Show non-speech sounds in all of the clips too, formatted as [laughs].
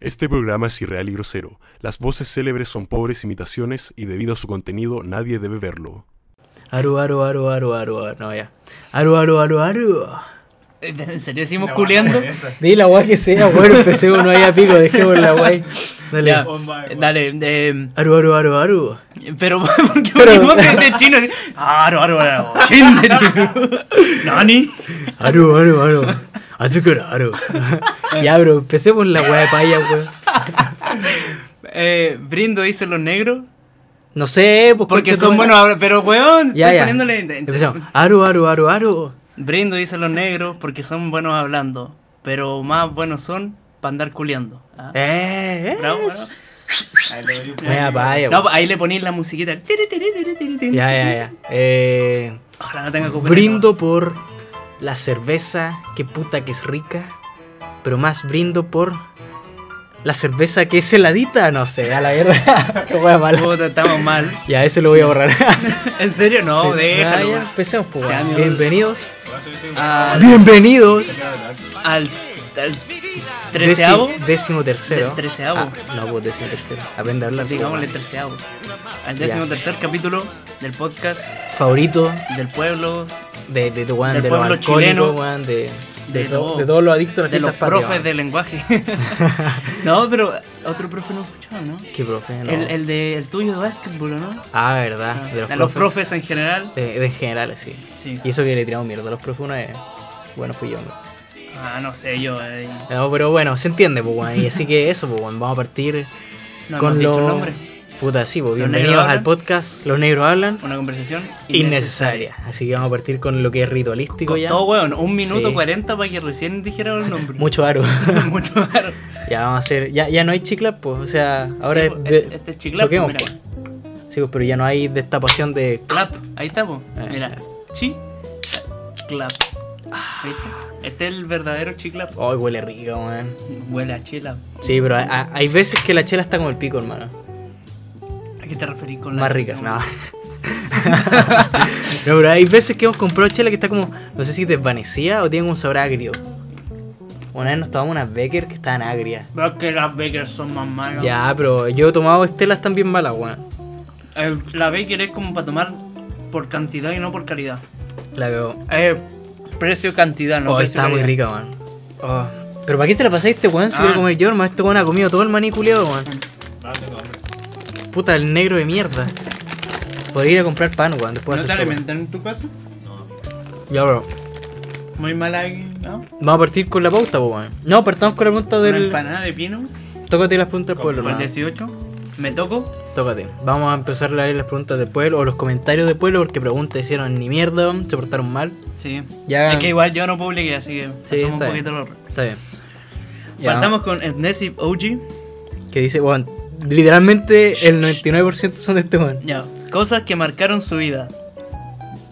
Este programa es irreal y grosero. Las voces célebres son pobres imitaciones y debido a su contenido nadie debe verlo. Aru, aru, aru, aru, aru, aru, no ya. Aru, aru, aru, aru. [laughs] ¿En serio seguimos culeando? Di la guay que sea, bueno, empecé uno ahí a pico, dejemos la guay. Dale. Ya, Dale, eh, Aru, aru, aru, aru. pero [laughs] ¿por qué Pero- venimos de, [laughs] de chino? Aro, aro, aro, shin, de- Nani. Aru, aru, aru. Azúcar, aru. ya, bro, empecemos la guay de paya, weón. [laughs] Eh, Brindo dice los negros. No sé, pues Porque concha son tu madre. buenos, ahora- pero weón, Ya, estoy ya. poniéndole. Empezamos. Aru, aru, aru, aru. Brindo dice los negros porque son buenos hablando, pero más buenos son para andar culeando. ¿ah? Eh, eh. Bravo, bravo. Buena paya, No, weón. ahí le ponéis la musiquita. el tiri, tiri, tiri, tiri, tiri. Ya, ya, ya. Eh. Ojalá no tenga copete, Brindo por la cerveza, que puta que es rica. Pero más brindo por la cerveza que es heladita. No sé, a la verdad. [laughs] Qué wea no. mala. Puta, estamos mal. Ya, eso lo voy a borrar. ¿En serio? [laughs] No, Sí, déjalo. ya, ya, weón. Empecemos, pues, Ya, Ah, weón. mi Bienvenidos. Al, Bienvenidos. al, al treceavo. Déci- Décimo tercero. Del treceavo. Ah, no, pues décimo tercero. Aprende a hablar. pues, Digámosle weón. treceavo. Al décimo Ya. tercer capítulo del podcast Favorito del pueblo, de, de, de, weón, Del de los pueblo alcohólicos, chileno. weón, de, de, De to- todo. de todos los adictos a las de los fiestas patrias, profes weón. de lenguaje. [laughs] no, pero otro profe no escuchaba, ¿no? ¿Qué profe? No. El, el de, el tuyo de básquetbol, ¿no? Ah, verdad. Ah, De los, a los profes en general. De, de en general, sí. Sí. Y eso que le tiramos mierda a los profes una vez. Bueno, fui yo. hombre. Ah, no sé, yo. eh, No, pero bueno, se entiende, pues, weón. Y así [laughs] que eso, pues, weón. Vamos a partir no con hemos dicho el los. nombre. Puta, sí, pues, Los bienvenidos negros al hablan. podcast Los Negros Hablan. Una conversación Innecesaria. Así que vamos a partir con lo que es ritualístico ya. Costó, weón, un minuto Sí. cuarenta para que recién dijera el nombre. Mucho aro. [laughs] [laughs] Mucho raro. ya vamos a hacer. Ya, ya no hay chicla, pues. O sea, ahora Sí, es po, de- este- este es chiclap, choquemos. mira. Sí, pues, pero ya no hay destapación de. Clap, ahí estamos. Eh, Mira, chi, clap. Ahí Ah. está. Este es el verdadero chiclap. Ay, huele rico, weón. Huele a chila. Sí, pero hay- hay hay veces que la chela está como el pico, hermano. ¿A qué te referís con la Más chila? rica, no. no, [laughs] pero hay veces que hemos comprado chela que está como, no sé si desvanecida o tiene un sabor agrio. Una vez nos tomamos unas Becker que estaban agrias. Pero es que las Bakers son más malas. Ya, pero yo he tomado estelas también malas, weón. Eh, la Baker es como para tomar por cantidad y no por calidad. La veo. Eh, precio-cantidad, no oh, precio estaba muy calidad. rica, weón. Oh. Pero ¿para qué te la pasaste, este weón? Si Ah. quiero comer yo, hermano, este weón ha comido todo el maní culiado, weón. Puta, el negro de mierda. Podría ir a comprar pan, weón, después ¿No de te hacer sopa. alimentan en tu casa? Ya, bro. Muy mala, eh, ¿no? Vamos a partir con la pauta, po, weón. No, partamos con la punta Una del. empanada de pino, Tócate las preguntas del pueblo, por hermano. 18. Me toco. Tócate. Vamos a empezar a leer las preguntas del pueblo o los comentarios del pueblo porque preguntas hicieron ni mierda, weón, se portaron mal. Sí. Ya- Es que igual yo no publiqué, así que somos un está poquito los. Está bien. Ya. Partamos con Ethnicity OG. Que dice, weón, literalmente el 99% son de este weón. Ya, cosas que marcaron su vida.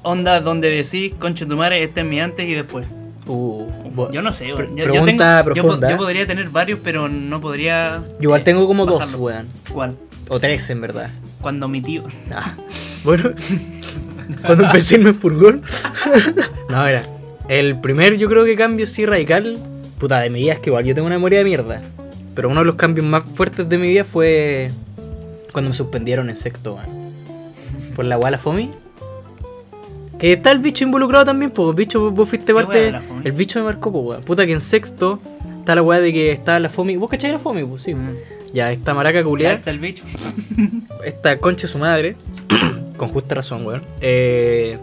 Onda donde decís, concho tu madre, este es mi antes y después. Uh, bo- Yo no sé, Pre- weón. yo, yo pregunta tengo- yo po- profunda, Yo, ¿eh? podría tener varios, pero no podría. Yo igual eh, tengo como dos, bajarlo. weón. ¿Cuál? O tres, en verdad. Cuando mi tío. Ah, Bueno, [laughs] cuando empecé en Purgón. [laughs] no, era. El primer, yo creo que cambio sí radical. Puta, de mi vida es que igual yo tengo una memoria de mierda. Pero uno de los cambios más fuertes de mi vida fue cuando me suspendieron en sexto, weón. Por la Wala Fomi. Que está el bicho involucrado también, pues bicho, vos- vos fuiste ¿Qué parte. weá de la Fomi? el bicho me marcó, pues weón. Puta que en sexto está la weá de que está la Fomi. ¿Vos cacháis la Fomi? Pues sí. Ya, esta maraca Mm. Ya culiar está el bicho. esta concha de su madre, con justa razón, weón, eh,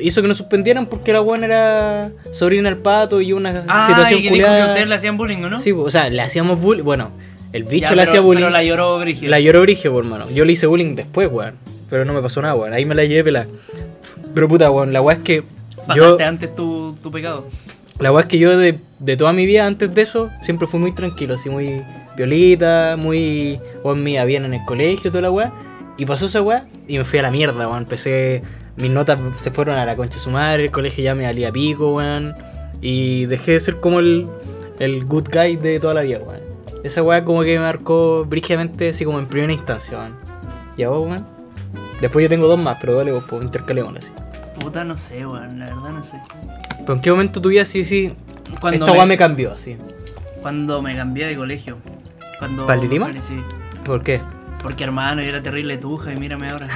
hizo que nos suspendieran porque la weón era sobrina al pato y una Ah, situación y que dijo que culiada. ustedes le hacían bullying, ¿o ¿no? Sí, o sea, le hacíamos bullying. Bueno, el bicho le Ya, pero- hacía bullying. Pero la lloró Brigitte. La lloró Brigio, por hermano. Yo le hice bullying después, weón. Pero no me pasó nada, weón. Ahí me la llevé pelada. Pero puta, weón, la weá es que. Yo, Bajaste antes tu, tu pecado. la weá es que yo de, de toda mi vida antes de eso siempre fui muy tranquilo, así muy violita, muy. weón, me iba bien en el colegio, toda la weá. Y pasó esa weá y me fui a la mierda, weón. Empecé. Mis notas se fueron a la concha de su madre, el colegio ya me valía pico, weón. Y dejé de ser como el, el good guy de toda la vida, weón. Esa weá como que me marcó brígidamente, así como en primera instancia, weón. ¿Ya vos, weón? Después yo tengo dos más, pero dale vos, pues, intercalémoslas así. Puta, no sé, weón. La verdad, no sé. ¿Pero en qué momento tu vida sí, sí, Cuando esta me- weá me cambió, así? Cuando me cambié de colegio. Cuando ¿Para el Dilima? Sí. ¿Por qué? Porque hermano, yo era terrible tuja y mírame [laughs] ahora.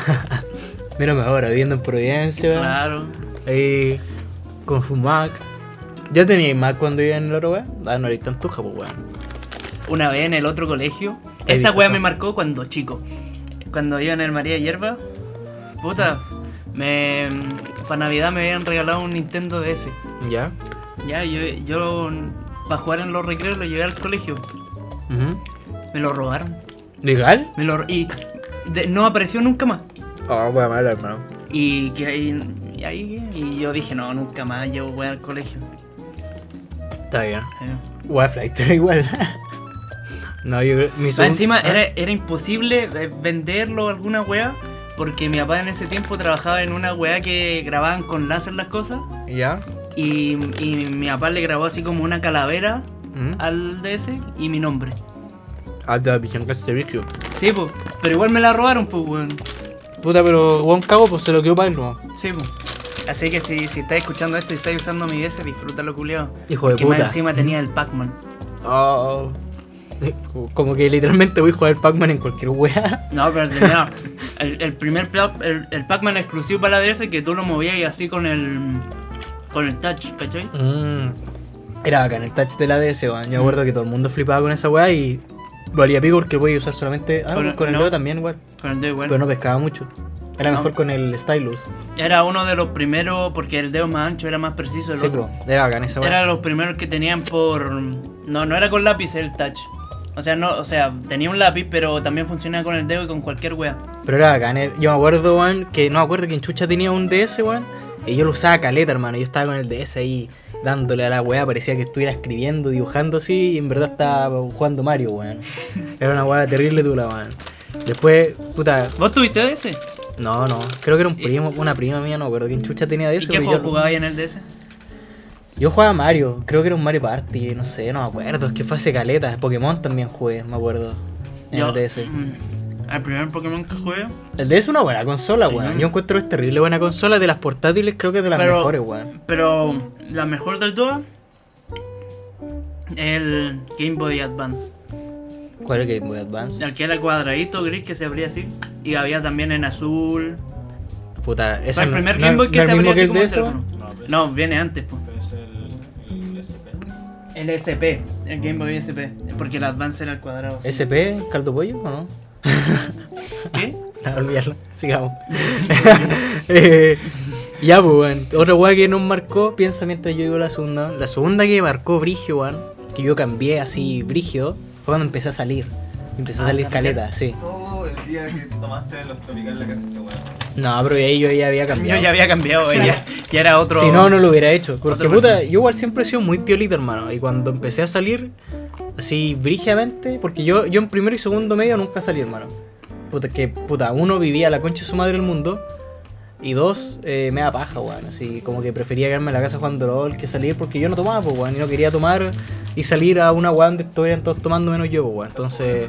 Mírame ahora, viviendo en Providencia. claro. Ahí con su Mac. ¿Ya tenía Mac cuando iba en el oro, weón? Ah, no, eres tan tuja, pues, weón. Una vez en el otro colegio. He Esa visto weá eso. me marcó cuando chico. Cuando iba en el María Hierba. Puta, me. Para Navidad me habían regalado un Nintendo DS. ¿Ya? Ya, yo, yo para jugar en los recreos lo llevé al colegio. Ujú. Me lo robaron. ¿Legal? Me lo, y de- no apareció nunca más. Ah, weón, malo, hermano. Y, que ahí, y ahí- y yo dije, no, nunca más llevo weá al colegio. Está bien. Eh. Weón, flight, [laughs] igual. no, yo creo- mi Ah, segundo- encima Ah, era, era imposible eh, venderlo alguna weá. Porque mi papá en ese tiempo trabajaba en una weá que grababan con láser las cosas. ¿Ya? Y, y mi papá le grabó así como una calavera Ujú. al DS y mi nombre. Ah, de la visión que hace Sergio. Sí, po. Pero igual me la robaron, pues, weón. Puta, pero weón cago, pues se lo quedó para él, weón. Sí, po. Así que si, si estás escuchando esto y estás usando mi DS, disfrútalo, culiao. Hijo de Que puta. más encima tenía el Pac-Man. Oh. [laughs] Como que literalmente voy a jugar Pac-Man en cualquier wea. No, pero tenía el, el primer pla- el, el Pac-Man exclusivo para la DS que tú lo movías y así con el con el touch, ¿cachai? Mm. Era bacán el touch de la DS, weón. Yo me acuerdo que todo el mundo flipaba con esa weá y valía pico porque podía usar solamente. Ah, Con con, el el- no. dedo también, weón. Con el dedo igual. Pero no pescaba mucho. Era No. mejor con el Stylus. Era uno de los primeros porque el dedo más ancho era más preciso el Sí, otro. pero era bacán esa weá. Era los primeros que tenían por no, no era con lápiz el touch. O sea, no, o sea, tenía un lápiz, pero también funcionaba con el dedo y con cualquier wea. Pero era bacán. eh. Yo me acuerdo, weón, que no me acuerdo que en Chucha tenía un DS, weón. Y yo lo usaba caleta, hermano. Yo estaba con el DS ahí dándole a la weá. Parecía que estuviera escribiendo, dibujando así. Y en verdad estaba jugando Mario, [laughs] weón. Era una weá terrible tula, weón. Después, puta, ¿Vos tuviste DS? No, no, creo que era un primo, una prima mía, no me acuerdo quién chucha tenía de Mm. ¿Y eso. qué pero juego yo, jugabas ahí en el DS? yo jugaba Mario, creo que era un Mario Party, no sé, no me acuerdo, es que fue hace caleta, Pokémon también jugué, me acuerdo. En Yo- el DS. mm, El primer Pokémon que jugué. El DS es una buena consola, weón. ¿no? Yo encuentro que es terrible buena consola, de las portátiles creo que es de las Pero- mejores, weón. Pero la mejor del todo el Game Boy Advance. ¿Cuál es el Game Boy Advance? El que era cuadradito gris que se abría así. Y había también en azul. Puta, esa Fue el no- primer no- Game Boy no que es se el mismo que abría así el como el DS. teléfono. No, pero- No, viene antes, pues. pero es el, el SP. El SP, el Game Boy SP. Porque el Advance era el cuadrado. así. ¿SP? ¿Caldo pollo o no? ¿Qué? No, olvídalo, sigamos. [laughs] Eh, ya, pues, weón. Otra weá que nos marcó, piensa mientras yo digo la segunda. La segunda que marcó Brigio, weón, que yo cambié así, Brigio, fue cuando empecé a salir. Empecé a Ah, salir ¿también? caleta, sí. Todo el día que tomaste los tropical la casita, weón. No, pero ahí yo ya había cambiado. Yo ya había cambiado, eh, ya, ya era otro. Si no, no lo hubiera hecho. Porque Otra puta, persona. yo igual siempre he sido muy piolito, hermano. Y cuando empecé a salir, así brígidamente, porque yo, yo en primero y segundo medio nunca salí, hermano. Puta, que puta, uno vivía la concha de su madre el mundo. Y dos, eh, me da paja, weón. Así como que prefería quedarme en la casa jugando LOL que salir porque yo no tomaba, pues, weón. Y no quería tomar y salir a una weón donde estuvieran todos tomando menos yo, pues, weón. Entonces,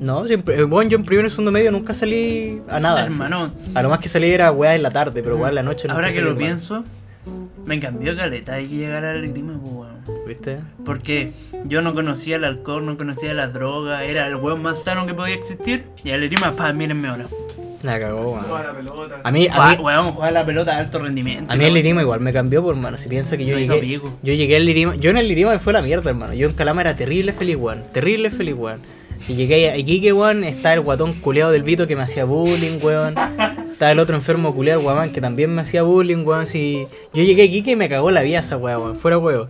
no, siempre, eh, bueno, yo en primero y segundo medio nunca salí a nada. así. Hermano, A lo más que salí era weá en la tarde, pero weá en la noche nunca ahora que salí, lo hermano. pienso, me cambió caleta. Hay que llegar a la grima, pues, weón. ¿Viste? Porque yo no conocía el alcohol, no conocía la droga, era el hueón más sano que podía existir. Y el Irima, pa, mírenme ahora. La cagó, Toda weón. la pelota. A mí, a Jugá- mí, Weón, jugar la pelota a alto rendimiento. a mí el ¿no? Lirima igual me cambió, por hermano. Si piensa que yo Me hizo llegué. pico. Yo llegué al Lirima. Yo en el Lirima me fue la mierda, hermano. Yo en Calama era terrible feliz, weón. Terrible feliz, weón. Y llegué a Iquique, weón. Está el guatón culeado del Vito que me hacía bullying, weón. Está el otro enfermo culeado, guamán, que también me hacía bullying, weón. Si yo llegué a Iquique y me cagó la vida esa weá, weón. Fuera huevo.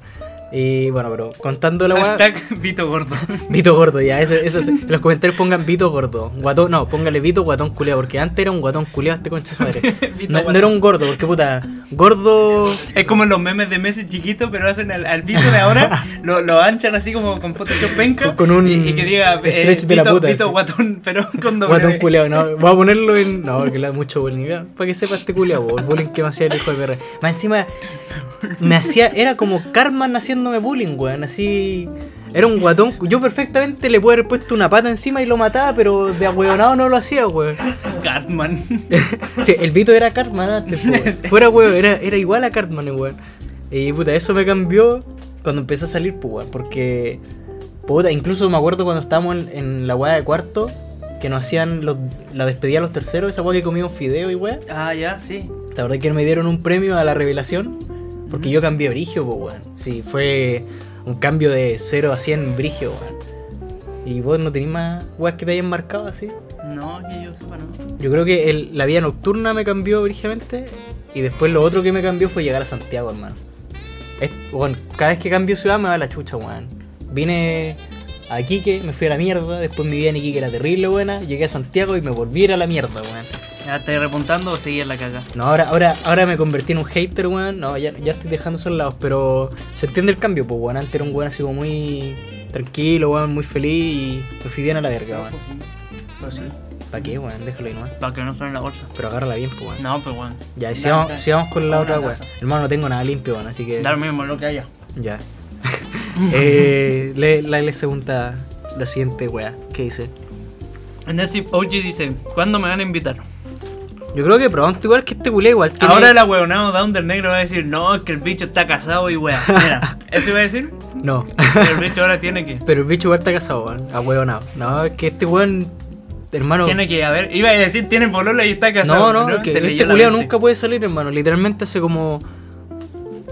Y bueno, pero contando la weá. Hashtag Vito Gordo. Vito gordo, ya, eso, eso es- en los comentarios pongan Vito gordo. Guatón, no, póngale Vito guatón culeado, porque antes era un guatón culeado este concha de su madre. [laughs] Vito No, guatón. no era un gordo, porque puta, gordo. Es como los memes de Messi chiquito, pero hacen al, al Vito de [laughs] ahora, lo, lo anchan así como con Photoshop penca. Con un y, y que diga eh, stretch de la Vito- puta, Vito sí. Guatón, pero con doble Guatón B. culeado, no, voy a ponerlo en. No, [laughs] porque le da mucho bullying. ya, Para que sepa este culeado, el bullying que me hacía el hijo de perra. Más encima, me hacía. Era como Carmen haciéndome bullying, weón, así. Era un guatón. Yo perfectamente le puedo haber puesto una pata encima y lo mataba, pero de ahueonado no lo hacía, weón. [laughs] Cartman. Sí, el Vito era Cartman antes, po, weón. Fuera, weón, era, era igual a Cartman, eh, weón. Y puta, eso me cambió cuando empecé a salir, pues, weón, porque Puta, incluso me acuerdo cuando estábamos en, en la weá de cuarto, que nos hacían los- la despedida a los terceros, esa weá que comimos fideo y weá. Ah, ya, sí. La verdad que me dieron un premio a la revelación, porque Ujú. yo cambié brigio, pues weón. Sí, fue un cambio de 0 a 100 brigio, weón. Y vos no tenés más weas que te hayan marcado así. No, que yo sepa, no. Yo creo que el- la vida nocturna me cambió brígidamente y después lo otro que me cambió fue llegar a Santiago, hermano. Es- weón, cada vez que cambio ciudad me va la chucha, weón. Vine a Iquique, me fui a la mierda, después mi vida en Iquique era terrible, buena, llegué a Santiago y me volví a ir a la mierda, weón. ¿Ya estáis repuntando o seguí en la caca? No, ahora, ahora, ahora me convertí en un hater, weón. No, ya, ya estoy dejando esos lados, pero se entiende el cambio, pues, weón. Antes era un weón así como muy tranquilo, weón, muy feliz y me fui bien a la verga, weón. Pues sí. ¿Para qué, weón? Déjalo ahí, weón. Para que no suene la bolsa. Pero agárrala bien, pues, weón. No, pues bueno. Ya, y si Dale, vamos, dale. si vamos con la Una otra weá. taza. Hermano, no tengo nada limpio, bueno, así que. Da lo mismo lo que haya. [laughs] Ya. eh, le, la les pregunta la siguiente weá. ¿Qué dice? Nancy OG dice, ¿cuándo me van a invitar? Yo creo que pronto, igual que este culé, igual. tiene- Ahora el ahueonado Down del Negro va a decir, no, es que el bicho está casado y wea. [laughs] Mira, eso iba a decir, No. [laughs] que el bicho ahora tiene que... Pero el bicho igual está casado, weón. A weón, no. No, es que este weón. Hermano. Tiene que, a ver, iba a decir, tiene polola y está casado. No, no, es Te que leyó este la culiao mente. nunca puede salir, hermano. Literalmente hace como.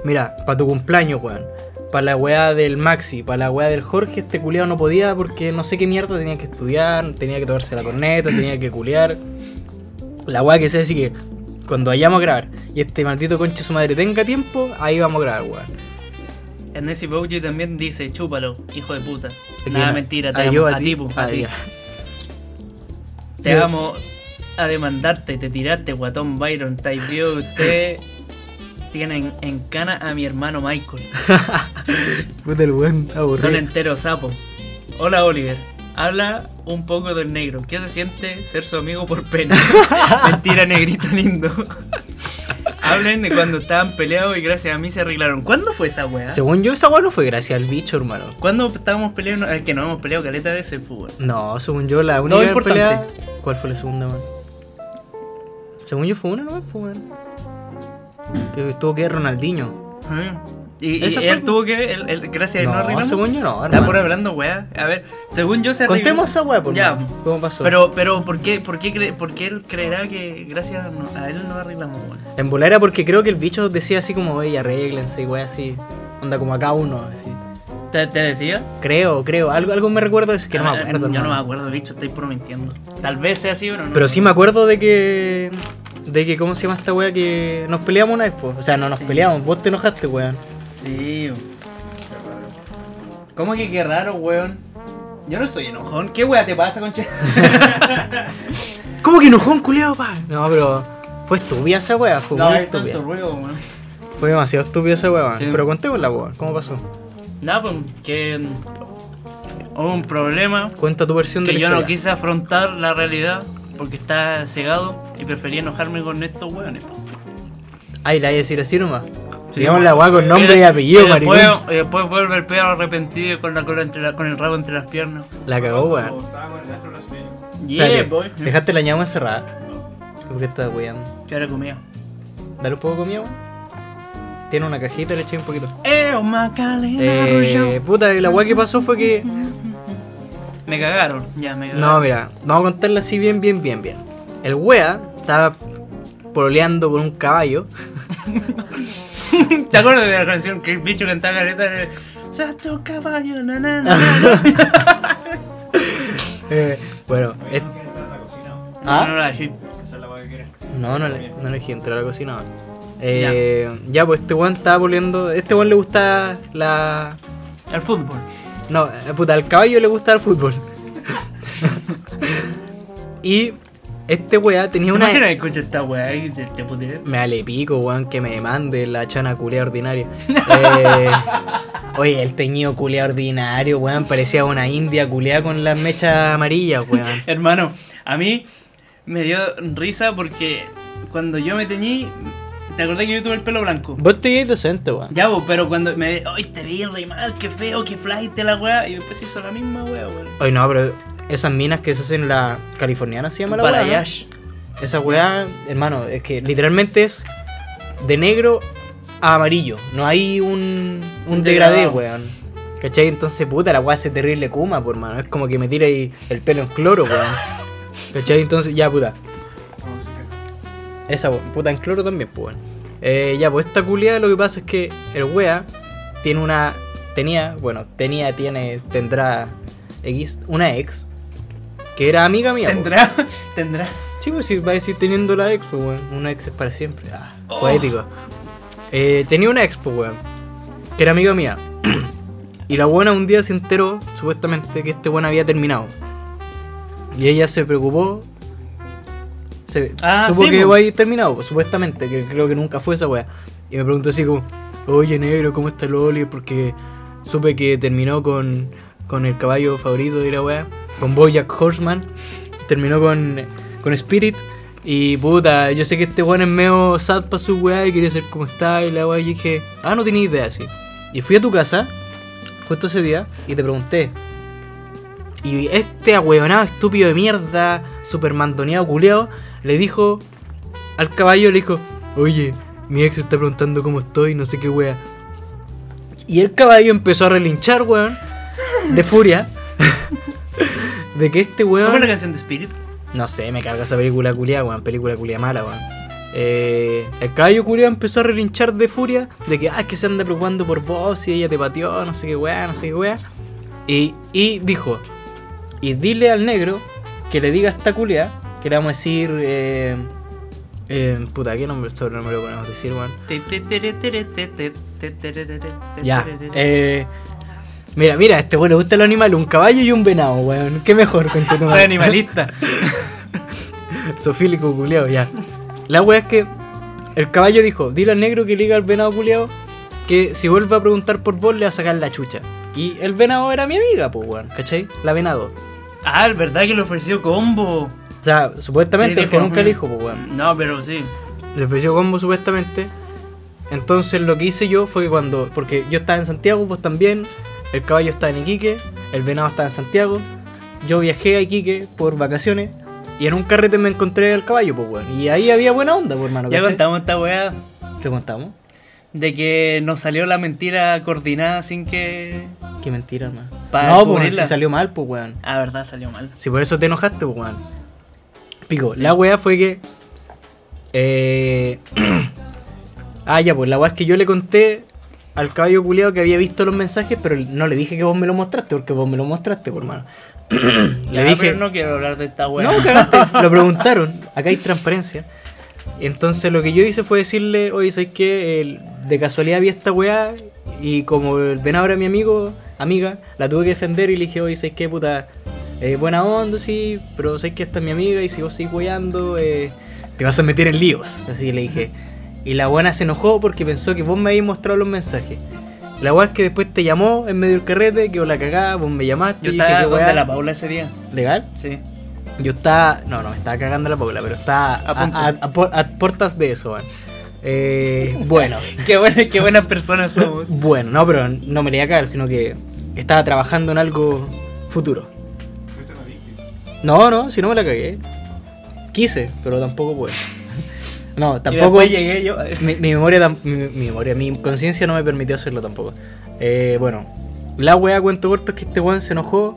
Mira, para tu cumpleaños, weón. Para la weá del Maxi, para la weá del Jorge, este culiao no podía porque no sé qué mierda tenía que estudiar, tenía que tomarse la corneta, tenía que culiar. La weá que sea, así que cuando vayamos a grabar y este maldito concha de su madre tenga tiempo, ahí vamos a grabar, weón. Nancy Pouchy también dice, chúpalo, hijo de puta. Te Nada, quiero. mentira, te Ah, amo. yo A ti, pu, a Ah, ti. ya. Te Yo- amo a demandarte, te tiraste, guatón Byron. Te vio usted. Tienen en cana a mi hermano Michael. Puta el weón, aburrido. Son enteros sapos. Hola, Oliver. Habla un poco del negro. ¿Qué se siente ser su amigo por pena? [laughs] Mentira, negrito lindo. [laughs] Hablen de cuando estaban peleados y gracias a mí se arreglaron. ¿Cuándo fue esa weá? Según yo, esa weá no fue gracias al bicho, hermano. ¿Cuándo estábamos peleando? Es que nos hemos peleado caleta de veces, pues, weón. No, según yo, la única importante. pelea. ¿Cuál fue la segunda, man? Según yo, fue una nomás, pues, weón. Que tuvo que ver Ronaldinho. Ah, Y, y Esa él fue- tuvo que. él- él- gracias, no, no no, arreglamos. según yo, no, Está hermano. por hablando, weá. A ver, según yo se arregló. Contemos esa weá, pues, por Ya. ya. ¿Cómo pasó? Pero, pero, ¿por qué, por, qué cre- por qué él creerá que gracias a, no- a él no arreglamos, weón? En bolera, porque creo que el bicho decía así como, oye, arréglense y weá, así. Onda como acá uno, así. ¿Te, te decía? Creo, creo. Algo, algo me recuerdo de eso que no me Ah, acuerdo, Yo no me hermano. acuerdo, bicho, estoy prometiendo. Tal vez sea así, pero no. Pero sí me acuerdo de que. De que, ¿cómo se llama esta weá? Que nos peleamos una vez, pues. O sea, no nos Sí. peleamos. Vos te enojaste, weón. Sí. ¿Cómo que qué raro, weón? Yo no soy enojón. ¿Qué weá te [laughs] pasa, conche? ¿Cómo que enojón, culiao, pa? No, pero fue estúpida esa weá, fue No, muy hay estúpida. tanto ruido, weón. Fue demasiado estúpida esa weá, man. Sí. pero contémosla, weón. ¿Cómo pasó? Nada, pues, que. mm, Hubo un problema. Cuenta tu versión de que la yo no historia. quise afrontar la realidad porque estaba cegado y prefería enojarme con estos hueones. Ay, la voy a decir así nomás. Sí, Digamos la weá con nombre y apellido, maricón. Después, y después vuelve el perro arrepentido con la cola entre la- con el rabo entre las piernas. La cagó, Me weón. gustaba con el gastro brasileño. Oh, Yeah, Espérate, boy. Dejaste la ñama encerrada. ¿Por qué estás weando? ¿Qué hora comía? Dale un poco de comida, weón. Tiene una cajita, le eché un poquito. Eh, oh, Macarena, Eh, Arroyo. puta, la weá que pasó fue que. Me cagaron, ya me No, cagaron. mira, vamos a contarla así bien, bien, bien, bien. El wea estaba pololeando con un caballo. ¿Te acuerdas de la canción que el bicho cantaba careta? de, "Sos tu caballo, na, na, na, Eh, [laughs] bueno, Oye, es- ¿no quieres entrar a la cocina? na"? ¿Ah? No, no, la shit. Esa es la hueá que quieres. No, no le, no le dije entrar a la cocina. weón. Eh, ya. pues este weón estaba volviendo. Este weón le gusta la. Al fútbol. No, eh, puta, al caballo le gusta el fútbol. [laughs] y este weá tenía ¿Te una. imaginas que escucha esta weá y te, te putea? Me vale pico, weón, que me demande la chana culea [laughs] ordinaria. Eh, oye, el teñido culea ordinario, weón, parecía una india culea con las mechas amarillas, weón. Hermano, a mí me dio risa porque cuando yo me teñí, ¿te acordás que yo tuve el pelo blanco? [laughs] Vos te docente, weón. Ya, bo, pero cuando me... ¡Ay, te vi re mal! ¡Qué feo! ¡Qué flight la weá! Y después hizo la misma weá, weón. Oye, no, pero esas minas que se hacen la californiana se llama la Para weá, ¿no? Yash. Esa weá, hermano, es que literalmente es de negro a amarillo. No hay un, un Un degradé, degradado. weón. ¿Cachai? Entonces, puta, la weá hace terrible Kuma, por mano. Es como que me tira ahí el pelo en cloro, [laughs] weón. ¿Cachai? Entonces, ya, puta. Vamos a sacar. Esa po- puta en cloro también, pues. weón. Eh, ya, pues esta culiada lo que pasa es que el wea tiene una. Tenía, bueno, tenía, tiene, tendrá X, una ex que era amiga mía. po. Tendrá, [laughs] tendrá. Chicos, si va a decir teniendo la ex, pues, weón. Una ex es para siempre. Ah, Poético. Eh, tenía una ex, pues, weón. Que era amiga mía. y la buena un día se enteró, supuestamente, que este weón había terminado. Y ella se preocupó. Se, Ah, supo sí, que pues. iba a ir terminado, pues, supuestamente, que creo que nunca fue esa weá. Y me preguntó así como, oye negro, ¿cómo está Loli? Porque supe que terminó con, con el caballo favorito de la weá, con Bojack Horseman, terminó con, con Spirit. Y puta, yo sé que este weón es medio sad para su weá y quería ser como está y la weá. Y dije, ah, no tenía idea así. Y fui a tu casa, justo ese día, y te pregunté. Y este ahueonado estúpido de mierda, super mandoneado culeado, le dijo al caballo, le dijo, oye, mi ex está preguntando cómo estoy, no sé qué wea. Y el caballo empezó a relinchar, weón, de furia, [laughs] de que este ¿No weón... fue la canción de Spirit? No sé, me carga esa película culia, weón. Película culia mala, weón. Eh, el caballo culia empezó a relinchar de furia de que, ah, es que se anda preocupando por vos y ella te pateó, no sé qué weá, no sé qué weá. Y, y dijo, y dile al negro que le diga a esta culia, que le vamos a decir, eh, eh, puta, ¿qué nombre sobrenombre le podemos decir, weón? Te, te, tere, tere, te, te, te, tere, tere, te, Ya, tere, tere. eh... Mira, mira, a este weón le gusta el animal, un caballo y un venado, weón. Qué mejor con tu Soy animalista. Sofílico culeado, ya. La wea es que el caballo dijo, dile al negro que le diga al venado culeado que si vuelve a preguntar por vos le va a sacar la chucha. Y el venado era mi amiga, pues weón, ¿cachai? La venado. Ah, es verdad que le ofreció combo. O sea, supuestamente, Sí, porque dijo, nunca mm. le dijo, pues weón. No, pero sí. Le ofreció combo supuestamente. Entonces lo que hice yo fue que cuando. Porque yo estaba en Santiago, vos también. El caballo estaba en Iquique. El venado estaba en Santiago. Yo viajé a Iquique por vacaciones. Y en un carrete me encontré al caballo, pues weón. Y ahí había buena onda, pues hermano. Ya ¿cachai? contamos esta weá ¿Te contamos? de que nos salió la mentira coordinada sin que. Qué mentira, hermano. Pa' no, pues cubrirla. si salió mal, pues weón. Ah, verdad, salió mal. Si por eso te enojaste, pues weón. Pico, la weá fue que. Eh... [clears throat] ah, ya, pues la weá es que yo le conté al caballo culeado que había visto los mensajes, pero no le dije que vos me lo mostraste, porque vos me lo mostraste, por hermano. Ya, le dije. pero no quiero hablar de esta weá. No, [laughs] cagaste. lo preguntaron. Acá hay transparencia. Entonces lo que yo hice fue decirle, oye, ¿sabes qué? El- de casualidad vi esta weá y como el venado era mi amigo, amiga, la tuve que defender y le dije, oye, ¿sabes qué, puta? Eh, buena onda, sí, pero ¿sabes que Esta es mi amiga y si vos seguís weando, eh, te vas a meter en líos. Así que le dije. Y la buena se enojó porque pensó que vos me habías mostrado los mensajes. La weá es que después te llamó en medio del carrete, que vos la cagás, vos me llamaste. Yo y dije, estaba "¿Qué con weá? De La Paula ese día. ¿Legal? [laughs] Sí. Yo estaba. No, no, me estaba cagando la Paula, pero estaba a, punto. a- a por- a puertas de eso, weón. Eh, bueno, Qué, buena, qué buenas personas somos. bueno, no, pero no me le iba a caer, sino que estaba trabajando en algo futuro. Fuiste un adicto. No, no, si no me la cagué. Quise, pero tampoco pude. [laughs] No, Y tampoco. después [laughs] llegué yo. mi, mi memoria, tam- mi, mi memoria, mi conciencia no me permitió hacerlo tampoco. Eh, bueno, la weá cuento corto es que este weón se enojó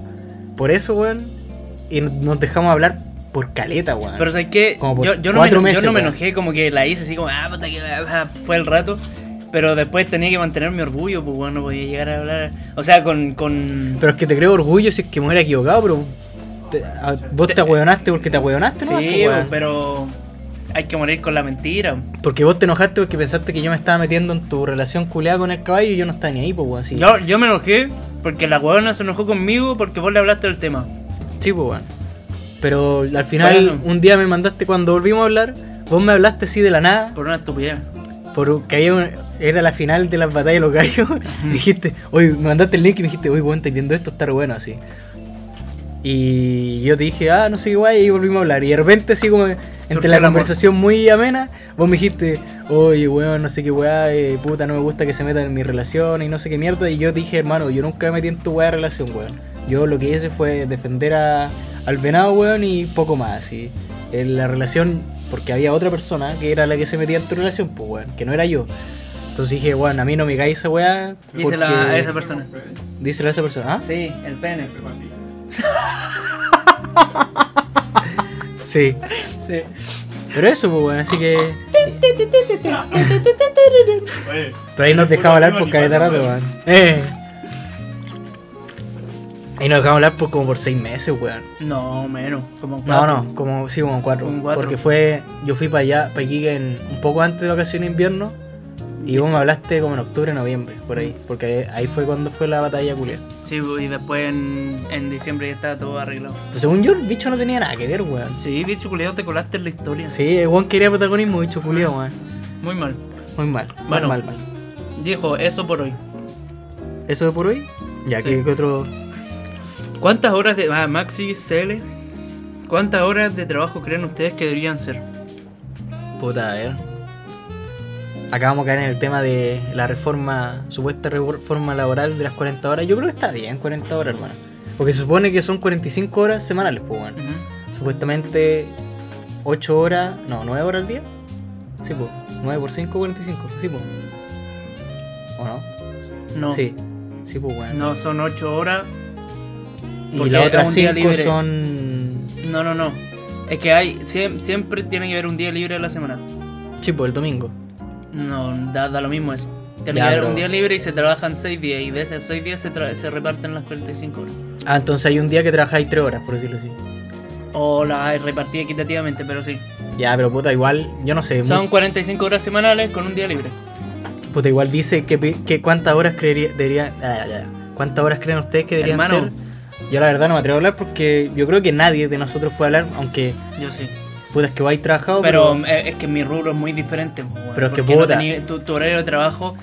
por eso, weón, y nos dejamos hablar por caleta, weón. Pero sabes que Como por yo, yo no me, cuatro eno- meses, yo no me weón. enojé, como que la hice así como, ah, puta que la- ah", fue el rato. Pero después tenía que mantener mi orgullo, pues bueno, podía llegar a hablar. O sea, con. con... Pero es que te creo orgullo si es que me hubiera equivocado, pero te- a- vos te ahueonaste porque te ahueonaste, sí, ¿no? pues, pero. Hay que morir con la mentira. Porque vos te enojaste porque pensaste que yo me estaba metiendo en tu relación culeada con el caballo y yo no estaba ni ahí, pues, weón. Sí, Yo, yo me enojé porque la huevona se enojó conmigo porque vos le hablaste del tema. sí pues, weón. Pero al final, Bueno. un día me mandaste, cuando volvimos a hablar, vos me hablaste así de la nada, Por una estupidez. porque había un- era la final de las batallas de los gallos. [laughs] dijiste, oye, me mandaste el link y me dijiste, oye, weón, estás viendo esto, estar bueno así. Y yo te dije, ah, no sé qué guay, y volvimos a hablar. Y de repente, así como entre Surgió la el amor. conversación muy amena, vos me dijiste, oye, weón, no sé qué guay, eh, puta, no me gusta que se metan en mi relación y no sé qué mierda. Y yo te dije, hermano, yo nunca me metí en tu weá de relación, weón. Yo lo que hice fue defender a, al venado, weón, y poco más. Y en la relación, porque había otra persona que era la que se metía en tu relación, pues, weón, que no era yo. Entonces dije, bueno, a mí no me cae esa weá. Díselo porque- a esa persona. Díselo a esa persona. ¿Ah? Sí, el pene. Sí. Sí. Pero eso, pues, bueno, así que. Oye, Pero ahí nos dejaba hablar por caleta rato, weón. Eh. Ahí nos dejaba hablar por como por seis meses, weón. No, menos. Como No, cuatro. no, como sí, como cuatro. Ah. Como cuatro. Porque fue. Yo fui para allá, para Iquique en, un poco antes de vacaciones de invierno. Y vos me hablaste como en octubre, noviembre, por ahí. Porque ahí fue cuando fue la batalla culia. Sí, pues, y después en, en diciembre ya estaba todo arreglado. Pero según yo, el bicho no tenía nada que ver, weón. Sí, bicho culiado, te colaste en la historia. Sí, el weón quería protagonismo, bicho culiao, weón. Muy mal. Muy mal, Bueno. mal, mal, mal. Dijo, eso por hoy. ¿Eso de por hoy? Ya, Sí. ¿qué, qué otro? ¿Cuántas horas de. Ah, Maxi, CL. ¿Cuántas horas de trabajo creen ustedes que deberían ser? Puta, a ver. Acá vamos a caer en el tema de la reforma, supuesta reforma laboral de las 40 horas. Yo creo que está bien 40 horas, hermano. Porque se supone que son 45 horas semanales, pues, bueno. Ujú. Supuestamente 8 horas, no, 9 horas al día. Sí, pues. 9 por 5, 45. Sí, pues. ¿O no? No. Sí. Sí, pues, bueno. No, son ocho horas. y porque la otra es un día 5 libre. son... No, no, no. Es que hay. siem- siempre tiene que haber un día libre a la semana. Sí, pues, el domingo. No, da, da lo mismo eso. Tiene Ya, que haber pero- un día libre y se trabajan seis días. Y de esos seis días se, tra- se reparten las 45 horas. Ah, entonces hay un día que trabajáis 3 horas, por decirlo así. O las hay repartidas equitativamente, pero sí. Ya, pero puta, igual, yo no sé. Son 45 horas semanales con un día libre. Puta, igual dice que, pi- que cuántas horas creería, debería, ah, ya, ya. cuántas horas creen ustedes que deberían Hermano. ser. Yo la verdad no me atrevo a hablar porque yo creo que nadie de nosotros puede hablar, aunque Yo sí. puta es que vais trabajado, Pero pero, eh, es que mi rubro es muy diferente. po, weón, Pero es que porque no puta. tení- tu, tu horario de trabajo,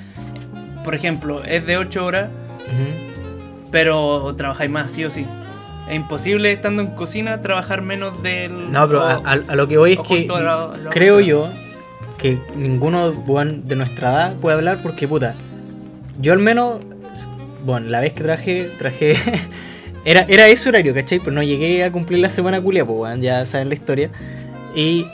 por ejemplo, es de 8 horas, Ujú. pero trabajáis más, sí o sí. Es imposible estando en cocina trabajar menos del. Oh. no, pero o- a, a- a lo que voy es o que junto a la- la creo otra. yo que ninguno weón, de nuestra edad puede hablar porque puta, yo al menos, bueno, la vez que traje, traje [laughs] era, era ese horario, ¿cachai? Pero no llegué a cumplir la semana culia, pues, weón, ya saben la historia. Y,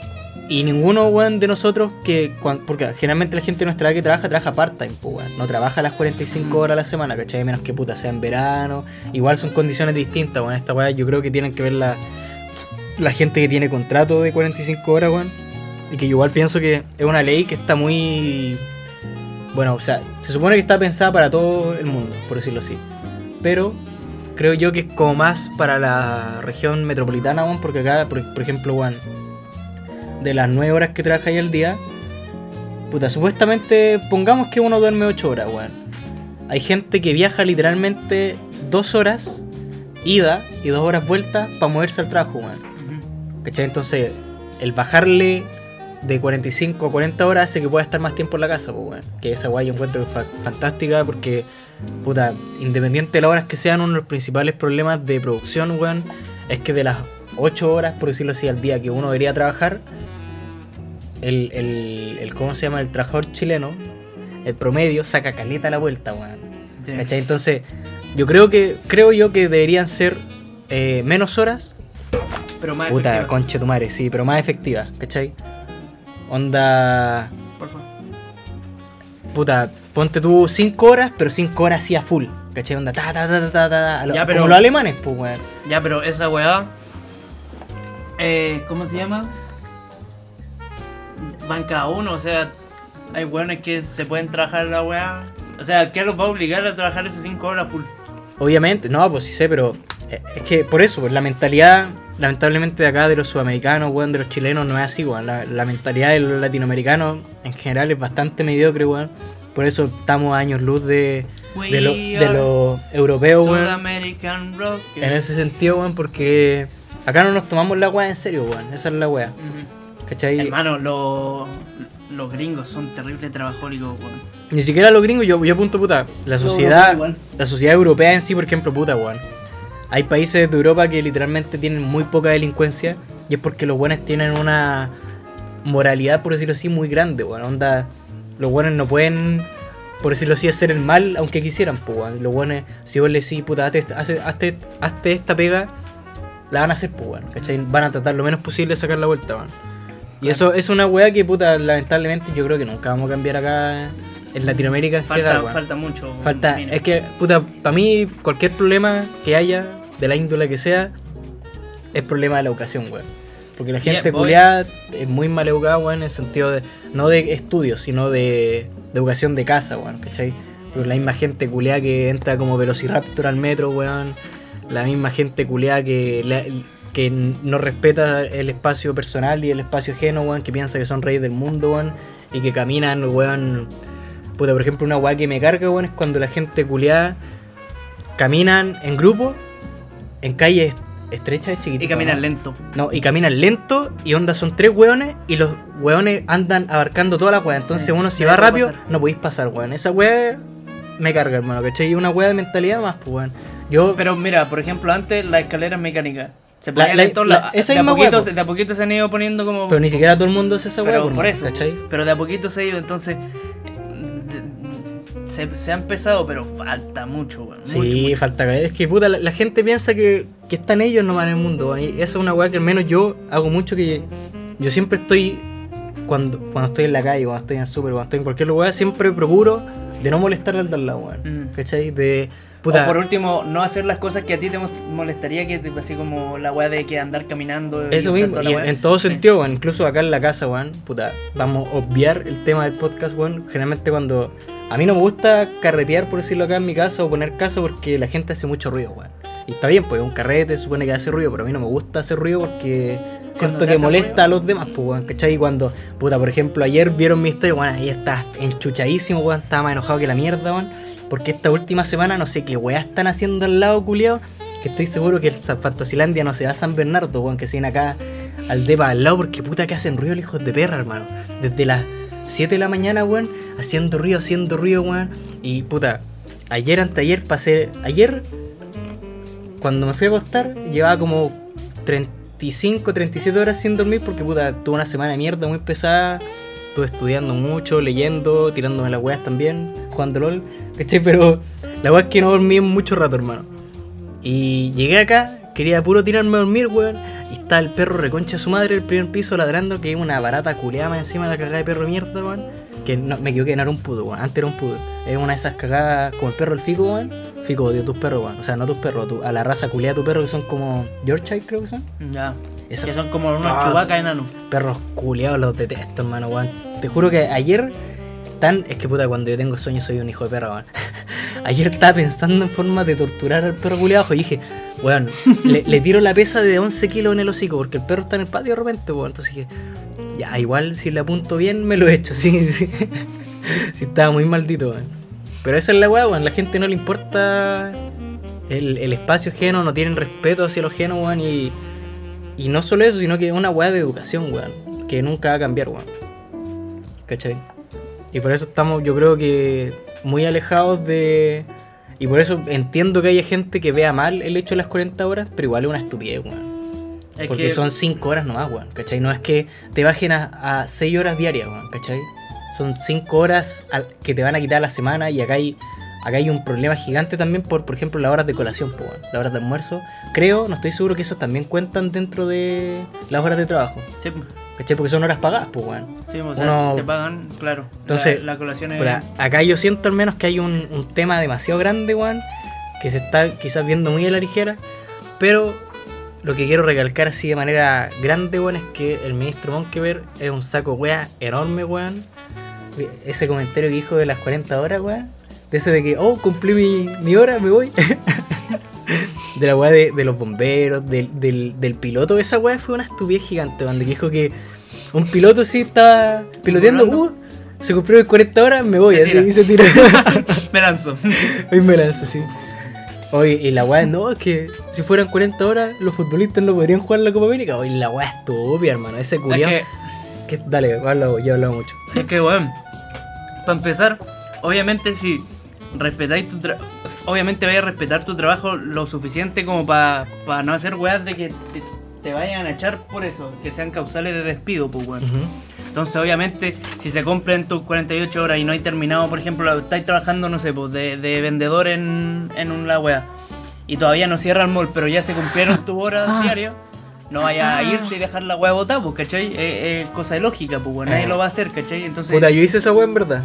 y ninguno, weón, de nosotros que... cuan- porque generalmente la gente de nuestra edad que trabaja, trabaja part-time, pues, weón. No trabaja las 45 Mm. horas a la semana, ¿cachai? Menos que puta, sea en verano. Igual son condiciones distintas, weón. Esta weá yo creo que tienen que ver la, la gente que tiene contrato de 45 horas, weón. Y que igual pienso que es una ley que está muy... Bueno, o sea, se supone que está pensada para todo el mundo, por decirlo así. Pero creo yo que es como más para la región metropolitana, weón, porque acá, por, por ejemplo, weón, de las 9 horas que trabajáis al día, puta, supuestamente, pongamos que uno duerme 8 horas, weón. Hay gente que viaja literalmente 2 horas ida y 2 horas vuelta para moverse al trabajo, weón. Ujú. ¿Cachai? Entonces, el bajarle de 45 a 40 horas hace que pueda estar más tiempo en la casa, pues, weón. Que esa guay yo encuentro que es fa- fantástica porque, puta, independiente de las horas que sean, uno de los principales problemas de producción, weón, es que de las 8 horas, por decirlo así, al día que uno debería trabajar, el, el, el- ¿cómo se llama? El trabajador chileno, el promedio, saca caleta a la vuelta, weón. Sí. ¿Cachai? Entonces, yo creo que, creo yo que deberían ser eh, menos horas Pero más Puta, efectiva. concha tu madre, sí, pero más efectiva, ¿cachai? Onda. Por favor. Puta, ponte tú 5 horas, pero 5 horas sí a full, ¿cachai? Onda, ta, ta, ta, ta, ta, ta, a lo- Ya, pero- como los alemanes, pues, weón. Ya, pero esa weá. eh, ¿Cómo se llama? Van cada uno, o sea, hay weones que se pueden trabajar la weá. O sea, ¿qué los va a obligar a trabajar esas 5 horas full? Obviamente, no, pues sí sé, pero eh, es que por eso, pues la mentalidad, lamentablemente de acá, de los sudamericanos, weón, de los chilenos, no es así, weón. La, la mentalidad de los latinoamericanos en general es bastante mediocre, weón. Por eso estamos a años luz de, de, lo- We de are los europeos, weón. American Rockers. En ese sentido, weón, porque acá no nos tomamos la weá en serio, weón. Esa es la weá. Ujú. ¿Cachai? Hermano, lo- los gringos son terribles trabajólicos, weón. Ni siquiera los gringos, yo, yo apunto, puta. La Los sociedad, europeos igual. la sociedad europea en sí, por ejemplo, puta, weón. Hay países de Europa que literalmente tienen muy poca delincuencia y es porque los buenos tienen una moralidad, por decirlo así, muy grande, weón. Onda, los buenos no pueden, por decirlo así, hacer el mal aunque quisieran, pues, weón. Los buenos, si vos le decís, puta, hazte, esta- hace- hazte- hazte esta pega, la van a hacer, pues, weón. ¿Cachai? Van a tratar lo menos posible de sacar la vuelta, weón. Y eso es una weá que, puta, lamentablemente yo creo que nunca vamos a cambiar acá en Latinoamérica en Falta, general, weón. falta mucho. Falta, Mira. es que, puta, para mí cualquier problema que haya, de la índole que sea, es problema de la educación, weón. Porque la Sí, gente voy. culiada es muy mal educada, weón, en el sentido de, no de estudios, sino de, de educación de casa, weón, ¿cachai? Pero la misma gente culiada que entra como velociraptor al metro, weón. La misma gente culiada que, le- que no respeta el espacio personal y el espacio ajeno, weón, que piensa que son reyes del mundo, weón. Y que caminan, weón, Puta, por ejemplo, una weá que me carga, weón, es cuando la gente culiada caminan en grupo, en calles estrechas y chiquititas. Y caminan ¿no? lento. No, y caminan lento, y onda son tres weones, y los weones andan abarcando toda la weá. Entonces Sí, uno si nadie va puede rápido, pasar. no podéis pasar, weón. Esa weá me carga, hermano, ¿cachai? Y una weá de mentalidad más, pues, weón. Yo, Pero mira, por ejemplo, antes las escaleras mecánicas. Se La- ponían la- lento, la- la- esa de, a misma poquito, hueá, se- po. de a poquito se han ido poniendo como. pero ni siquiera todo el mundo hace esa weá, Pero pues, por hermano, eso. ¿cachai? Pero de a poquito se ha ido, entonces. eh, Se, se ha empezado, pero falta mucho, weón. Sí, mucho, mucho. falta caer. Es que puta, la, la gente piensa que, que están ellos nomás en el mundo. weón. Y esa es una weá que al menos yo hago mucho que yo siempre estoy. Cuando, cuando estoy en la calle, cuando estoy en el súper, cuando estoy en cualquier lugar, siempre procuro de no molestar al de al lado, weón. Mm. ¿Cachai? De. Puta. O por último, no hacer las cosas que a ti te mos- molestaría, que te- así como la weá de que andar caminando. y Eso usar mismo, toda la y en, weá. en todo Sí. sentido, weón. incluso acá en la casa, weón, puta, vamos a obviar el tema del podcast, weón. Generalmente cuando a mí no me gusta carretear, por decirlo acá en mi casa, o poner casa porque la gente hace mucho ruido, weón. Y está bien, pues un carrete se supone que hace ruido, pero a mí no me gusta hacer ruido porque siento te que hace molesta ruido. a los demás, pues, weón, ¿cachai? Y cuando, puta, por ejemplo, ayer vieron mi historia, weón, ahí estaba enchuchadísimo, weón, estaba más enojado que la mierda, weón. Porque esta última semana no sé qué weá están haciendo al lado, culiao. Que estoy seguro que el San Fantasilandia no se da a San Bernardo, weón, que se viene acá al depa al lado, porque puta que hacen ruido los hijos de perra, hermano. Desde las 7 de la mañana, weón, haciendo ruido, haciendo ruido, weón. Y puta, ayer, anteayer, pasé. Ayer, cuando me fui a acostar, llevaba como 35, 37 horas sin dormir, porque puta, tuve una semana de mierda muy pesada. Estuve estudiando mucho, leyendo, tirándome las weas también, jugando LOL, ¿cachai? Pero la wea es que no dormí en mucho rato, hermano. Y llegué acá, quería puro tirarme a dormir, weón. Y está el perro reconcha de su madre en el primer piso ladrando, que es una barata culeada más encima de la cagada de perro de mierda, weón. Que no, me equivoqué, no era un puto, weón. Antes era un puto. Es una de esas cagadas como el perro el fico, weón. Fico odio a tus perros, weón. O sea, no a tus perros, a, tu- a la raza culeada de tu perro que son como Yorkshire, creo que son. Ya. Esa- Que son como unos Ah. chubacas enanos. perros culeados los detesto, hermano, weón. Te juro que ayer tan. Es que puta, cuando yo tengo sueño soy un hijo de perra, weón. [laughs] Ayer estaba pensando en formas de torturar al perro culeado y dije, weón, le, le tiro la pesa de 11 kilos en el hocico porque el perro está en el patio de repente, weón. Entonces dije, ya, igual si le apunto bien me lo echo, [laughs] sí, sí. Sí, estaba muy maldito, weón. Pero esa es la weá, weón. La gente no le importa el, el espacio ajeno, no tienen respeto hacia los ajeno, weón. Y, y no solo eso, sino que es una weá de educación, weón. Que nunca va a cambiar, weón. ¿Cachai? Y por eso estamos, yo creo que, muy alejados de. Y por eso entiendo que haya gente que vea mal el hecho de las 40 horas, pero igual es una estupidez, weón. Es Porque que- son 5 horas nomás, weón. ¿Cachai? No es que te bajen a 6 horas diarias, weón. ¿Cachai? Son 5 horas al- que te van a quitar la semana y acá hay, acá hay un problema gigante también por, por ejemplo, las horas de colación, po, weón. las horas de almuerzo. Creo, no estoy seguro que esas también cuentan dentro de las horas de trabajo. Sí, ¿Cachai? Porque son horas pagadas, pues, weón. sí, o sea, Uno- te pagan, claro. Entonces, la, la colación es. Pero a- acá yo siento al menos que hay un, un tema demasiado grande, weón, que se está quizás viendo muy a la ligera, pero lo que quiero recalcar así de manera grande, weón, es que el ministro Monkever es un saco wea enorme, weón. Ese comentario que dijo de las 40 horas, weón. De ese de que, oh, cumplí mi, mi hora, me voy. [laughs] de la weá de, de los bomberos, del, del, del piloto. Esa weá fue una estupidez gigante, weón, de que dijo que un piloto sí estaba piloteando, Volando. uh, se cumplió mis 40 horas, me voy, Se así tira. y se tira. [laughs] [laughs] Me lanzo. Hoy me lanzo, sí. Oye, y la weá, no, es que si fueran 40 horas, los futbolistas no podrían jugar la Copa América. Oye, la weá estúpida, hermano. Ese es culiao. que, que... Dale, habla vos, yo he hablado mucho. es que, weón. Para empezar, obviamente, si respetáis tu tra- Obviamente, vais a respetar tu trabajo lo suficiente como para no hacer weas de que te, te vayan a echar por eso, que sean causales de despido, pues, weón. Entonces, obviamente, si se cumplen tus 48 horas y no hay terminado, por ejemplo, estáis trabajando, no sé, pues, de, de vendedor en, en una wea y todavía no cierra el mall, pero ya se cumplieron tus Ah. horas diarias, no vaya a irte y dejar la wea botada, pues, ¿cachai? Es cosa de lógica, pues, weón, nadie Eh. lo va a hacer, ¿cachai? Entonces, Puta, yo hice esa weá en verdad.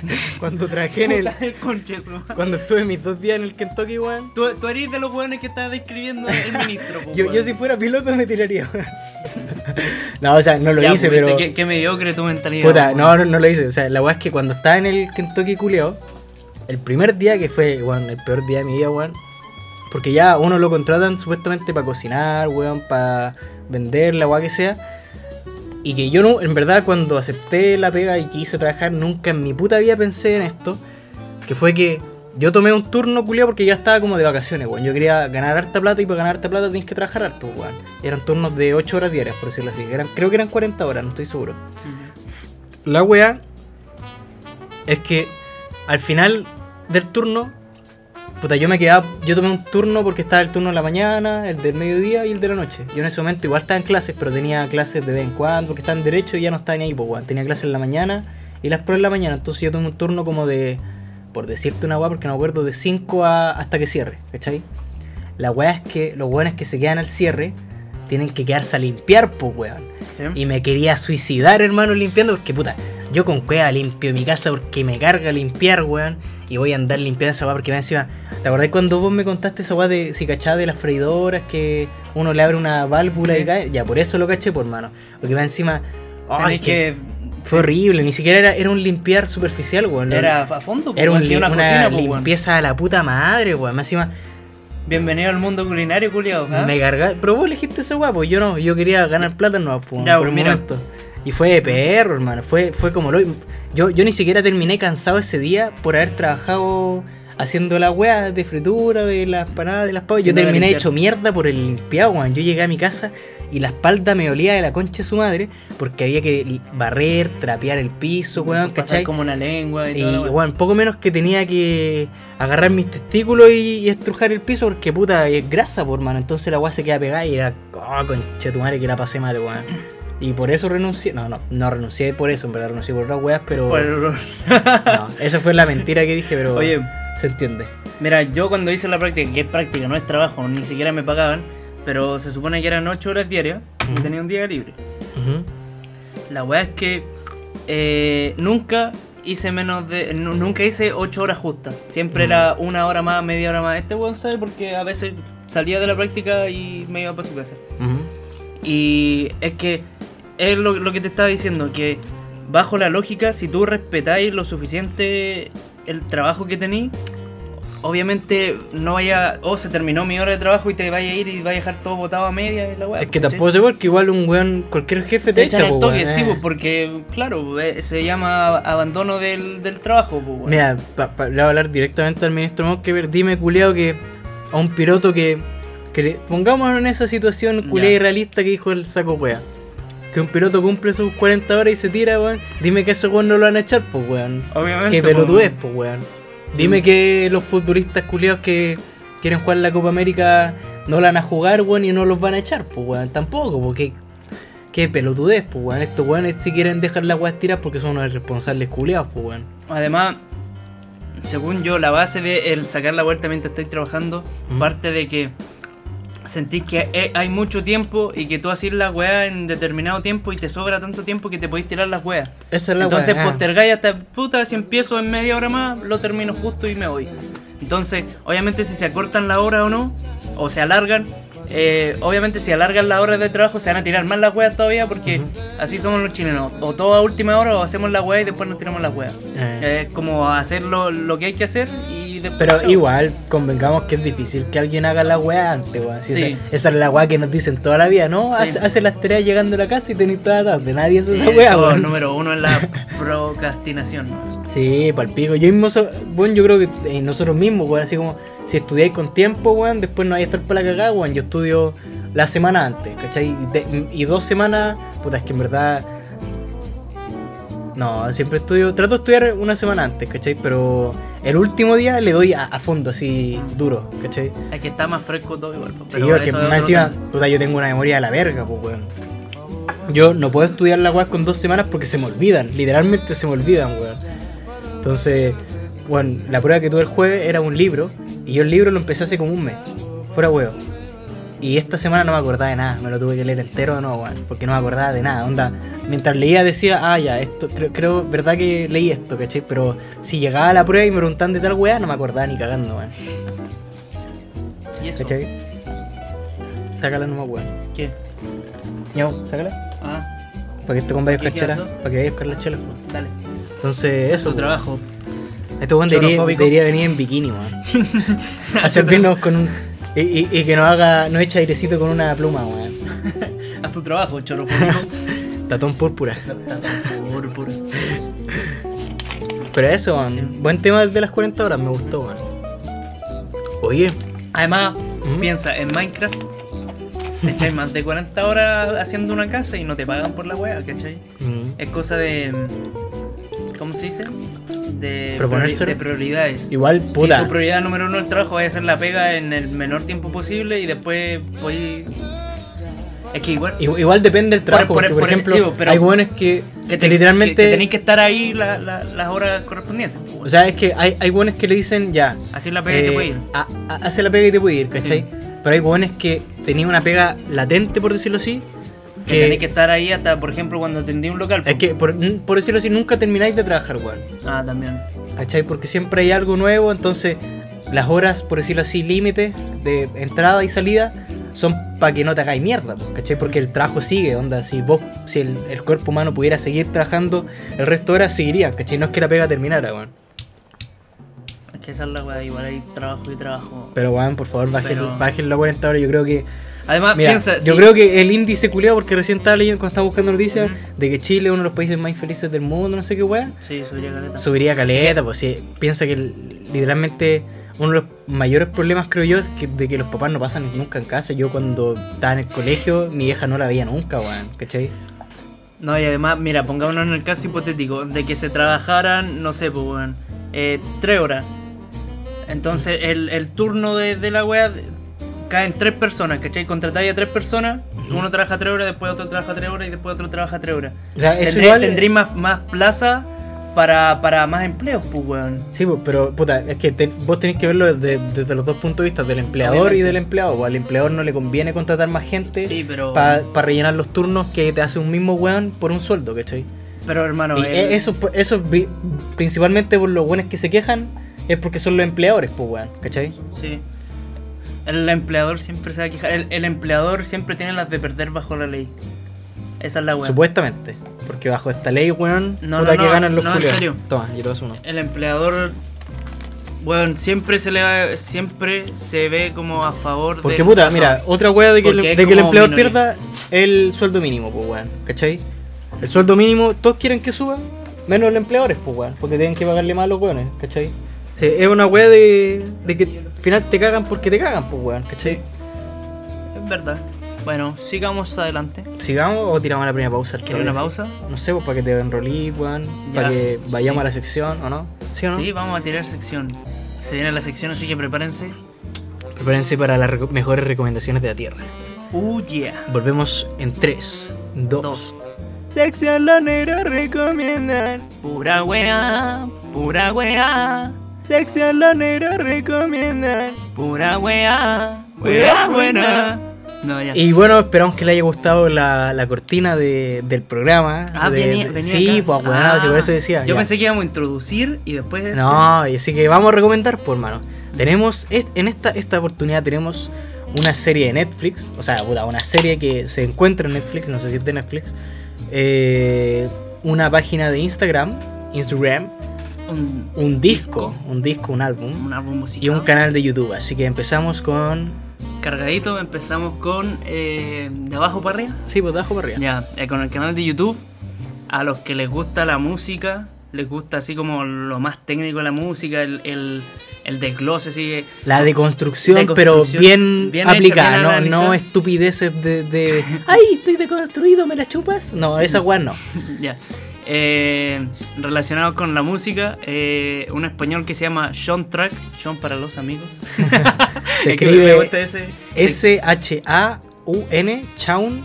[laughs] Cuando trabajé en el. Puta, [laughs] el concheso. Cuando estuve mis dos días en el Kentucky, weón. Tú, tú eres de los hueones que está [laughs] describiendo el ministro. po, Yo, weón. yo si fuera piloto me tiraría, weón. [laughs] pues, No, o sea, no lo Ya, hice, pupito, pero. Qué, qué mediocre tu mentalidad. pues, Puta, weón. no, no, no lo hice. O sea, la weá es que cuando estaba en el Kentucky culeado, el primer día que fue, weón, el peor día de mi vida, weón. Porque ya uno lo contratan supuestamente para cocinar, weón, para vender, la weá que sea. Y que yo no, en verdad, cuando acepté la pega y quise trabajar, nunca en mi puta vida pensé en esto. Que fue que yo tomé un turno culiao porque ya estaba como de vacaciones, weón. Yo quería ganar harta plata y para ganar harta plata tienes que trabajar harto, weón. Eran turnos de 8 horas diarias, por decirlo así. Eran, creo que eran 40 horas, no estoy seguro. La weá es que al final del turno, puta, yo me quedaba, yo tomé un turno porque estaba el turno de la mañana, el del mediodía y el de la noche. Yo en ese momento igual estaba en clases, pero tenía clases de vez en cuando, porque estaba en derecho y ya no estaba ni ahí, pues weón. Tenía clases en la mañana y las pruebas en la mañana, entonces yo tomé un turno como de, por decirte una weá, porque no me acuerdo, de 5 a, hasta que cierre, ¿cachai? La weá es que los weones que se quedan al cierre tienen que quedarse a limpiar, pues weón. ¿Sí? Y me quería suicidar, hermano, limpiando, porque puta, yo con cueva limpio mi casa porque me carga limpiar, weón. Y voy a andar limpiando esa weá porque me encima. ¿Te acordás cuando vos me contaste esa weá de si cachá de las freidoras que uno le abre una válvula Sí. y cae? Ya, por eso lo caché, por hermano. Porque me encima. Ay, Tenés que. Fue horrible, ni siquiera era, era un limpiar superficial, weón. Era a fondo, po, Era un weón, li- sí, una, una, cocina, po, weón. limpieza a la puta madre, weón. Más encima, Bienvenido al mundo culinario, ¿ah? culiado. Me carga... Pero vos elegiste ese guapo, yo no, yo quería ganar plata no, po, Ya, por el mira. momento. Y fue de perro, hermano, fue, fue como lo... Yo, yo ni siquiera terminé cansado ese día por haber trabajado haciendo las weas de fritura, de las panadas, de las pavas. Sí, yo no, de terminé limpiar. hecho mierda por el limpiado, weón. Yo llegué a mi casa y la espalda me olía de la concha de su madre porque había que li- barrer, trapear el piso, weón, ¿cachai? como una lengua y, Y, todo. la weá. weón, poco menos que tenía que agarrar mis testículos y, y estrujar el piso porque puta es grasa, por mano. Entonces la weá se queda pegada y era, oh, conche tu madre que la pasé mal, weón. Y por eso renuncié. No, no, no renuncié por eso, en verdad renuncié por las weas, pero. Por el olor. [laughs] No, esa fue la mentira que dije, pero. Oye, Se entiende. mira, yo cuando hice la práctica, que es práctica, no es trabajo, ni siquiera me pagaban, pero se supone que eran 8 horas diarias y Ujú. tenía un día libre. La weá es que eh, nunca hice menos de. nu- Nunca hice 8 horas justas. Siempre Mm. era una hora más, media hora más. Este weón sabe porque a veces salía de la práctica y me iba para su casa. Ujú. Y es que es lo, lo que te estaba diciendo, que bajo la lógica, si tú respetáis lo suficiente el trabajo que tenéis, obviamente no vaya, o se terminó mi hora de trabajo y te vaya a ir y va a dejar todo botado a media y la weá, Es que ¿cachai? tampoco se puede, que igual un weón, cualquier jefe te te, echan echa, po, el toque, weón, sí, pues, eh. po, porque claro, eh, se llama abandono del, del trabajo, po, weón. Mira, pa- pa- le voy a hablar directamente al ministro Monkever. Dime, culiao, que a un piloto que. que le- pongámonos en esa situación, culiao, Ya. irrealista que dijo el saco wea. Que un piloto cumple sus 40 horas y se tira, weón. Dime que a ese weón no lo van a echar, pues, weón. Obviamente. Que po, pelotudez, weón. pues, weón. Dime que los futbolistas culiados que quieren jugar la Copa América no la van a jugar, weón, y no los van a echar, pues, weón. Tampoco, porque. Qué pelotudez, pues, weón. Estos weones si quieren dejar las weas tiradas porque son unos responsables culiados, pues, weón. Además, según yo, la base de el sacar la vuelta mientras estoy trabajando Ujú. parte de que sentís que he- hay mucho tiempo y que tú haces las weas en determinado tiempo y te sobra tanto tiempo que te podéis tirar las weas. Esa es la Entonces weá. postergáis hasta puta, si empiezo en media hora más, lo termino justo y me voy. Entonces, obviamente si se acortan la hora o no, o se alargan, eh, obviamente si alargan la hora de trabajo se van a tirar más las weas todavía porque Ujú. así somos los chilenos. O todo a última hora o hacemos la wea y después nos tiramos las weas. Eh, Es como hacer lo, lo que hay que hacer y después. pero chao. [laughs] igual, convengamos que es difícil que alguien haga la weá antes, weón. Si Sí. esa, esa es la weá que nos dicen toda la vida, ¿no? Sí. Hace, hace las tareas llegando a la casa y tenéis toda la tarde. Nadie hace Eh, esa weá, eso, weón. número uno es la [laughs] procrastinación. ¿no? Sí, palpico. Yo mismo, so- bueno, yo creo que eh, nosotros mismos, weón, así como si estudiáis con tiempo, weón, después no hay estar para la cagada, weón. Yo estudio la semana antes, ¿cachai? Y, de- y dos semanas, puta, es que en verdad. No, siempre estudio, trato de estudiar una semana antes, ¿cachai? Pero el último día le doy a, a fondo, así duro, ¿cachai? Es que está más fresco todo igual. pues, Sí, pero porque eso es otro más encima, tema. puta, yo tengo una memoria de la verga, pues, weón. Yo no puedo estudiar las weas con dos semanas porque se me olvidan, literalmente se me olvidan, weón. Entonces, bueno, la prueba que tuve el jueves era un libro, y yo el libro lo empecé hace como un mes, fuera huevo. Y esta semana no me acordaba de nada, me lo tuve que leer entero de nuevo, weón, porque no me acordaba de nada. Onda, mientras leía decía, ah, ya, esto, creo, creo, verdad que leí esto, ¿cachai? Pero si llegaba a la prueba y me preguntaban de tal weá, no me acordaba ni cagando, weón, ¿Y eso? ¿cachai? Sácala nomás, weón. ¿Qué? Ya, weón, sácala. Ah, Para que este esto con vayas ¿Qué a buscar qué chelas, pasó? para que vayas a buscar las chelas, weón. dale. Entonces, eso, Su weón. trabajo. Este weón debería, Chorrofóbico. debería venir en bikini, [laughs] weón. A servirnos con un. Y, y- y que nos haga. Nos eche airecito con una pluma, weón. Haz tu trabajo, chorofónico. [laughs] Tatón púrpura. Por, por. Pero eso, weón. Buen tema de las 40 horas, me gustó, weón. Oye, Además, ¿Mm? piensa, en Minecraft te echáis más de 40 horas haciendo una casa y no te pagan por la wea, ¿cachai? mm, Es cosa de. mm, ¿Cómo se dice? De, Proponérselo. priori- de prioridades. igual Si puta. tu prioridad número uno es el trabajo, vaya a hacer la pega en el menor tiempo posible y después voy. Es que igual. Igu- Igual depende del trabajo, por- porque, por, por- ejemplo, sí, pero- hay buenos que, que que te- literalmente. que- que tenéis que estar ahí la- la- las horas correspondientes. pues, o sea, es que hay, hay buenos que le dicen ya. Así la pega y te eh, puede ir. a- a- hace la pega y te puede ir, ¿cachai? Sí. Pero hay buenos que tenían una pega latente, por decirlo así. Que tenéis que estar ahí hasta, por ejemplo, cuando atendí un local. Es pues. que, por, n- por decirlo así, nunca termináis de trabajar, weón. Ah, también. ¿Cachai? Porque siempre hay algo nuevo, entonces las horas, por decirlo así, límites de entrada y salida son para que no te hagáis mierda, pues, ¿cachai? Porque el trabajo sigue, onda, si vos, si el, el cuerpo humano pudiera seguir trabajando, el resto de horas seguirían, ¿cachai? No es que la pega terminara, weón. Es que esa es la weá, igual hay trabajo y trabajo. Pero, weón, por favor, bajen, Pero- bajen la 40 horas, yo creo que... Además, Mira, Ah, piensa. yo si- creo que el índice culeado, porque recién estaba leyendo cuando estaba buscando noticias Ujú. de que Chile es uno de los países más infelices del mundo, no sé qué weón. Sí, subiría caleta. subiría caleta, pues si piensa que l- literalmente uno de los mayores problemas creo yo es que, de que los papás no pasan nunca en casa. Yo cuando estaba en el colegio, mi vieja no la veía nunca, weón, ¿cachai? No, y además, mira, pongámonos en el caso hipotético de que se trabajaran, no sé, pues, weón, eh, tres horas. Entonces, el, el turno de, de la wea de- caen tres personas, ¿cachai? Contratáis a tres personas, uno trabaja tres horas, después otro trabaja tres horas y después otro trabaja tres horas. O sea, eso Tendréis igual- tendréis más, más plaza para, para más empleos, pues, weón. Sí, pues, pero puta, es que te- vos tenés que verlo desde, desde los dos puntos de vista, del empleador y Obviamente. del empleado. pues, al empleador no le conviene contratar más gente Sí, pero. para rellenar los turnos que te hace un mismo weón por un sueldo, ¿cachai? Pero, hermano, Y el- e- eso, eso vi- principalmente por los weones que se quejan, es porque son los empleadores, pues weón, ¿cachai? Sí. El empleador siempre se va a quejar. El, el empleador siempre tiene las de perder bajo la ley. Esa es la weá. Supuestamente. Porque bajo esta ley, weón, No, puta no, que no, ganan los no, en culiados. serio. Toma, yo te paso uno. El empleador. Bueno, siempre se le va- siempre se ve como a favor Porque del puta, trabajador. mira, otra weá de que, Porque el- es de que el como empleador minoría. pierda el sueldo mínimo, pues weón, ¿cachai? El sueldo mínimo, todos quieren que suba, menos los empleadores, pues weón, porque tienen que pagarle más a los weones, ¿cachai? O sea, es una weá de, de que al final te cagan porque te cagan, pues weón, ¿cachai? Es verdad. Bueno, sigamos adelante. ¿Sigamos o tiramos la primera pausa? al ¿Quieres toque, una sí? pausa? No sé, pues para que te enrolís, weón, Ya, para que vayamos sí. a la sección, ¿o no? ¿Sí o no? Sí, vamos a tirar sección. Se viene la sección, así que prepárense. Prepárense para las reco- mejores recomendaciones de la tierra. Uh, yeah. Volvemos en 3, 2. Dos. Sección Los Negros Recomiendan. Pura wea, pura wea, Sección Los Negros Recomiendan. pura wea, wea buena. No, ya. Y bueno, esperamos que le haya gustado la, la cortina de- del programa. Ah, de- venía, de- venía Sí, acá. pues bueno, Ah, si por eso decía. Yo ya. pensé que íbamos a introducir y después. No, y así que vamos a recomendar, por mano. Tenemos, est- en esta, esta oportunidad tenemos una serie de Netflix, o sea, puta, una serie que se encuentra en Netflix, no sé si es de Netflix, eh, una página de Instagram, Instagram, Un, un disco, Disco. un disco, un álbum una bombocita. y un canal de YouTube. Así que empezamos con... Cargadito, empezamos con. eh, de abajo para arriba. Sí, pues de abajo para arriba. Ya, eh, con el canal de YouTube, a los que les gusta la música, les gusta así como lo más técnico de la música, el, el, el desglose, sigue. La deconstrucción, pero Deconstrucción. bien, Bien hecha, aplicada, bien no, analizada. no estupideces de, [laughs] de... ¡Ay, estoy deconstruido, me la chupas! No, esa weá no. [laughs] ya. Eh, relacionado con la música, eh, un español que se llama Sean Track, Sean para los amigos. [laughs] Se [laughs] Es que me- me escribe gusta ese. S-H-A-U-N, Chaun.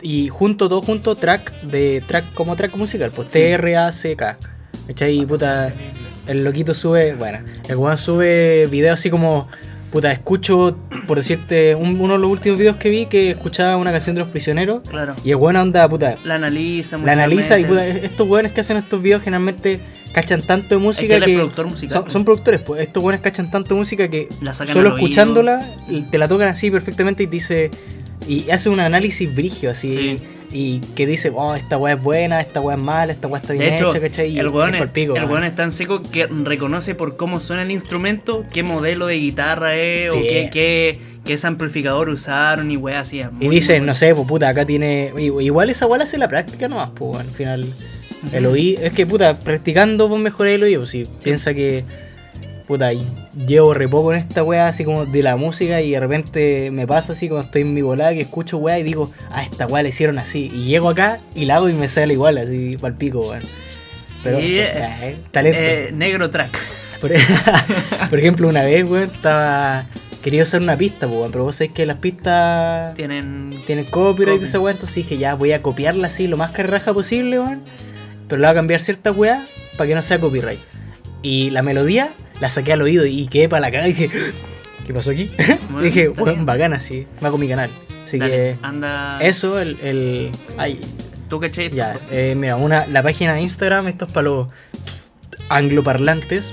Y junto, todo junto, track de track como track musical, pues T-R-A-C-K. ¿Cachai? Y puta, el loquito sube, bueno, el weón sube videos así como puta, escucho, por decirte, un- uno de los últimos videos que vi que escuchaba una canción de los prisioneros. Claro. Y es buena onda, puta. La analiza, La analiza y puta, musicalmente. estos weones que hacen estos videos generalmente cachan tanto de Es que música él es que. productor musical. son, son productores, pues. Estos weones cachan tanto de música que La sacan solo al oído. escuchándola y te la tocan así perfectamente y te dice. Y hace un análisis brigio así. Sí. Y que dice, oh, esta weá es buena, esta weá es mala, esta weá está bien De hecho, hecha, ¿cachai? Y el weón, es es, pa'l pico, el weón. weón es tan seco que reconoce por cómo suena el instrumento, qué modelo de guitarra es, o Sí. qué, qué, qué amplificador usaron y weá así. es muy, Y muy dicen, bueno. no sé, pues puta, acá tiene. i- Igual esa weá la hace la práctica nomás, pues weón, al final. El oído. Es que puta, practicando vos mejorás el oído. Si piensa que. Puta, y- llevo re poco en esta weá, así como de la música, y de repente me pasa así cuando estoy en mi volada que escucho weá y digo, ah, esta weá la hicieron así. Y llego acá y la hago y me sale igual, así pal pico, weón. Pero Y, eso, eh, ya, eh, talento. Eh, negro track. [laughs] Por, [laughs] por ejemplo, una vez, weón, estaba. Quería usar una pista, pues, weón, pero vos sabés que las pistas Tienen. [laughs] tiene copyright Copy. y esa weá, entonces dije, ya voy a copiarla así lo más carraja posible, weón. Pero le voy a cambiar cierta weá para que no sea copyright. Y la melodía la saqué al oído y quedé para la cara y dije, [laughs] ¿qué pasó aquí? [laughs] Bueno, Y dije, está weón, bien. bacana, sí, me hago mi canal. Así Dale, que anda. eso, el. el ay, ¿Tú caché esto? ya, eh, mira, una, la página de Instagram, esto es para los angloparlantes.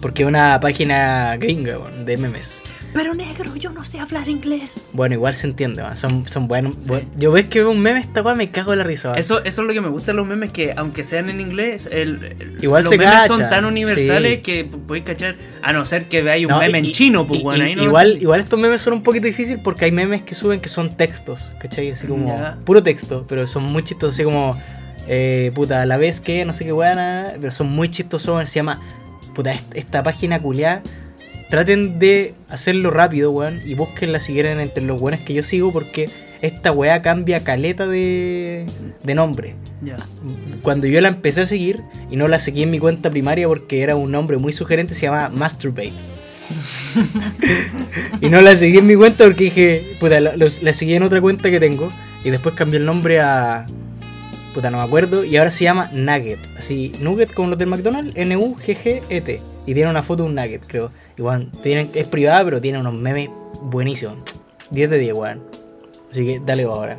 Porque es una página gringa, weón, de memes. Pero negro, yo no sé hablar inglés. Bueno, igual se entiende, man. son, son buenos. Sí. buen- Yo ves que veo un meme esta weá, me cago en la risa. man. Eso, eso es lo que me gusta de los memes, que aunque sean en inglés, el, el- Igual los se memes son cachan, tan universales sí. que p- podéis cachar, a no ser que veáis un No, meme y- en chino, pues y- bueno, y- ahí no. igual, igual estos memes son un poquito difíciles porque hay memes que suben que son textos, ¿cachai? Así como Ya. puro texto, pero son muy chistosos, así como, eh, puta, la vez que, no sé qué buena, pero son muy chistosos, se llama, puta, est- esta página culiá. Traten de hacerlo rápido, weón, y búsquenla si quieren entre los weones que yo sigo porque esta weá cambia caleta de, de nombre. Ya. Cuando yo la empecé a seguir, y no la seguí en mi cuenta primaria porque era un nombre muy sugerente, se llamaba [laughs] Masturbate. y no la seguí en mi cuenta porque dije, puta, la, los- la seguí en otra cuenta que tengo, y después cambié el nombre a. puta, no me acuerdo, y ahora se llama Nugget. Así, Nugget como los del McDonald's, N-U-G-G-E-T. E Y tiene una foto de un Nugget, creo. Igual, tienen, es privada, pero tiene unos memes buenísimos. 10 de 10, weón. Así que dale vos ahora.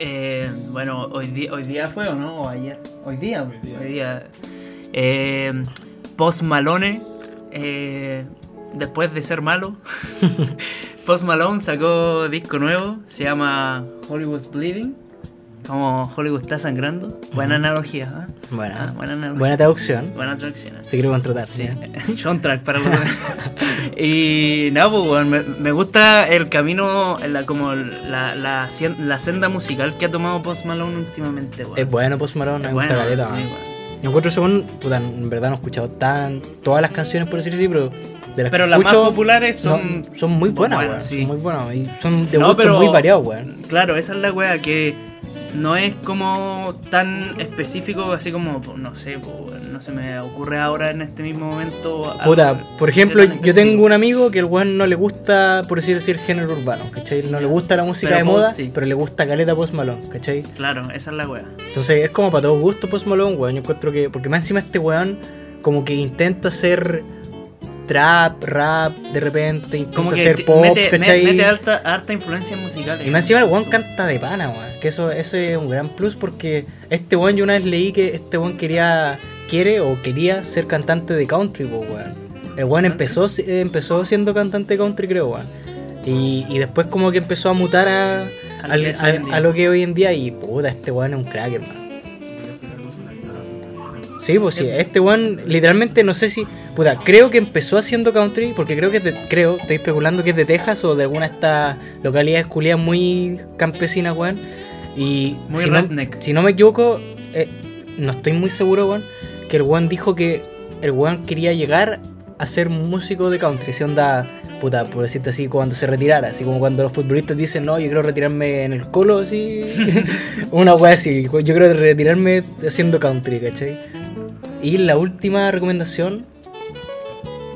Eh, bueno, hoy, di- hoy día fue o no, o ayer. Hoy día, hoy día. día. Eh, Post Malone, eh, después de ser malo, [laughs] Post Malone sacó disco nuevo, se llama Hollywood's Bleeding. Como Hollywood está sangrando. Buena analogía, ¿eh? Buena. Ah, buena analogía. Buena traducción. Buena traducción. ¿eh? Te quiero contratar. Sí, ¿ya? [laughs] John Track para los Y no, pues, weón, me, me gusta el camino, la, como la, la, sien- la senda musical que ha tomado Post Malone últimamente, weón. Es bueno Post Malone, me gusta caleta, sí, man. weón. Yo encuentro ese weón, puta, en verdad no he escuchado tan todas las canciones, por decir así, pero de las Pero que las más escucho, populares son. no, son muy buenas, buenas, weón. sí. Son muy buenas y son de No, gustos pero- muy variados, weón. Claro, esa es la wea que no es como tan específico, así como, po, no sé, po, weón, no se me ocurre ahora en este mismo momento. algo Puta, que por sea ejemplo, tan yo específico. tengo un amigo que el weón no le gusta, por decir así, el género urbano, ¿cachai? No le gusta la música Pero de Post, moda, sí. pero le gusta caleta Post Malone, ¿cachai? Claro, esa es la wea. Entonces es como para todo gusto Post Malone, weón. Yo encuentro que. Porque más encima este weón como que intenta hacer trap, rap, de repente, Como intenta que hacer te- pop, mete, me- ¿cachai? mete harta, harta influencia musical. Y más encima el weón canta de pana, weón. Que eso, eso es un gran plus porque este weón, yo una vez leí que este weón quería, quiere o quería ser cantante de country, po, weón. El weón empezó, si- eh, empezó siendo cantante de country, creo, weón. Y, y después como que empezó a mutar a, Al al- que es a- hoy en día. a lo que es hoy en día y puta, este weón es un crack, hermano. Sí, pues sí, Em, este eh, weón literalmente no sé si. Puta, creo que empezó haciendo country, porque creo que es de. Creo, estoy especulando que es de Texas o de alguna de estas localidades culiadas muy campesinas, weón. Y. Muy si no, redneck. si no me equivoco, eh, no estoy muy seguro, weón, que el weón dijo que el weón quería llegar a ser músico de country, si onda. Puta, por decirte así, cuando se retirara, así como cuando los futbolistas dicen, no, yo quiero retirarme en el colo, [laughs] así. [laughs] Una wea así, yo quiero retirarme haciendo country, ¿cachai? Y la última recomendación,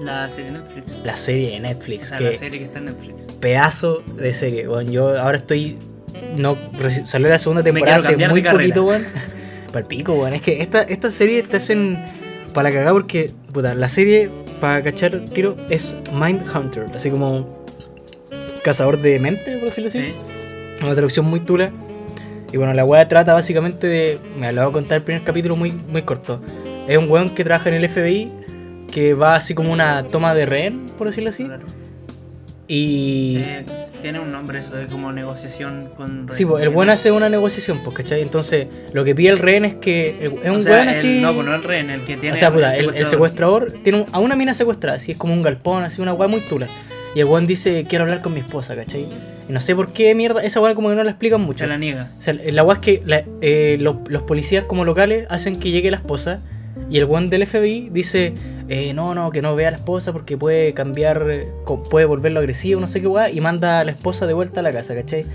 La serie Netflix. la serie de O Netflix. sea, Ah, la que serie que está en Netflix. pedazo de serie, weón. Yo ahora estoy. No, reci- salió la segunda temporada quiero hace cambiar muy de poquito, weón. [laughs] Para pico, weón. Es que esta, esta serie te hacen para la cagada porque, puta, la serie para cachar el tiro, es Mindhunter, así como cazador de mente, por decirlo así. Sí. Una traducción muy tula. Y bueno, la weá trata básicamente de. Me lo voy a contar el primer capítulo muy, muy corto. Es un weón que trabaja en el FBI que va así como una toma de rehén, por decirlo así. Claro. Y. Eh, tiene un nombre eso de como negociación con. Sí, pues el buen weón hace una negociación, pues, ¿cachai? Entonces, lo que pide el rehén es que. el- es un weón así. no, pues no el rehén, el que tiene. O sea, puta, el, el secuestrador. secuestrador tiene un- a una mina secuestrada, así es como un galpón, así una weá muy tula. Y el weón dice, quiero hablar con mi esposa, ¿cachai? Y no sé por qué mierda, esa weá como que no la explican mucho. Se la niega. O sea, la weá es que la- eh, los, los policías como locales hacen que llegue la esposa y el weón del FBI dice, eh, no, no, que no vea a la esposa porque puede cambiar, eh, co- puede volverlo agresivo, no sé qué weá, y manda a la esposa de vuelta a la casa, ¿cachai?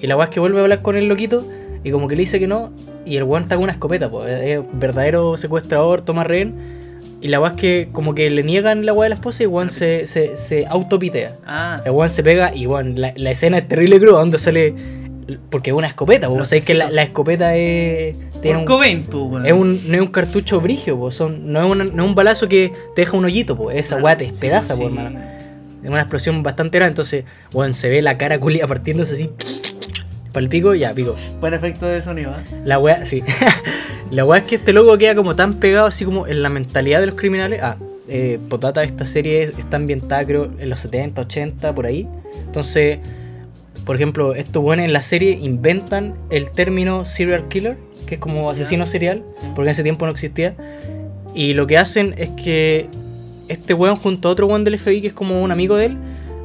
Y la weá es que vuelve a hablar con el loquito y como que le dice que no, y el weón está con una escopeta, pues, es verdadero secuestrador, toma rehén. Y la weá es que como que le niegan la weá de la esposa y el weón se, se, se autopitea. Ah, sí. El weón se pega y bueno, la, la escena es terrible cruda, donde sale. Porque es una escopeta, vos Los sabés que la, tecitos. la escopeta es. Tiene Por un, Cobain, pues, weón. es un, no es un cartucho brigio, po, son, no, es una- no es un balazo que te deja un hoyito, po, esa Claro, weá te sí, despedaza, sí. po, hermano. Es una explosión bastante grande, entonces, weón, se ve la cara culia partiéndose así. Para el pico, ya, pico. Buen efecto de sonido, ¿eh? La weá, sí. [laughs] la weá es que este loco queda como tan pegado así como en la mentalidad de los criminales. Ah, eh, Potata, esta serie es- está ambientada creo en los 70, 80, por ahí. Entonces, por ejemplo, estos buenos en la serie inventan el término serial killer, que es como Ya. asesino serial, Sí. porque en ese tiempo no existía. Y lo que hacen es que este weón junto a otro weón del FBI, que es como un amigo de él,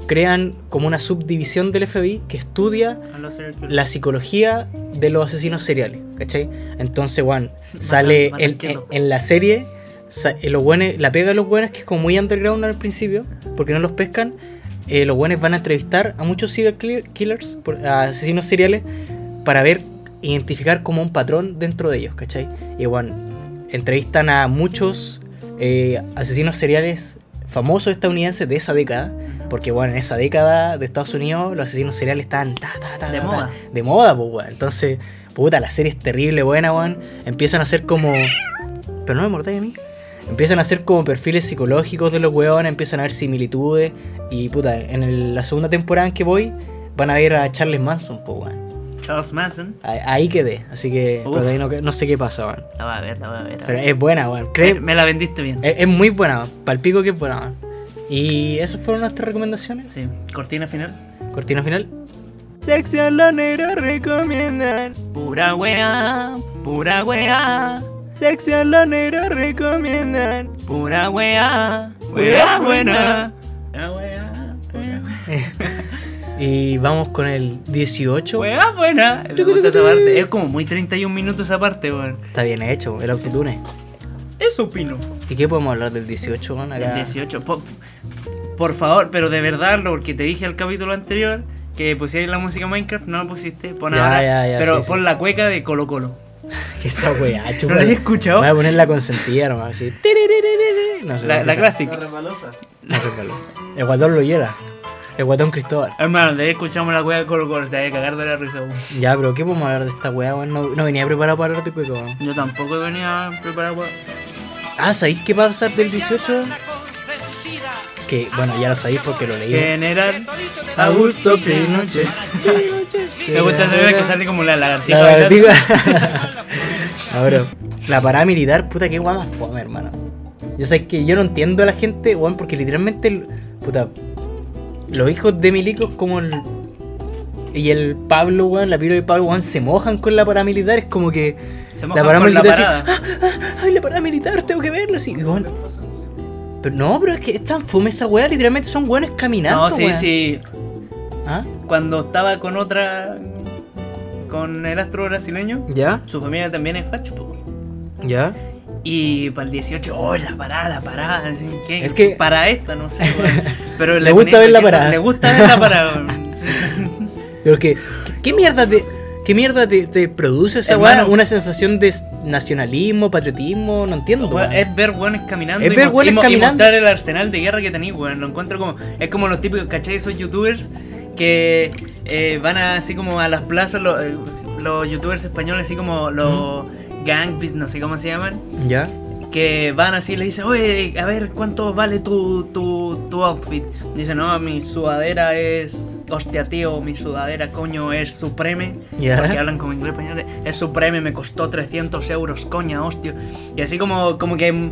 crean como una subdivisión del FBI que estudia A los serial killers. la psicología de los asesinos seriales, ¿cachai? Entonces, Juan, sale matan en, quietos. en- en la serie, sa- eh, los buenos- la pega de los buenos que es como muy underground al principio, porque no los pescan, eh, los buenos van a entrevistar a muchos serial kill- killers, por- a asesinos seriales, para ver, identificar como un patrón dentro de ellos, ¿cachai? Y bueno, entrevistan a muchos eh, asesinos seriales famosos estadounidenses de esa década, Ujú. porque bueno, en esa década de Estados Unidos los asesinos seriales estaban ta, ta, ta, De ta, ta, moda. de moda, pues weón. Entonces, puta, la serie es terrible, buena, weón. Empiezan a hacer como. Pero no me mordáis a mí. Empiezan a hacer como perfiles psicológicos de los weones, empiezan a ver similitudes. Y puta, en el- la segunda temporada en que voy, van a ver a Charles Manson, pues weón. Charles Manson. Ahí, ahí quedé, así que Uf. pero de ahí no, no sé qué pasa, weón. La va a ver, la va a ver. a Pero Eh. ver. es buena, weón. Me- Cree- Me la vendiste bien. es, es muy buena, weón. Palpico que es buena, weón. Y esas fueron nuestras recomendaciones. Sí. Cortina final. Cortina final. Sección los negros recomiendan. Pura wea, pura wea, Sección los negros recomiendan. pura wea, wea buena. Pura wea, [laughs] Eh, Y vamos con el 18. wea buena. Me gusta esa parte. Es como muy 31 minutos esa parte, weón. Está bien hecho, el autotune. Eso opino. ¿Y qué podemos hablar del 18, weón? El Acá. 18. po- por favor, pero de verdad, lo porque te dije al capítulo anterior que pusierais la música Minecraft, no la pusiste. Pon Ya, ahora, ya, ya, pero sí, pon sí. la cueca de Colo Colo. Que [laughs] esa weá, chupa. [laughs] ¿No la he escuchado? Voy a poner la consentida nomás, así. Tiriririririr. No sé, [laughs] no La, la sé. La clásica. remalosa. No sé cuál es. El guatón Loyera. El guatón Cristóbal. Hermano, de ahí escuchamos la cueca de Colo Colo, te voy a cagar de la risa. weón. Ya, pero ¿qué podemos hablar de esta weá, weón? No, no venía preparado para hablar de cueco, weón. Yo tampoco venía preparado. weón. Ah, ¿sabéis qué va a pasar del 18? Que, bueno, ya lo sabéis porque lo leí. [laughs] General Augusto Pinochet. Me gusta saber que sale como la lagartija. La bailando. lagartija. [laughs] Ahora, la parada militar, puta, qué guay más fome, hermano. Yo sé que yo no entiendo a la gente, weón, porque literalmente, el- puta, los hijos de milicos como el. Y el Pablo, weón, la piro de Pablo, weón, se mojan con la parada militar, es como que. Se La moja parada por la militar, parada. así, "Ah, ah, ay, la parada militar, tengo que verlo, así. y, weón, pero no, pero es que es tan fome esa weá, literalmente son weones caminando. No, sí, weón. sí. ¿Ah? Cuando estaba con otra. con el astro brasileño, ¿Ya? su familia también es facho, po. ¿Ya? Y para el 18, oh, la parada, la parada. así que- Es que- Para esta, no sé, weón. [laughs] Pero Le le gusta ponen ver la cualquier- parada. Le gusta ver la parada. [laughs] weón. Pero que, ¿qué, qué mierda te, qué mierda te, te produce esa weá? Hermano. Una sensación de s- nacionalismo, patriotismo, no entiendo. Weón, weón. es ver weones caminando. Es y ver mo- y weones mo- y caminando. mostrar el arsenal de guerra que tenéis, weón. Lo encuentro como. Es como los típicos, ¿cachai? Esos youtubers que eh, van a- así como a las plazas, los, eh, los youtubers españoles, así como los gangbis, no sé cómo se llaman. ¿Ya? que van así y le dicen, oye, a ver, ¿cuánto vale tu, tu, tu outfit? Dice, no, mi sudadera es, hostia tío, mi sudadera coño es Supreme. Ya. Porque hablan como inglés español, es Supreme, me costó 300 euros, coña, hostia. Y así como, como que mm,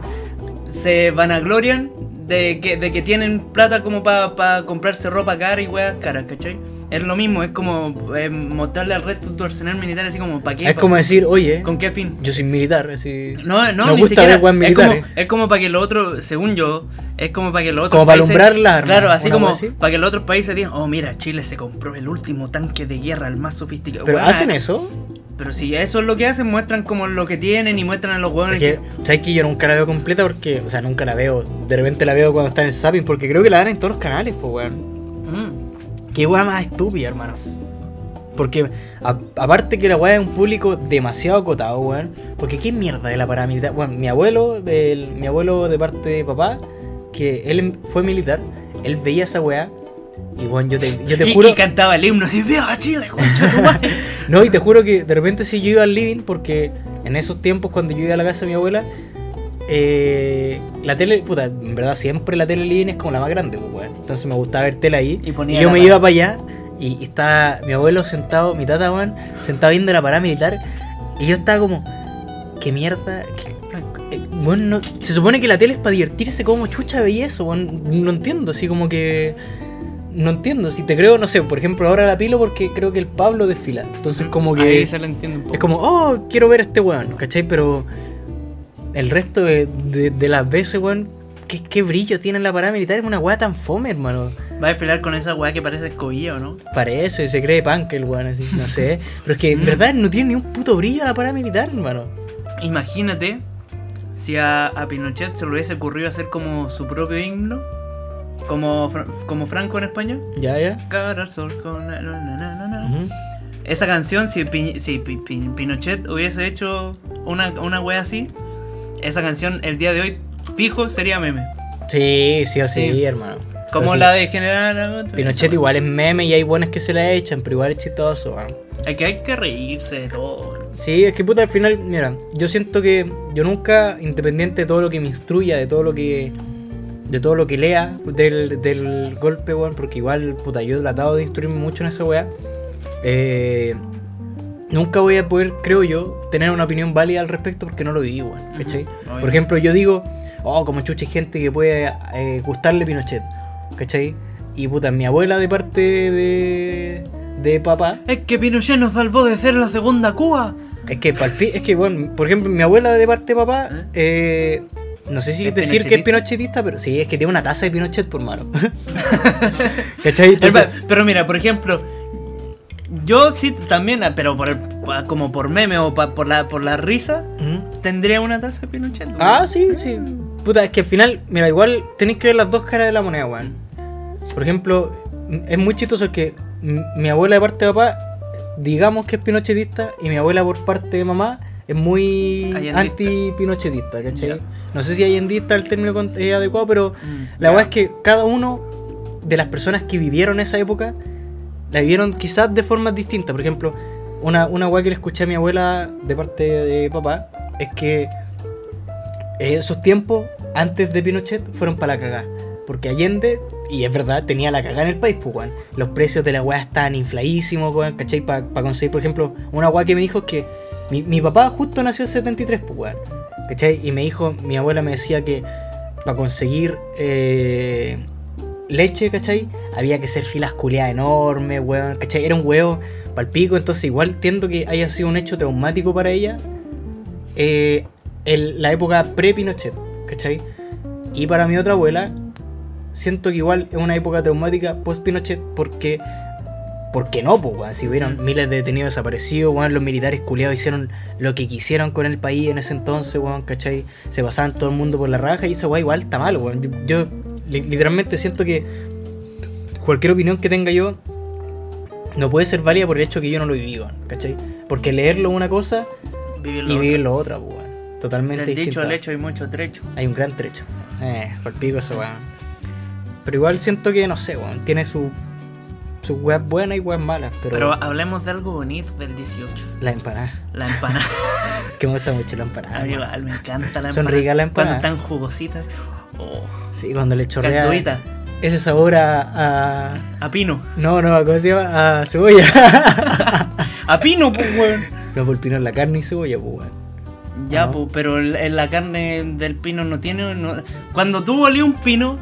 se vanaglorian de que, de que tienen plata como para comprarse ropa cara y weas caras, ¿cachai? Es lo mismo, es como eh, mostrarle al resto tu arsenal militar así como, ¿para qué? Es ¿Pa- como decir, oye, ¿Con qué fin? yo soy militar, así. No, no, Nos ni gusta siquiera. ver weas es, como, militares. es como para que los otros, según yo, es como para que los otros. Como para países- alumbrar las armas, Claro, así una como wea así. para que los otros países digan, oh, mira, Chile se compró el último tanque de guerra, el más sofisticado. Pero Weón, hacen eso. Pero si eso es lo que hacen, muestran como lo que tienen y muestran a los hueones. Porque, que- ¿sabes que yo nunca la veo completa? Porque, o sea, nunca la veo. De repente la veo cuando está en el zapping, porque creo que la dan en todos los canales, pues, weón. Mm, Qué weá más estúpida, hermano. Porque, a- aparte que la weá es un público demasiado acotado, weón. Porque, ¿qué mierda es la paramilitar? Bueno, mi abuelo, del- mi abuelo de parte de papá, que él em, fue militar, él veía esa weá. Y, weón, yo te, yo te y, juro. y cantaba el himno así, ¡Viva Chile, concha tu madre". No, y te juro que de repente sí yo iba al living porque en esos tiempos cuando yo iba a la casa de mi abuela, eh, la tele, puta, en verdad siempre la tele living es como la más grande, pues, weón. Entonces me gustaba ver tele ahí. Y ponía yo la me pará. iba para allá y, y estaba mi abuelo sentado, mi tata, weón, sentado viendo la parada militar. Y yo estaba como, qué mierda. qué- eh, weón, no- se supone que la tele es para divertirse, como chucha veía eso, weón. No entiendo, así como que. No entiendo, si te creo, no sé, por ejemplo, ahora la pilo porque creo que el Pablo desfila. Entonces, [laughs] como que. [laughs] Ahí se lo entiende un poco. Es como, oh, quiero ver a este weón, ¿cachai? Pero el resto de, de- de las veces, weón, ¿qué, qué brillo tiene la parada militar? Es una weá tan fome, hermano. Va a desfilar con esa weá que parece escobilla, ¿o no? Parece, se cree punk el weón, así, no sé. Pero es que, en Mm. verdad, no tiene ni un puto brillo la parada militar, hermano. Imagínate si a, a Pinochet se le hubiese ocurrido hacer como su propio himno, como, Fra- como Franco en España. Ya, ya. Cara al sol con la- na, na, na, na, na. Ujú. Esa canción, si, Pi- si Pi- Pi- Pinochet hubiese hecho una, una wea así, esa canción el día de hoy, fijo, sería meme. Sí, sí o sí, Sí. hermano. Como Pero sí, la de General Pinochet igual es meme y hay buenas que se la echan, pero igual es chistoso, weón. Es que hay que reírse de todo. Sí, es que puta, al final, mira, yo siento que yo nunca, independiente de todo lo que me instruya, de todo lo que. de todo lo que lea del, del golpe, weón, porque igual, puta, yo he tratado de instruirme mucho en esa weá. eh, nunca voy a poder, creo yo, tener una opinión válida al respecto porque no lo viví, weón, ¿cachai? Ujú, Por obvio. ejemplo, yo digo, oh, como chucha hay gente que puede eh, gustarle Pinochet, ¿cachai? Y puta, mi abuela de parte de. de papá. Es que Pinochet nos salvó de ser la segunda Cuba. Es que, palpi- es que bueno, por ejemplo, mi abuela de parte de papá, eh, no sé si ¿Es decir que es pinochetista, pero sí, es que tiene una taza de Pinochet por [laughs] mano. ¿Cachai? Entonces, Pero, pero mira, por ejemplo, yo sí también, ah, pero por el- pa- como por meme o pa- por, la, por la risa, ¿Mm? tendría una taza de Pinochet. güey. Ah, sí, sí. Puta, es que al final, mira, igual tenéis que ver las dos caras de la moneda, weón. Por ejemplo, m- es muy chistoso que m- mi abuela de parte de papá, digamos que es pinochetista, y mi abuela por parte de mamá es muy Allendista. anti-pinochetista, ¿cachai? Ya. No sé si allendista es el término con- es adecuado, pero Mm, La ya. verdad es que cada uno de las personas que vivieron esa época la vivieron quizás de formas distintas. Por ejemplo, una, una weá que le escuché a mi abuela de parte de papá es que eh, esos tiempos antes de Pinochet fueron para la cagá. Porque Allende, y es verdad, tenía la cagá en el país, pues, weón. Los precios de la weá estaban infladísimos, weón, ¿cachai? Para conseguir, por ejemplo, una weá que me dijo es que mi, mi papá justo nació en 73, pues, weón. ¿Cachai? Y me dijo, mi abuela me decía que para conseguir eh, leche, ¿cachai? Había que hacer filas culiadas enormes, weón, ¿cachai? Era un huevo palpico, entonces igual entiendo que haya sido un hecho traumático para ella eh, el- la época pre-Pinochet, ¿cachai? Y para mi otra abuela, siento que igual es una época traumática post-Pinochet porque... ¿Por qué no, pues, weón? Si hubieron Ujú. miles de detenidos desaparecidos, weón, los militares culiados hicieron lo que quisieron con el país en ese entonces, weón, ¿cachai? Se pasaban todo el mundo por la raja y esa weá igual está mal, weón. Yo, yo li- literalmente siento que cualquier opinión que tenga yo no puede ser válida por el hecho que yo no lo viví, weón, ¿cachai? Porque leerlo es una cosa Vivirlo y otro. vivirlo otra, pues, weón. Totalmente Del dicho distinta. al hecho hay mucho trecho. Hay un gran trecho. Eh, por pico esa weón. Pero igual siento que, no sé, weón, tiene su sus weas buenas y weas malas, pero, Pero hablemos de algo bonito del 18. la empanada, La empanada. [laughs] que me gusta mucho la empanada. A mí man. igual, me encanta la empanada. Son ricas las Cuando empanadas. están jugositas. Oh, Sí, cuando le chorrea caldudita. ese sabor a, a- A pino. No, no, ¿cómo se llama? A cebolla. [laughs] A pino, pues, weón. no, por pino en la carne y cebolla, pues weón. Ya, Ajá. pues, pero el- el- la carne del pino no tiene. no- Cuando tú olí un pino,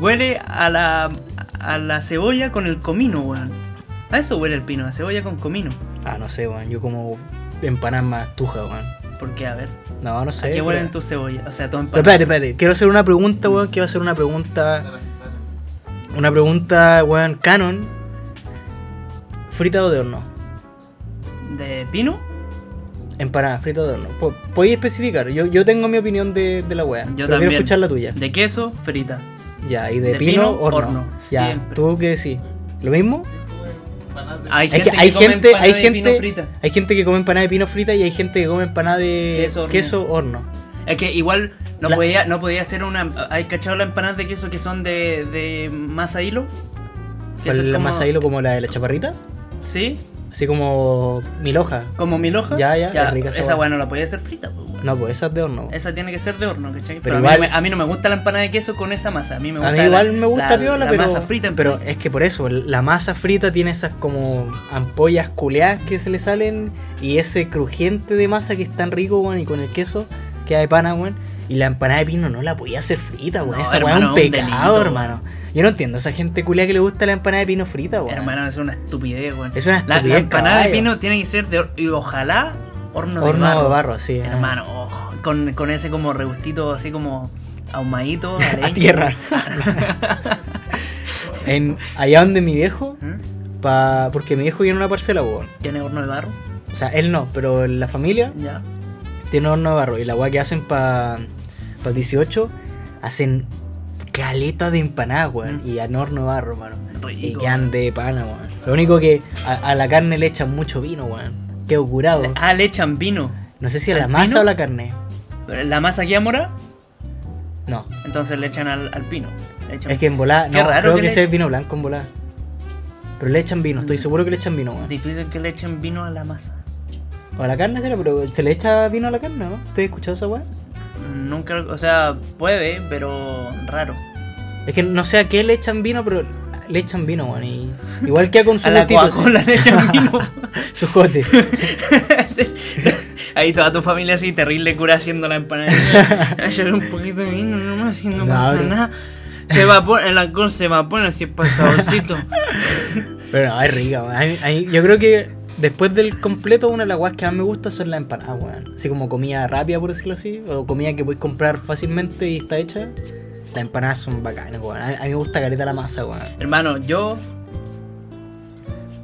huele a la, a la cebolla con el comino, weón. A eso huele el pino, a cebolla con comino. Ah, no sé, weón, yo como empanadas más tuja, weón. Porque, a ver, No, no sé. ¿a qué pero- huelen tus cebollas? O sea, tu Pero empanada. espérate, espérate, quiero hacer una pregunta, weón, que va a ser una pregunta, una pregunta, weón, canon, frita o de horno, ¿De pino? empanada, frita o de horno, Po- podéis especificar, yo, yo tengo mi opinión de, de la weá, Yo pero quiero también. escuchar la tuya, De queso, frita. ya, y de, pino, horno, ya, siempre. tú qué decís, ¿lo mismo? Hay Es que gente que, hay come gente- empanada hay de gente- pino frita. Hay gente que come empanada de pino frita y hay gente que come empanada de Queso horno. horno. Es que igual no La- podía no podía hacer una. ¿Hay cachado las empanadas de queso que son de, de masa hilo? Que ¿Cuál son es la como- más ahí, lo como la de la chaparrita? Sí, Así como mil hojas, como mil hojas. Ya, ya, es rica esa esa hueá. bueno la podía hacer frita. pues, bueno. no, pues esa es de horno. Esa tiene que ser de horno, ¿cachai? Pero Pero, a, mí no igual- me- a mí no me gusta la empanada de queso con esa masa. A mí me gusta A mí la- igual me gusta la, piola, la pero. masa frita, pero es que por eso, la masa frita tiene esas como ampollas culeadas que se le salen y ese crujiente de masa que es tan rico, weón, y con el queso queda de pana, weón. Y la empanada de pino no la podía hacer frita, weón. No, esa weón es un hermano, es un pecado, delito, hermano. Yo no entiendo esa gente culeada que le gusta la empanada de pino frita, weón. Hermano, es una estupidez, weón. Es una La- La, estupidez, empanada de caballo. pino tiene que ser de horno. Y ojalá horno, Horno de barro. sí. ah. Hermano, oh, con, con ese como regustito así como ahumadito, a [laughs] A leña. tierra. en, allá donde mi viejo, ¿Mm? pa, porque mi viejo vive en una parcela, weón. Tiene horno de barro, O sea, él no, pero la familia ya. tiene horno de barro. Y la weá que hacen para pa 18, hacen caleta de empanadas, weón. Mm. Y en horno de barro, mano. Y Rico. quedan de pana, weón. Lo único que a, a la carne le echan mucho vino, weón. Quedo curado. Le- Ah, le echan vino. No sé si a ¿al la masa pino? o a la carne. La masa aquí a mora, No. entonces le echan al, al pino. Le echan- Es que en volada, Qué no, raro creo que que, le ese es echen. vino blanco en volada. Pero le echan vino, estoy Mm. seguro que le echan vino, weón. Difícil que le echen vino a la masa. O a la carne, será, pero se le echa vino a la carne, ¿no? ¿Te has escuchado esa weá? Nunca, o sea, puede, pero raro. Es que no sé a qué le echan vino, pero le echan vino, weón. [laughs] y- Igual que con A sus la gatitos. Coca-Cola [laughs] le echan vino. [laughs] Sus jotes. Ahí toda tu familia así, terrible cura haciendo la [laughs] empanada. Échale un poquito de vino nomás y no No, pasa pero- nada. Se evapora, el alcohol se evapora así para saborcito. [laughs] Pero no, es rica, weón. A mí- a mí- Yo creo que después del completo, una de las weas que más me gusta son las empanadas, weón. Así como comida rápida, por decirlo así, o comida que puedes comprar fácilmente y está hecha. Las empanadas son bacanas, weón. A a mí me gusta careta la masa, weón. Hermano, yo.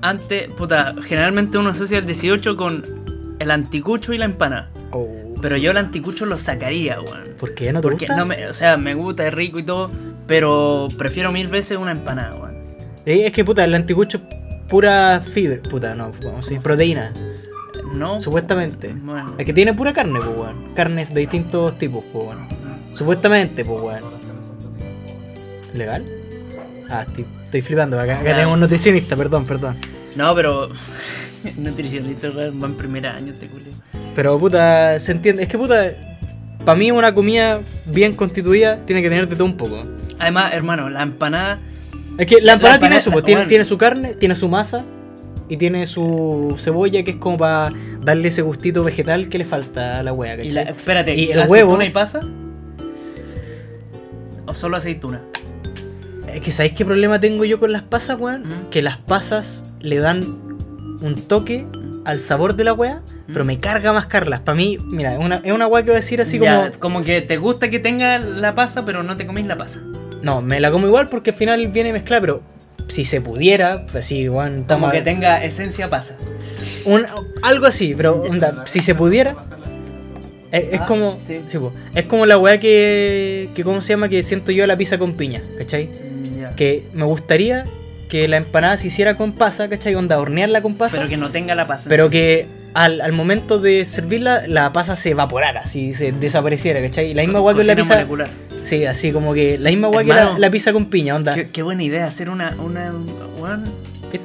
Antes, puta, generalmente uno asocia el 18 con el anticucho y la empana. Oh, Pero sí. yo el anticucho lo sacaría, weón. ¿Por qué no te Porque gusta? no me, o sea, me gusta, es rico y todo, pero prefiero mil veces una empanada, weón. Sí, es que puta, el anticucho es pura fibra, puta, no, vamos a decir, proteína, No. supuestamente. Bueno. Es que tiene pura carne, pues weón. Carnes de distintos tipos, pues weón. Supuestamente, pues weón. ¿Legal? Ah, estoy, estoy flipando, acá, acá Ya. tenemos un nutricionista, perdón, perdón. No, No, pero. [laughs] Nutricionista, weón, va en primer año este culio. Pero puta, se entiende. Es que puta, para mí una comida bien constituida tiene que tener de todo un poco. Además, hermano, la empanada. Es que la empanada La tiene empana- eso, pues, la- tiene, bueno. tiene su carne, tiene su masa y tiene su cebolla que es como para darle ese gustito vegetal que le falta a la wea, ¿cachai? Y la, espérate, Y el ¿aceituna huevo- y pasa? ¿O solo aceituna? Es que ¿sabéis qué problema tengo yo con las pasas, weón? Mm. Que las pasas le dan un toque al sabor de la wea, pero Mm. me carga mascarlas. Para mí, mira, es una, es una wea que voy a decir así Ya, como... como que te gusta que tenga la pasa, pero no te comís la pasa. No, me la como igual porque al final viene mezclada, pero si se pudiera, así, weón, Como estamos- que tenga esencia pasa. un- algo así, [laughs] pero onda, si se pudiera... Es, es Ah, como sí. sí, po. es como la weá que, que cómo se llama que siento yo la pizza con piña, ¿cachai? Que me gustaría que la empanada se hiciera con pasa, ¿cachai? Onda, hornearla con pasa. Pero que no tenga la pasa. Pero encima. que al, al momento de servirla, la pasa se evaporara, así se desapareciera, ¿cachai? La misma Co- agua que la cocina pizza. molecular. Sí, así como que la misma agua que la, Hermano. la pizza con piña, onda. Qué, qué buena idea hacer una. una un- weón, Es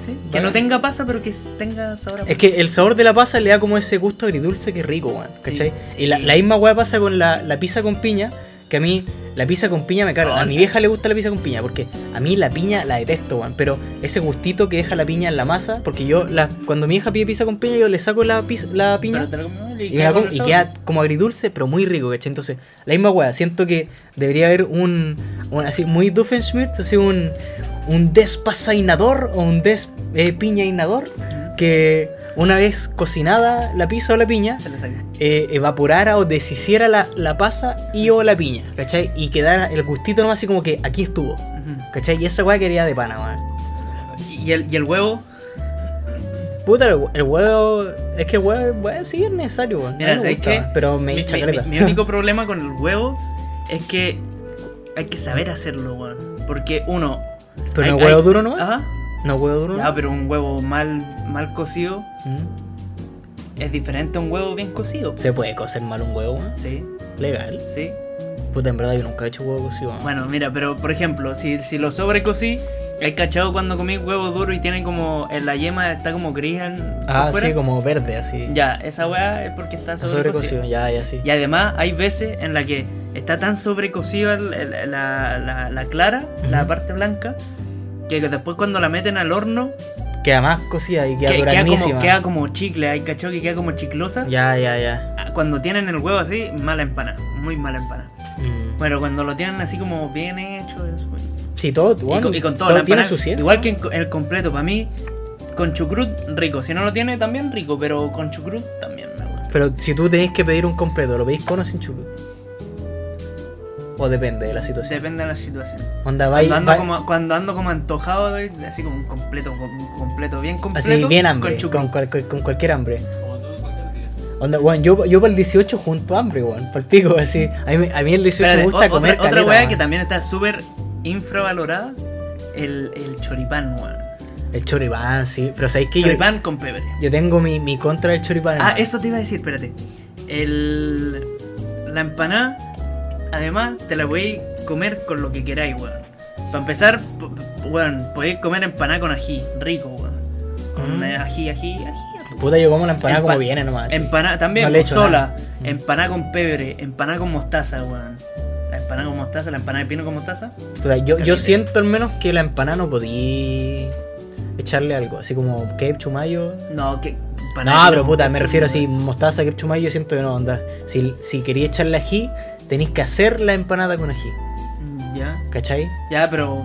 Sí, Que Vale. no tenga pasa, pero que s- tenga sabor a Es que el sabor de la pasa le da como ese gusto agridulce que es rico, weón. ¿Cachai? sí. Y la, la misma weá pasa con la, la pizza con piña, que a mí la pizza con piña me Ah, carga. A mi vieja le gusta la pizza con piña, porque a mí la piña la detesto, weón. Pero ese gustito que deja la piña en la masa, porque yo, la, cuando mi hija pide pizza con piña, yo le saco la, piz- la piña. Pero te lo comes y Y, me la queda con como- el y sabor. queda como agridulce, pero muy rico, ¿cachai? Entonces, la misma weá, siento que debería haber un, un así, muy Doofenshmirtz, así un, un despasainador o un des eh, piñainador, Mm, que una vez cocinada la pizza o la piña, Se la saca. eh, evaporara o deshiciera la, la pasa y o la piña, ¿cachai? Y quedara el gustito nomás así como que aquí estuvo, Ujú. ¿cachai? Y esa weá quería de pana, weón. ¿Y el, y el huevo. Puta, el, el huevo. Es que el huevo, weón, sí es necesario, weón. A mí Mira, me ¿sabes gusta, qué? weón, Pero me mi, hincha mi- caleta. mi- mi [laughs] único problema con el huevo es que hay que saber hacerlo, weón. Porque uno. Pero hay- no huevo hay- duro, ¿no? es? Ajá. No huevo duro. ¿no? Ya, pero un huevo mal, mal cocido Mm. es diferente a un huevo bien cocido. Se puede cocer mal un huevo, weón. Sí, Legal. sí. Puta, en verdad yo nunca he hecho huevo cocido. weón. Bueno, mira, pero por ejemplo, si, si lo sobrecocí, hay cachado cuando comí huevo duro y tiene como. En la yema está como gris en, ah, afuera. sí, como verde, así. Ya, esa weá es porque está Está sobrecocido. Sobrecocido, ya, ya, sí. Y además hay veces en la que está tan sobrecocida el- el- la, la- la clara, la Ujú. parte blanca, que después cuando la meten al horno, Queda más cocida y queda que- queda, como, duranísima. queda como chicle, hay cachado que queda como chiclosa. Ya, ya, ya. Ah, Cuando tienen el huevo así, mala empana, muy mala empana. Mm. Bueno, cuando lo tienen así como bien hecho, es bueno. sí, todo, Y weón, con- y con todo, todo la tiene empanada, su ciencia. Igual que en co- el completo, para mí, con chucrut rico. Si no lo tiene, también rico, pero con chucrut también me gusta. Pero si tú tenés que pedir un completo, ¿lo pedís con o sin chucrut? O depende de la situación. Depende de la situación. Onda, vais, Cuando ando, vais- como, cuando ando como antojado, de- de así como un completo, con- un completo, bien completo. así bien hambre, Con con, chucrut. cual- con- con cualquier hambre. Como todo cualquier día. Onda, weón, yo, yo para el 18 junto hambre, weón, para el pico, así. A mí, me- a mí el 18 Espérate, me o- gusta otra, comer otra caleta, weá weón. que también está súper infravalorada, el, el choripán, weón. El choripán, sí. Pero sabéis que yo, Choripán con pebre. yo tengo mi, mi contra del choripán. Ah, hermano. eso te iba a decir, espérate. El, la empanada, además, te la podéis comer con lo que queráis, weón. Para empezar, po- weón, podéis comer empanada con ají, rico, weón. Con Mm. ají, ají, ají. Puta, yo como la empanada Empa- como viene nomás. así. Empanada también, No le pues, echo sola. nada. Mm. Empanada con pebre, empanada con mostaza, weón. La empanada con mostaza, la empanada de pino con mostaza. Puta, yo, yo Caliente. siento al menos que la empanada no podía echarle algo, así como ketchup mayo. No, que. No, pero puta, con me refiero así, ketchup, mostaza, ketchup mayo, yo siento que no, onda. Si, si quería echarle ají, tenéis que hacer la empanada con ají, weón. Mm, Ya, ¿cachai? ya, pero.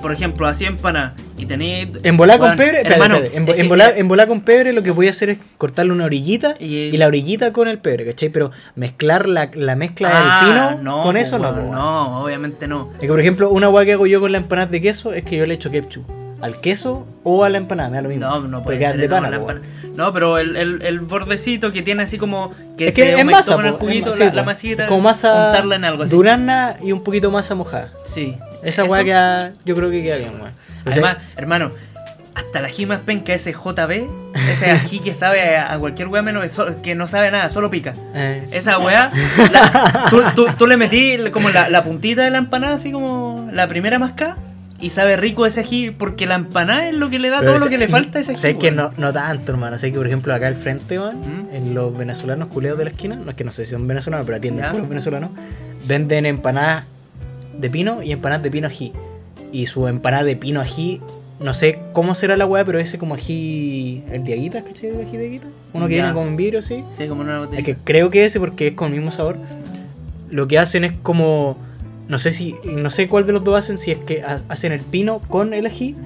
Por ejemplo, así empanada. Y tenéis. En volar Weón, con pebre, espérate, hermano, espérate, en, vo- es que- en volar- en volar con pebre lo que voy a hacer es cortarle una orillita y, Y- la orillita con el pebre, ¿cachai? Pero mezclar la, la mezcla Ah, del pino con pues, eso no, weón, pues, weón. No, obviamente no. Es que, por ejemplo, una hueá que hago yo con la empanada de queso es que yo le echo ketchup al queso o a la empanada, me da lo mismo. No, no puede Porque ser de eso con pana, la po, weón. empanada. No, pero el, el, el bordecito que tiene así como. Que es que es aumentó masa, con el po, es juguito, ma- sí, la, po. la masita. Como masa untarla en algo así. durazna y un poquito masa mojada. Sí. Esa eso- hueá queda, yo creo que queda bien, weón. O sea, Además, hermano, hasta la Jimas penca ese JB, ese ají que sabe a, a cualquier weá menos que so- que no sabe a nada, solo pica. eh, Esa weá, la- tú, tú- tú le metí el- como la, la puntita de la empanada, así como la primera mascada, y sabe rico ese ají, porque la empanada es lo que le da Pero todo lo ese- que le falta a ese ají. Sé que weón. no, no tanto, hermano. Sé que, por ejemplo, acá al frente, weón, ¿Mm? en los venezolanos culeados de la esquina, no es que no sé si son venezolanos, pero atienden Ya. puros venezolanos, venden empanadas de pino y empanadas de pino ají. Y su empanada de pino ají, no sé cómo será la weá, pero ese como ají. El de aguitas, ¿cachai? El ají de aguitas. Uno que Ya. viene como en vidrio, sí. Sí, como una botella. Es que creo que ese, porque es con el mismo sabor. Lo que hacen es como. No sé si. No sé cuál de los dos hacen, si es que ha- hacen el pino con el ají.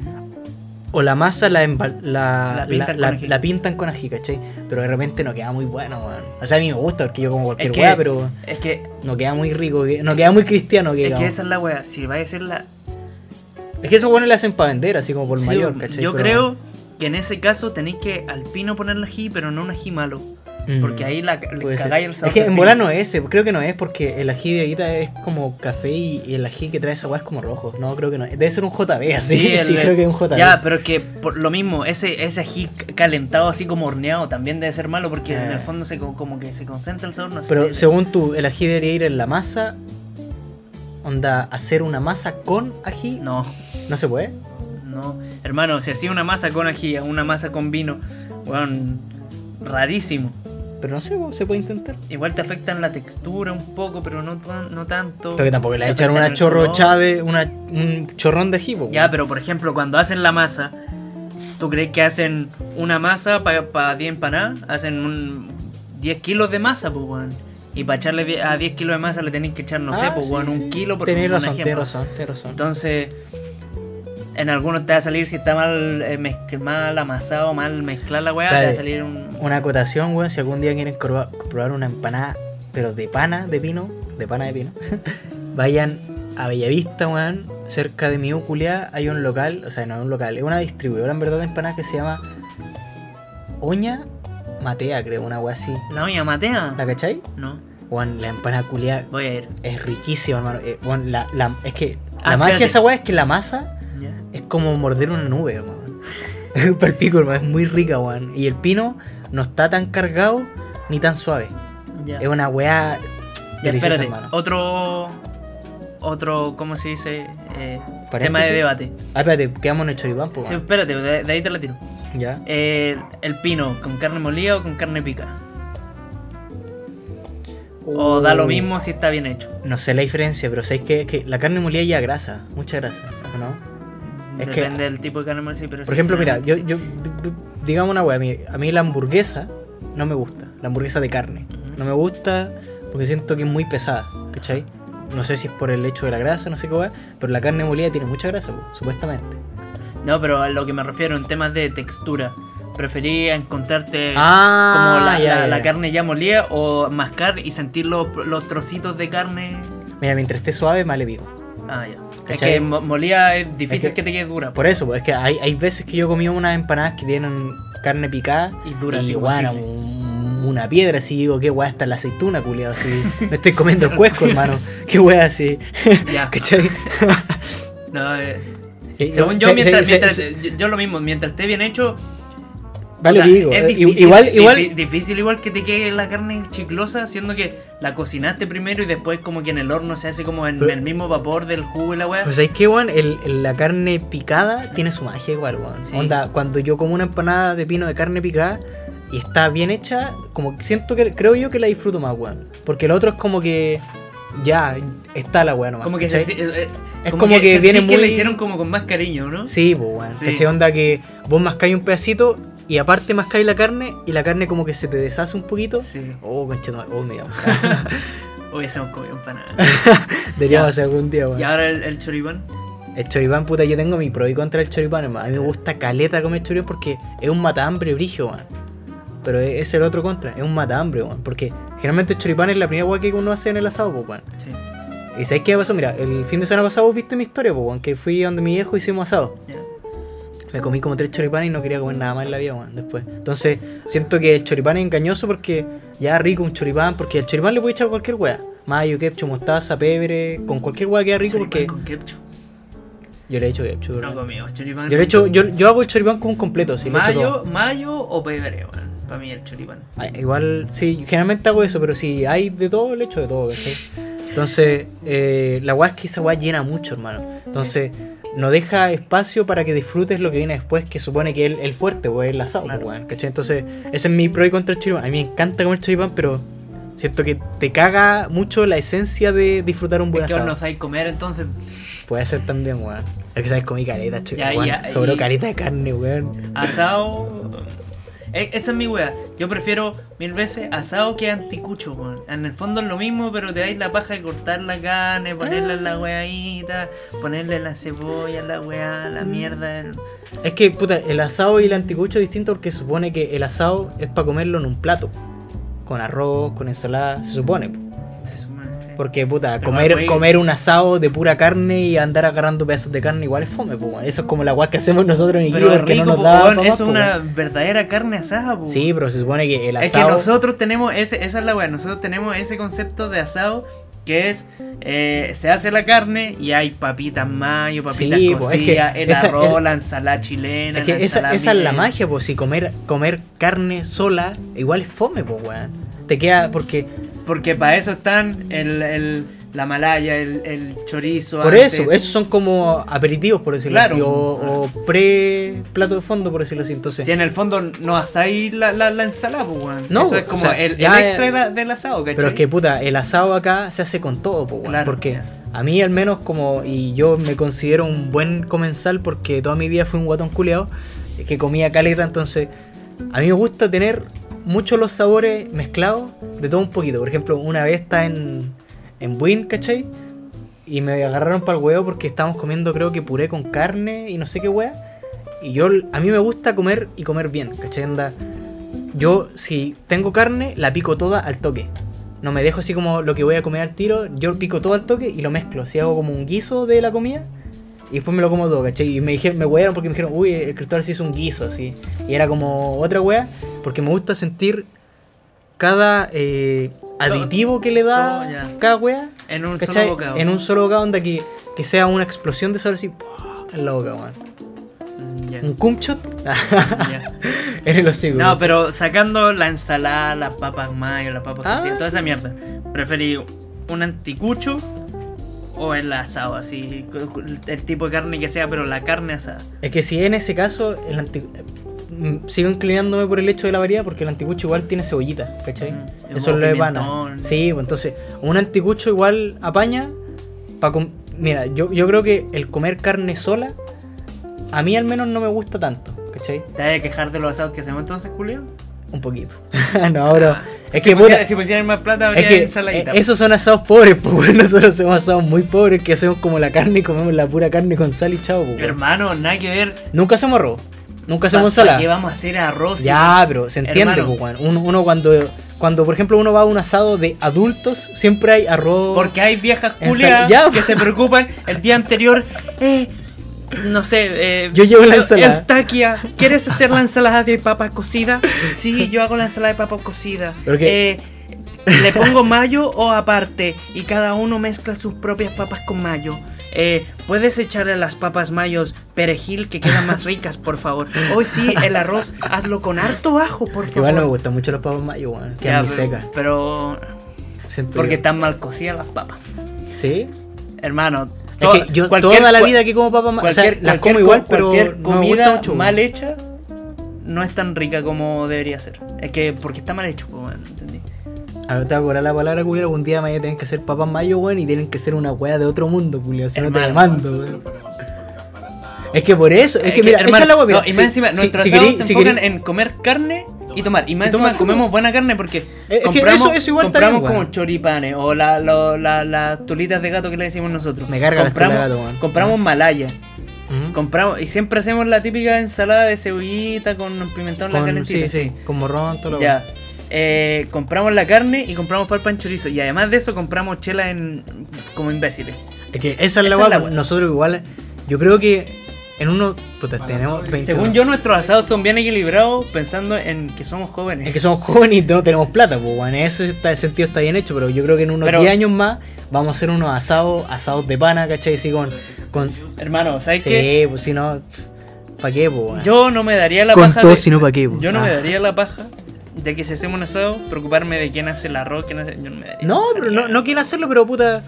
O la masa la, embal- la, La pintan la- con ají. la pintan con ají, ¿cachai? Pero de repente no queda muy bueno, weón. O sea, a mí me gusta porque yo como cualquier que- weá, pero Es que, no queda muy rico, que- no queda muy cristiano. Que, es que digamos. esa es la weá, si va a ser la... Es que esos weones le hacen para vender, así como por Sí, mayor, weón, ¿cachai? yo Pero- creo que en ese caso tenéis que al pino ponerle ají, pero no un ají malo. Mm. Porque ahí la, le Puede ser. cagáis el sabor. Es que del en pino. bola no es ese, creo que no es porque el ají de Aguita es como café y y el ají que trae esa weá es como rojo. No, creo que no. Debe ser un JB así. [laughs] Sí, el- creo que es un JB. Ya, pero es que por lo mismo, ese, ese ají c- calentado así como horneado también debe ser malo porque en Eh. el fondo se, co- como que se concentra el sabor, no pero sé. según tú, el ají debería ir en la masa. Onda, hacer una masa con ají. No, No, se puede. no. Hermano, se hacía una masa con ají, una masa con vino. Weón, rarísimo. Pero no sé, weón, se puede intentar. Igual te afectan la textura un poco, pero no, tan- no tanto. Porque tampoco le Te echar afectan una el chorro color. chave, una, un chorrón de ají, po, Ya, weón. pero por ejemplo, cuando hacen la masa, ¿tú crees que hacen una masa para 10 empanadas? Hacen un 10 kilos de masa, pues, weón. Y para echarle die- a 10 kilos de masa le tenéis que echar, no sé, Ah, pues, sí, weón, sí. un kilo por Tenés un razón, ejemplo. tenés razón, tenés razón. Entonces, en algunos te va a salir, si está mal, eh, mezc- mal amasado, mal mezclar la weá, te va a Dale. salir un. Una acotación, weón, si algún día quieren corba- probar una empanada, pero de pana, de pino, de pana de pino, [laughs] vayan a Bellavista, weón, cerca de mi Uculia hay un local, o sea, no es un local, es una distribuidora en verdad de empanadas que se llama Oña Matea, creo, una weá así. La mía matea. ¿La cachai? No, Weón, la empanada culia voy a ir. es riquísima, hermano. Eh, weón, la, la- es que la Ah, magia espérate. de esa weá es que la masa Ya. es como morder una nube, weón. [laughs] Para pico, hermano, es muy rica, weón. Y el pino no está tan cargado ni tan suave. ya. Es una weá Ya, deliciosa, espérate, hermano. otro, otro, ¿cómo se dice? Eh, tema de Paréntesis. debate. Ah, espérate, quedamos en el choripán, pues, Sí, weón. espérate, de, de ahí te la tiro. Ya. Eh, el pino, ¿con carne molida o con carne pica? Uh. O da lo mismo si está bien hecho. No sé la diferencia, pero sabéis que, que la carne molida lleva grasa, mucha grasa, ¿o no? Es que- Depende del tipo de carne molida, sí, pero Por sí, ejemplo, mira, yo, generalmente yo digamos una weá, a mí, a mí la hamburguesa no me gusta, la hamburguesa de carne. Ujú. No me gusta porque siento que es muy pesada, ¿cachai? No sé si es por el hecho de la grasa, no sé qué weá, pero la carne molida tiene mucha grasa, po, supuestamente. sí. No, pero a lo que me refiero en temas de textura. Prefería encontrarte ah, Eh, como la, ya, la- ya, la ya. carne ya molida o mascar y sentir los, los trocitos de carne. Mira, mientras esté suave, más le pico. Ah, ya. Es ¿Cachai? que mo- molida es difícil que- que, te quede dura. Por eso, po, es que hay, hay veces que yo he comido unas empanadas que tienen carne picada Y dura, así y como bueno, chile. un- una piedra así, digo, qué weá está la aceituna, culiado, [laughs] así. Me estoy comiendo el cuesco, hermano. Qué weá así. [laughs] Ya. ¿Cachai? No, eh, Eh, Según no, yo, se- mientras, se- mientras- se- yo, yo lo mismo, mientras esté bien hecho. Vale, puta, digo. es eh, difícil, igual, difi- igual. difícil igual que te quede la carne chiclosa, siendo que la cocinaste primero y después, como que en el horno se hace como en Pero- el mismo vapor del jugo y la weá. Pues es que, weón, el- el- la carne picada tiene su magia igual, weón. Sí. Onda, cuando yo como una empanada de pino de carne picada y está bien hecha, como que siento que, creo yo que la disfruto más, weón. Porque lo otro es como que ya está la weón nomás. como que ¿cachai? se- eh, eh, Es como que sentís viene que la muy- hicieron como con más cariño, ¿no? Sí, pues, weón. Sí. ¿Cachai? Onda que vos mascáis un pedacito y aparte mascáis la carne y la carne como que se te deshace un poquito. Sí. Oh, conchetumare, oh, mira. Hoy hacemos comido empanada. [laughs] Deberíamos Ya. hacer algún día, weón. y ahora el, el choripán. El choripán, puta, yo tengo mi pro y contra el choripán, hermano. A mí me gusta caleta comer choripán porque es un matambre brillo, weón. Pero e-, es es el otro contra, es un matambre, weón. Porque generalmente el choripán es la primera weá que uno hace en el asado, po, weón. Sí, ¿Y sabes qué pasó? Mira, el fin de semana pasado vos viste mi historia, po, weón. Que fui donde mi viejo hicimos asado. ya. Me comí como tres choripanes y no quería comer nada más en la vida, weón, después. Entonces, siento que el choripán es engañoso porque ya rico un choripán, porque el choripán le puede echar cualquier weá. Mayo, ketchup, mostaza, pebre, con cualquier weá queda rico Choripán porque con ketchup. yo le echo ketchup. Ah, No Ah, hermano. comimos choripán. Yo le echo, yo, yo hago el choripán como un completo, sí, lo echo todo. mayo, mayo o pebre, weón. Para mí el choripán. Ah, Igual, sí, generalmente hago eso, pero si hay de todo, le echo de todo, ¿cachai? Entonces, eh, la weá es que esa weá llena mucho, hermano. Entonces, no deja espacio para que disfrutes lo que viene después, que supone que es el, el fuerte, o el asado, pues, Claro. weón, ¿cachai? Entonces, ese es mi pro y contra el choripán. A mí me encanta comer choripán, pero siento que te caga mucho la esencia de disfrutar un buen ¿Qué asado. nos dais comer entonces? Puede ser también, weón. Es que sabes, comí careta, choripán. Ya, weón. ya, Sobró y- careta de carne, weón. Asado. E- Esa es mi wea. Yo prefiero mil veces asado que anticucho, weón. En el fondo es lo mismo, pero te dais la paja de cortar la carne, ponerla Ah. en la weadita, ponerle la cebolla, la weá, Mm. la mierda. el- Es que, puta, el asado y el anticucho es distinto porque supone que el asado es para comerlo en un plato. Con arroz, con ensalada, se supone. Se suma, sí. Porque, puta, Pero comer, güey. comer un asado de pura carne y andar agarrando pedazos de carne igual es fome, po, weón. Eso es como la guay que hacemos nosotros en Pero Iquique es porque rico, no po, nos da weón, pa' más, es po, una weón. verdadera carne asada, po. Sí, pero se supone que el Es que asado... nosotros tenemos ese, esa es la weá, nosotros tenemos ese concepto de asado que es eh, se hace la carne y hay papitas mayo, papitas Sí, pues, es que cocidas, el esa- arroz, esa- la ensalada chilena, Es que la esa, ensalada esa es la miel. magia, pues si comer, comer carne sola igual es fome, pues, weón. Te queda porque... Porque para eso están el, el la malaya, el, el chorizo. Por antes. eso, esos son como aperitivos, por decirlo Claro. así, o, o pre-plato de fondo, por decirlo así. Entonces, Si en el fondo no asáis la, la, la ensalada, pues, weón. No, Eso es o como sea, el, el ya- extra de la- del asado, ¿cachai? Pero es que puta, el asado acá se hace con todo, po, weón, Claro. porque a mí al menos como, y yo me considero un buen comensal porque toda mi vida fui un guatón culeado, que comía caleta, entonces a mí me gusta tener muchos los sabores mezclados de todo un poquito. Por ejemplo, una vez está en, en Buin, ¿cachai? Y me agarraron para el huevo porque estábamos comiendo creo que puré con carne y no sé qué wea. Y yo, a mí me gusta comer y comer bien, ¿cachai? Anda, yo si tengo carne, la pico toda al toque. No me dejo así como lo que voy a comer al tiro, yo pico todo al toque y lo mezclo. Así hago como un guiso de la comida y después me lo como todo, ¿cachai? Y me dijeron, me huearon porque me dijeron, uy, el Cristóbal se hizo un guiso así. Y era como otra wea, porque me gusta sentir cada eh, aditivo que le da todo, ya. cada wea. En un ¿Cachai? solo bocado. En un solo bocado, onda que, que sea una explosión de sabor así ¡pua! en la boca, weón. Mm, ya, Un [laughs] cumchot [laughs] ya. en el hocico. No, ¿cachai? pero sacando la ensalada, las papas mayo, las papas Ah, cocidas, toda esa sí. mierda. ¿Preferí un anticucho o el asado? Así, cu- cu- el tipo de carne que sea, pero la carne asada. Es que si en ese caso, el anti- mm, sigo inclinándome por el hecho de la variedad, porque el anticucho igual tiene cebollita, ¿cachai? Mm, y Eso como es lo de pana. pimentón. Sí, pues entonces, un anticucho igual apaña pa com- Mira, yo, yo creo que el comer carne sola, a mí al menos no me gusta tanto, ¿cachai? ¿Te vas a quejar de los asados que hacemos entonces, Julio? Un poquito. [laughs] no, bro. Ah, es si que pusiera- puta- Si pusieran más plata, habría Es que ensaladita. eh, esos son asados pobres, [laughs] pues weón. nosotros hacemos asados muy pobres que hacemos como la carne y comemos la pura carne con sal y chao, pues, weón. Hermano, nada que ver. Nunca hacemos arroz, nunca hacemos ¿Para- para ¿Qué ensalada. vamos a hacer arroz? Ya, pero se entiende, Hermano. pues, weón. uno, uno cuando, cuando, por ejemplo, uno va a un asado de adultos, siempre hay arroz. Porque hay viejas Ensal- culiadas ya, que po. se preocupan el día anterior. Eh, no sé, eh, Yo llevo la eh, ensalada. Eustaquia, ¿quieres hacer la ensalada de papa cocida? Sí, yo hago la ensalada de papa cocida. Pero que- Eh, ¿Le pongo mayo o aparte? Y cada uno mezcla sus propias papas con mayo. Eh, ¿Puedes echarle a las papas mayos perejil que quedan más ricas, por favor? Hoy sí, el arroz, hazlo con harto ajo, por favor. Igual no me gustan mucho los papas mayo, weón. Ya, Quedan muy pero- secas. Pero siento porque yo. están mal cocidas las papas. Sí. Hermano, Es to- que yo cualquier- toda la cua- vida que como papas mayo, o sea, cualquier, las cualquier como co- igual, pero cualquier no me comida gusta mucho, mal weón. hecha no es tan rica como debería ser. Es que porque está mal hecho, pues, bueno, ¿entendí? A ver, te voy a cobrar la palabra, culiao. Algún día me voy a tener que hacer papas mayo, weón, y tienen que ser una weá de otro mundo, culiao. Si no te Hermano, demando, weón. Es que por eso, es, que, mira, esa Eh, hermano, es la weá. mira, no, y si- más encima, si- nuestros si asados queréis- se si enfocan queréis- en comer carne y tomar. Y más Y tomar, encima sí, comemos buena carne porque es que compramos, eso- eso igual está compramos bien, como weón. choripanes o la- lo- la- las tulitas de gato que le decimos nosotros. Me carga las tulas de compramos, gato, weón. Ah. ¿Mm? compramos malaya. Ujú. Compramos y siempre hacemos la típica ensalada de cebollita con pimentón, la Con- calentita. sí, sí, con morrón, todo lo Ya. Eh, compramos la carne y compramos palpa en chorizo. Y además de eso, compramos chela en como imbéciles. Es que esa es la Esa weá, es la weá. nosotros igual, yo creo que en unos, puta, Para tenemos saber. 20 Según yo, nuestros asados son bien equilibrados pensando en que somos jóvenes. Es que somos jóvenes y no tenemos plata, pues, weón. En ese está- sentido está bien hecho, pero yo creo que en unos Pero- 10 años más vamos a hacer unos asados, asados de pana, ¿cachai? Sí, con. con Hermano, ¿sabes qué? sí, pues si no. ¿Para qué, pues, weón? Yo no me daría la Con paja. todo, de- si no, ¿para qué, pues? Yo no me Ah. daría la paja de que si hacemos un asado, preocuparme de quién hace el arroz, quién hace. Yo no me daría. No, pero no, no quiero hacerlo, pero puta.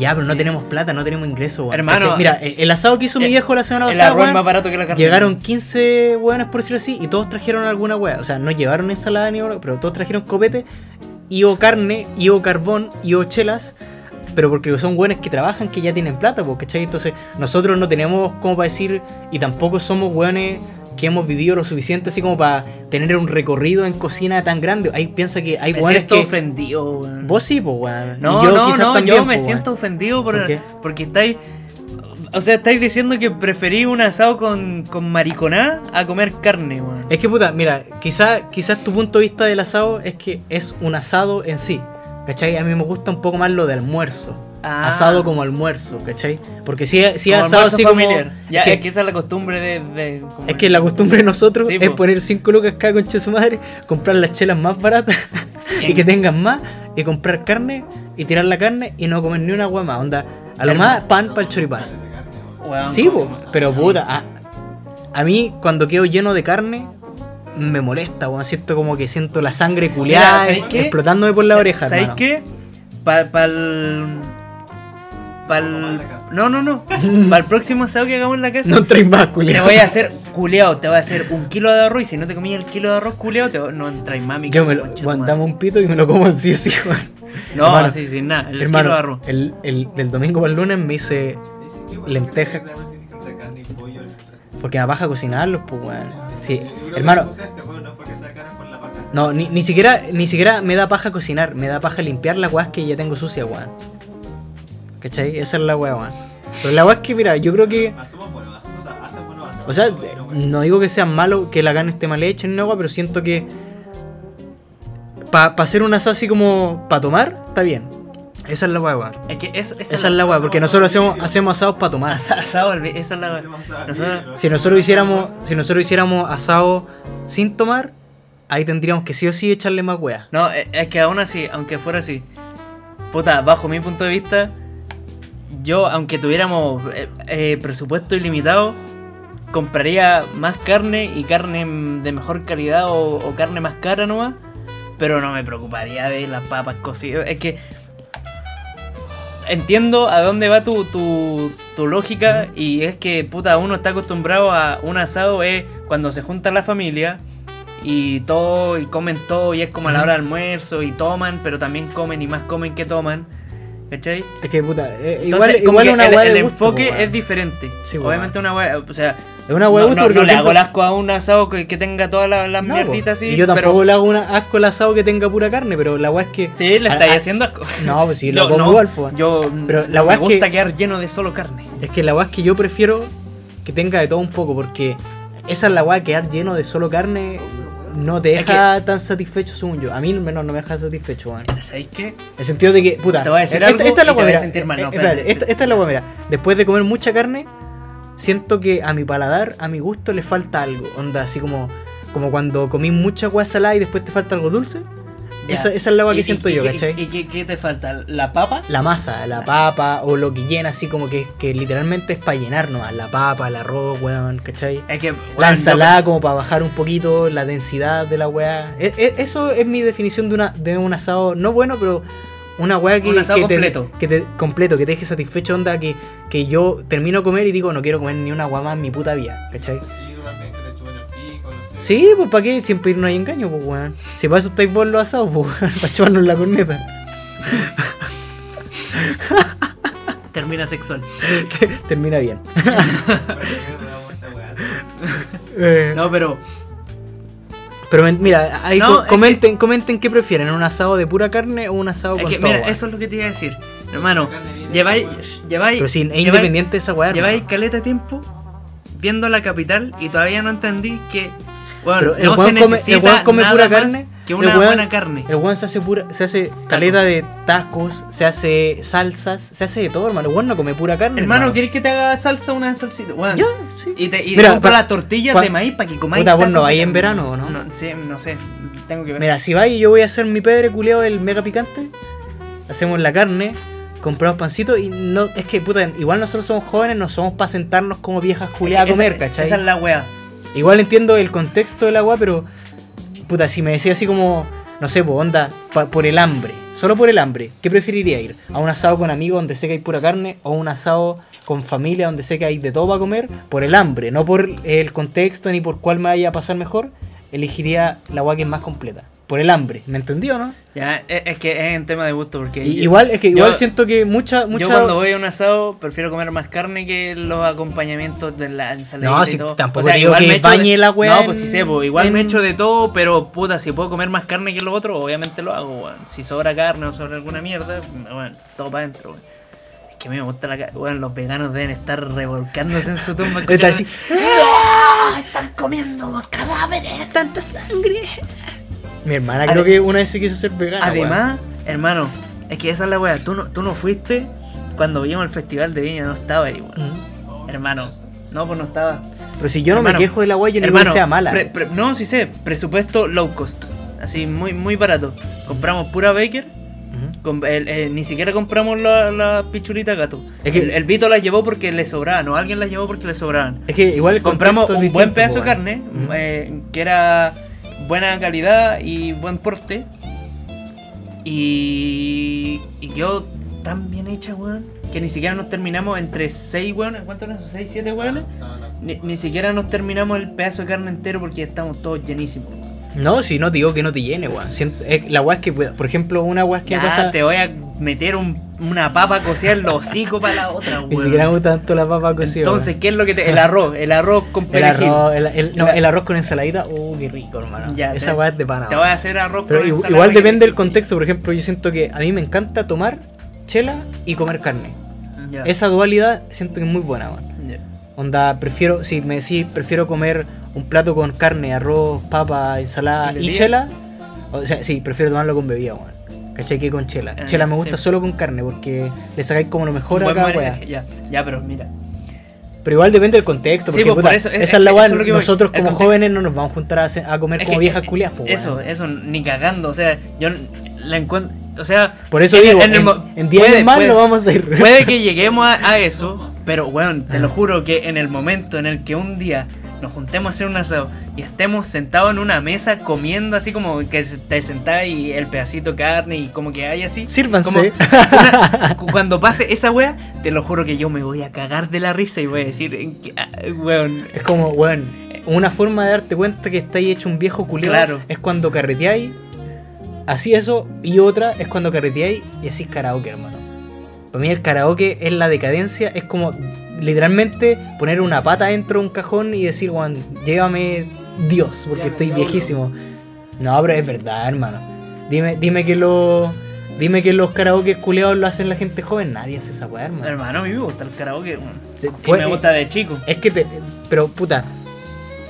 Ya, pero no Sí. tenemos plata, no tenemos ingresos, weón. Hermano, ¿cachai? Mira, el, el asado que hizo mi el- viejo la semana El pasada. arroz es weón, más barato que la carne. Llegaron 15 hueones, por decirlo así, y todos trajeron alguna hueá. O sea, no llevaron ensalada ni oro, pero todos trajeron copete, y o carne, y o carbón, y o chelas. Pero porque son hueones que trabajan, que ya tienen plata, pues, ¿cachai? Entonces, nosotros no tenemos como para decir, y tampoco somos hueones que hemos vivido lo suficiente así como para tener un recorrido en cocina tan grande. Ahí piensa que hay Me hueones siento que. ofendido, weón. Vos sí, pues, hueón. No, Y yo no, quizás no, también, yo me pues, hueón. siento ofendido por, ¿Por qué? porque estáis. O sea, estáis diciendo que preferí un asado con, con mariconá a comer carne, weón. Es que puta, mira, quizás quizás tu punto de vista del asado es que es un asado en sí. ¿Cachai? A mí me gusta un poco más lo de almuerzo. Ah. Asado como almuerzo, ¿cachai? Porque si, si Como asado almuerzo así familiar. como. Ya, es, que, esa es la costumbre de. de- como- es que la costumbre de nosotros Sí, es po. poner 5 lucas cada concha de su madre, comprar las chelas más baratas [laughs] y Bien. que tengan más, y comprar carne y tirar la carne y no comer ni una guama. Onda, a lo Hermano. más pan para el choripán. Weón, Sí, po, comemos pero así. puta, a, a mí cuando quedo lleno de carne me molesta, weón. Siento como que siento la sangre Mira, culeada ¿sabes qué? explotándome por la Sa- oreja, ¿Sabéis hermano. qué? Para el. Para la casa. No, [laughs] no, no. Para el próximo asado que hagamos en la casa. No traes más, Te culiao. [laughs] voy a hacer culeado, te voy a hacer un kilo de arroz y si no te comí el kilo de arroz culeado, te no entras mami. Yo me lo. Juan, dame un pito y me lo como así, así, Juan. No, hermano, sí, sí, nada, el kilo de Hermano, arroz. el, el, del domingo para el lunes me hice. Lenteja. Porque me baja a cocinarlos, pues, weón. Sí, hermano. este No, ni, ni siquiera ni siquiera me da paja cocinar, me da paja limpiar las weas que ya tengo sucia, weón. ¿Cachai? Esa es la wea, weón. Pero la wea es que, mira, yo creo que. O sea, no digo que sea malo que la carne esté mal hecha ni una agua, pero siento que. Para hacer un asado así como. Para tomar, está bien. Esa es la wea, weón. Es que es, esa, Esa es la wea, porque nosotros hacemos, hacemos asados para tomar. Asa- asado, el- esa es la Nosotros- Si nosotros hiciéramos, si nosotros hiciéramos asado sin tomar, ahí tendríamos que sí o sí echarle más wea. No, es es que aún así, aunque fuera así, puta, bajo mi punto de vista, yo, aunque tuviéramos eh, eh, presupuesto ilimitado, compraría más carne y carne mm, de mejor calidad o, o carne más cara nomás, pero no me preocuparía de las papas cocidas. Es que entiendo a dónde va tu, tu, tu lógica y es que, puta, uno está acostumbrado a un asado es cuando se junta la familia y todo y comen todo y es como a la hora del almuerzo y toman, pero también comen y más comen que toman. ¿Cachai? Es que puta, eh, Entonces, igual, igual como que es una el, wea el de gusto, enfoque po, es weón. diferente. Sí, po, Obviamente una wea, o sea, Es una wea de no, gusto no- porque no por le hago ejemplo- el asco a un asado que, que tenga todas las las No, po. mierditas así. Y yo tampoco pero, le hago una asco al asado que tenga pura carne, pero la wea es que. Sí, le a- estáis a- haciendo asco. No, pues sí, lo Yo como no, igual, po, weón. Yo Pero la me wea es gusta que- quedar lleno de solo carne. Es que la wea es que yo prefiero que tenga de todo un poco, porque esa es la wea quedar lleno de solo carne. No te Es deja tan satisfecho, según yo. A mí, al menos, no me deja satisfecho, weón. Mira, ¿Sabéis qué? En el sentido de que, puta, Te voy a decir esta, esta algo es la y te hueá, vas a mira, sentir mal, eh, no, eh, espérate, espérate. esta, esta es la hueá, mira. Después de comer mucha carne, siento que a mi paladar, a mi gusto, le falta algo. Onda, así como, como cuando comí mucha hueá salada y después te falta algo dulce. Ya. Esa, esa es la hueá ¿Y- que y- siento y yo, qué- ¿cachai? ¿Y qué- qué te falta? ¿La papa? la masa, la papa o lo que llena, así como que, que literalmente es para llenar nomás. La papa, el arroz, weón, ¿cachai? Es que, La weón, yo- ensalada como para bajar un poquito la densidad de la hueá. E- e- eso es mi definición de, una, de un asado, no bueno, pero una hueá que, Un asado que te- completo. que te, completo, que te deje satisfecho, onda, que, que yo termino de comer y digo, no quiero comer ni una hueá más en mi puta vida, ¿cachai? [laughs] Sí, pues para qué siempre irnos hay engaño, pues weón. Si para eso estáis vos los asados, pues weón, [laughs] para chuparnos la corneta. [laughs] Termina sexual. Termina bien. Eh, No, pero. Pero men- mira, ahí No, co- es comenten, comenten qué prefieren, un asado de pura carne o un asado Es con que, todo, mira, weón. eso es lo que te iba a decir. Hermano, lleváis. lleváis Pero sí, es lleváis- independiente esa weá. Lleváis hermano. caleta de tiempo viendo la capital y todavía no entendí que. Bueno, Pero el no se weón come- el necesita weón come nada pura más carne, que el una weón- buena carne. El weón se hace pura, se hace caleta de tacos, se hace salsas, se hace de todo, hermano. El weón no come pura carne. Hermano, ¿quieres que te haga salsa una salsita? Weón, Ya, sí. Y te y Mira, te compro pa- las tortillas pa- de maíz para que comáis. Puta, vos no tacos vais de en carne. verano, ¿o no? No sé, no sé. Tengo que ver. Mira, si vais, yo voy a hacer mi pebre culeo el mega picante. Hacemos la carne, compramos pancitos y no. Es que, puta, igual nosotros somos jóvenes, no somos para sentarnos como viejas culeadas a Esa- comer, ¿cachai? Esa es la weá. Igual entiendo el contexto del agua, pero. Puta, si me decía así como. No sé, po, onda, pa- por el hambre. Solo por el hambre. ¿Qué preferiría ir? ¿A un asado con amigos donde sé que hay pura carne? ¿O un asado con familia donde sé que hay de todo para comer? Por el hambre, no por el contexto ni por cuál me vaya a pasar mejor. Elegiría la agua que es más completa. Por el hambre. ¿Me entendió, no? Ya, es, es que es en tema de gusto porque. Y- yo- igual, es que igual yo- siento que mucha. mucha... Yo cuando voy a un asado prefiero comer más carne que los acompañamientos de la ensalada. No, y si todo. tampoco digo que me echo bañe de- la weá No, pues sí en- sé, pues, igual me en- echo de todo, pero puta, si puedo comer más carne que lo otro, obviamente lo hago, weón. Si sobra carne o sobra alguna mierda, bueno, todo para adentro, weón. Es que a mí me gusta la carne, weón, los veganos deben estar revolcándose en [laughs] su tumba. Está así, Ah, están comiendo cadáveres. Mi hermana creo Ade- que una vez se quiso ser vegana. Además, hermano, es que esa es la weá, tú no, tú no fuiste cuando vimos el festival de Viña, no estaba ahí, weón. weón. Mm. Hermano, no, pues no estaba. Pero si yo no Hermano, me quejo del agua, yo no Hermano, sea mala. pre- pre- no, sí sé, presupuesto low cost. Así, muy, muy barato. Compramos pura Baker. Ujú. com- el- el- ni siquiera compramos la, la pichulita gato. Es que- el, el Vito las llevó porque le sobraban, o alguien las llevó porque le sobraban. Es que igual el Compramos contexto un es buen distinto, pedazo de po, carne, weón. Ujú. eh, que era buena calidad y buen porte. Y, y quedó tan bien hecha, weón, que ni siquiera nos terminamos entre 6 weones. ¿Cuántos eran? ¿6, 7 weones? Ni, ni siquiera nos terminamos el pedazo de carne entero porque estamos todos llenísimos. Mm. No, si no te digo que no te llene, weón. Siento- eh, La weá es que, por ejemplo, una weá es que Ya, pasa. te voy a meter un- una papa a cocer los hocico para la otra, [laughs] weón. Ni siquiera me gusta tanto la papa cocida. Entonces, ¿qué es lo que te.? El arroz, el arroz con El perejil. arroz, el, el- no, La- el arroz con ensaladita, oh, qué rico, hermano. Ya, Esa te- weá es de pana. Te voy a hacer arroz Pero con igu- ensalada igual que- depende del contexto. Por ejemplo, yo siento que a mí me encanta tomar chela y comer carne. Ya. Esa dualidad siento que es muy buena, weón. Ya. Onda, prefiero, si me decís, prefiero comer un plato con carne, arroz, papa, ensalada ¿Y y bebida? chela. O sea, sí, prefiero tomarlo con bebida, weón. ¿Cachai? Que con chela. Ah, chela me gusta sí. solo con carne porque le sacáis como lo mejor a Buen cada maridaje, weá. Ya, ya, pero mira. Pero igual depende del contexto. Sí, Porque, pues, puta, por eso, es- esa es la es- weá. eso es lo que voy, Nosotros el como contexto. jóvenes no nos vamos a juntar a, ce- a comer Es como que- viejas culias, pues, Eso, weón. eso, ni cagando. O sea, yo la encuentro. O sea. Por eso en- digo, en el en, mo- en 10 puede- años más puede- no vamos a ir. Puede que lleguemos a, a eso, pero bueno, Ah. te lo juro que en el momento en el que un día nos juntemos a hacer un asado y estemos sentados en una mesa comiendo así como que se- te sentás y el pedacito de carne y como que hay así. como [laughs] Sírvanse. [laughs] una- cu- cuando pase esa wea, te lo juro que yo me voy a cagar de la risa y voy a decir, "En que- ah, weón, Es como, weón, una forma de darte cuenta que estáis hecho un viejo culiado Claro. es cuando carreteáis, así eso, y otra es cuando carreteáis y así karaoke, hermano. Para mí el karaoke es la decadencia, es como literalmente poner una pata dentro de un cajón y decir, weón, llévame Dios, porque estoy viejísimo. No, pero es verdad, hermano. Dime, dime que los. Dime que los karaoke culeados lo hacen la gente joven, nadie hace esa weá, hermano. hermano, a mí me gusta el karaoke, weón. Sí, Y pues, me eh, gusta de chico. es que te. Pero puta,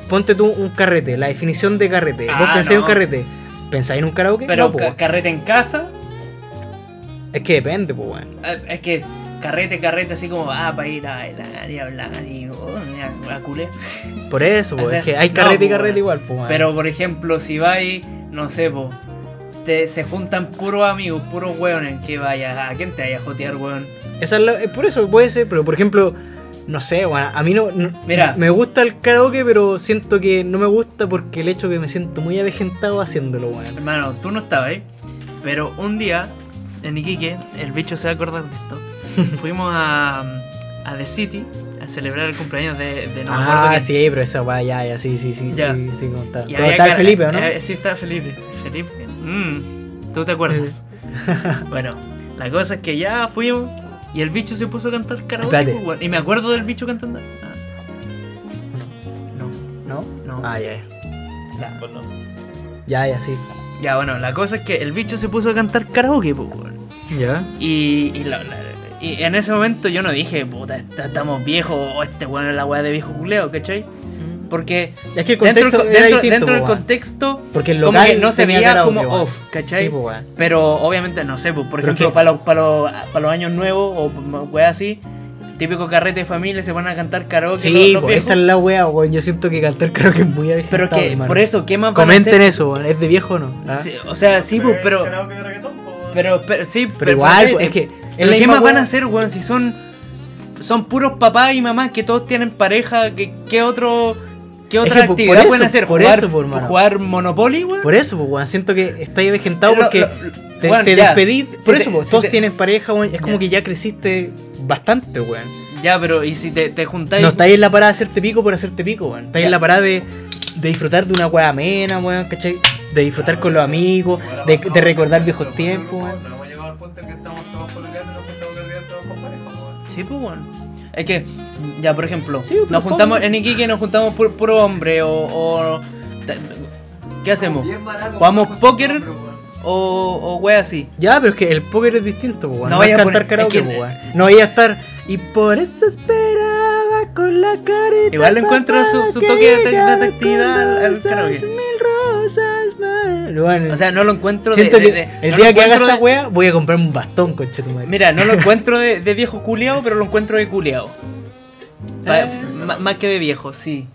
ponte tú un carrete, la definición de carrete. Ah, Vos pensáis en no. un carrete. ¿Pensáis en un karaoke? Pero eh, No, po, ca- weón. carrete en casa, es que depende, pues weón. Ah, Es que carrete, carrete, así como, ah, para ir a bailar y hablar y oh, a, a culear. Por eso, O po, sea, es que hay no, carrete y po, weón. carrete igual, pues Pero, por ejemplo, si vais, no sé, po, te, se juntan puros amigos, puros hueones, que vayas, ¿a quién te vaya a jotear, hueón? Esa es la- eh, por eso puede ser, pero por ejemplo, no sé, weón. A mí no. no- Mira. Me gusta el karaoke, pero siento que no me gusta porque el hecho que me siento muy avejentado haciéndolo, weón. Hermano, tú no estabas ahí, pero un día, en Iquique, el bicho se va a acordar de [laughs] esto, fuimos a, a The City a celebrar el cumpleaños de, de no me acuerdo ah, quién. sí, pero esa weá, ya, ya, sí, sí, sí, Ya. sí, sí, como está. Y Pero había está el cara- Felipe, ¿o ¿no? eh, sí, estaba Felipe. Felipe. mm, ¿Tú te [laughs] acuerdas? bueno, la cosa es que ya fuimos y el bicho se puso a cantar karaoke. Espérate. pues, weón. Y me acuerdo del bicho cantando. Ah, no, ¿No? no. Ah, ya, ya. Ya. Ya, ya, sí. Ya, bueno, la cosa es que el bicho se puso a cantar karaoke, pues, weón. Ya. Y, y la- la- y en ese momento yo no dije, puta, est- estamos viejos o este weón es la weá de viejo culeo, ¿cachai? Porque Es que el Mm. dentro, contexto dentro- era distinto, dentro del po, weón. contexto Porque el como local que no se tenía veía karaoke, como weón. off, ¿cachai? Sí, pues, po, weón. Pero obviamente no sé, pues, por Pero ejemplo, que- para los, para los, para los años nuevos o m- weas así, típico carrete de familia se van a cantar karaoke. Sí, los- los po, viejos. esa es la wea, weón. Yo siento que cantar karaoke es muy avejentado, Pero es que, hermano. por eso, ¿qué más van a Comenten hacer? eso, weón. ¿Es de viejo o no? Ah. Sí, o sea, sí, pues, pero, pero, pues, pero, sí, Pero igual, pero- po, es que. es ¿Pero la ¿Qué misma más van a wea. hacer, weón? Si son. Son puros papás y mamás que todos tienen pareja. ¿Qué, qué otro. ¿Qué Es otra que por- actividad por eso, pueden hacer? por ¿Jugar, eso, por mano. ¿Jugar Monopoly, weón? Por eso, po, weón. Siento que estáis avejentado Lo- lo- porque. lo- te, weón, te ya. despedí. Si Por te- eso, po, si todos te- tienen pareja, weón. Es como Ya. que ya creciste bastante, weón. Ya, pero ¿y si te, te juntáis? No estáis en la parada de hacerte pico por hacerte pico, weón. Estáis Ya. en la parada de, de disfrutar de una weá amena, weón, ¿cachai? De disfrutar con los amigos, de, de recordar viejos tiempos, weón. No hemos llegado al punto en que estamos todos colgados, nos estamos cargando todos con pareja, weón. Sí, pues, weón. Es que. Ya, por ejemplo, Sí, pero nos juntamos fome. en Iquique, nos juntamos por puro hombre o. o- ta- ¿Qué hacemos? Bien barato, ¿Jugamos weón, póker? con tu nombre, weón. O, o wea así. Ya, pero es que el póker es distinto, po, weón. No No, vaya vaya a a cantar poner- karaoke, es que- po, weón. No vaya a estar. Y por eso esperaba con la carita. Igual le encuentro su- su toque de- de actividad al- al karaoke. karaoke. Mil rosas, más. Bueno, O sea, no lo encuentro de- siento de. que de- el no lo día que haga encuentro esa de- wea, voy a comprarme un bastón, conche tu madre. Mira, no lo encuentro de, de viejo culiao, pero lo encuentro [laughs] de culiao. Pa- Eh. ma- Más que de viejo, sí.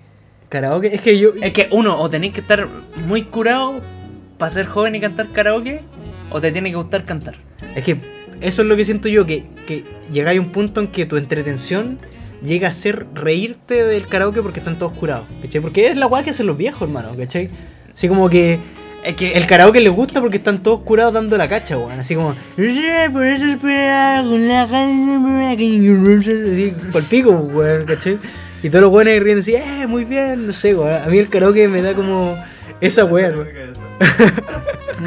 Karaoke, es que yo. Es que uno, o tenéis que estar muy curado para ser joven y cantar karaoke, o te tiene que gustar cantar. Es que eso es lo que siento yo, que, que llegáis a un punto en que tu entretención llega a ser reírte del karaoke porque están todos curados, ¿cachai? Porque es la weá que hacen los viejos, hermano, ¿cachai? Así como que Es que El karaoke les gusta porque están todos curados dando la cacha, weón. Así como. "Yeah, Por eso esperaba con la cara que-" Así, por pico, weón, ¿cachai? Y todos los weones riendo así, eh, muy bien, no sé, weón. A mí el karaoke me da como. Esa weón, weón.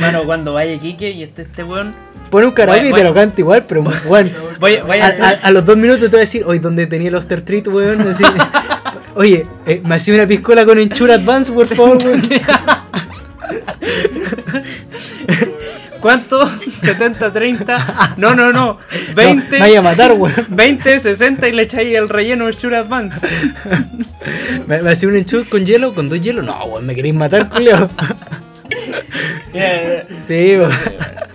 Mano, cuando vaya Quique y esté este weón, Pone un karaoke Bueno, y te bueno. lo canta igual, pero weón. vaya, vaya A, a ser- a- a los dos minutos te voy a decir, hoy donde tenía el Oster Treat, weón. [laughs] así, Oye, eh, me hacía una piscola con enchura advance, por favor, [laughs] weón. [laughs] ¿Cuánto? 70, 30. No, no, no. No, 20. me vaya a matar, weón. 20, 60 y le echáis el relleno de Shure Advance. ¿Me, me hacía un enchur con hielo? ¿Con dos hielos? No, weón, me queréis matar, culeo. [laughs] Ya, [laughs] Sí, [laughs] weón. ya.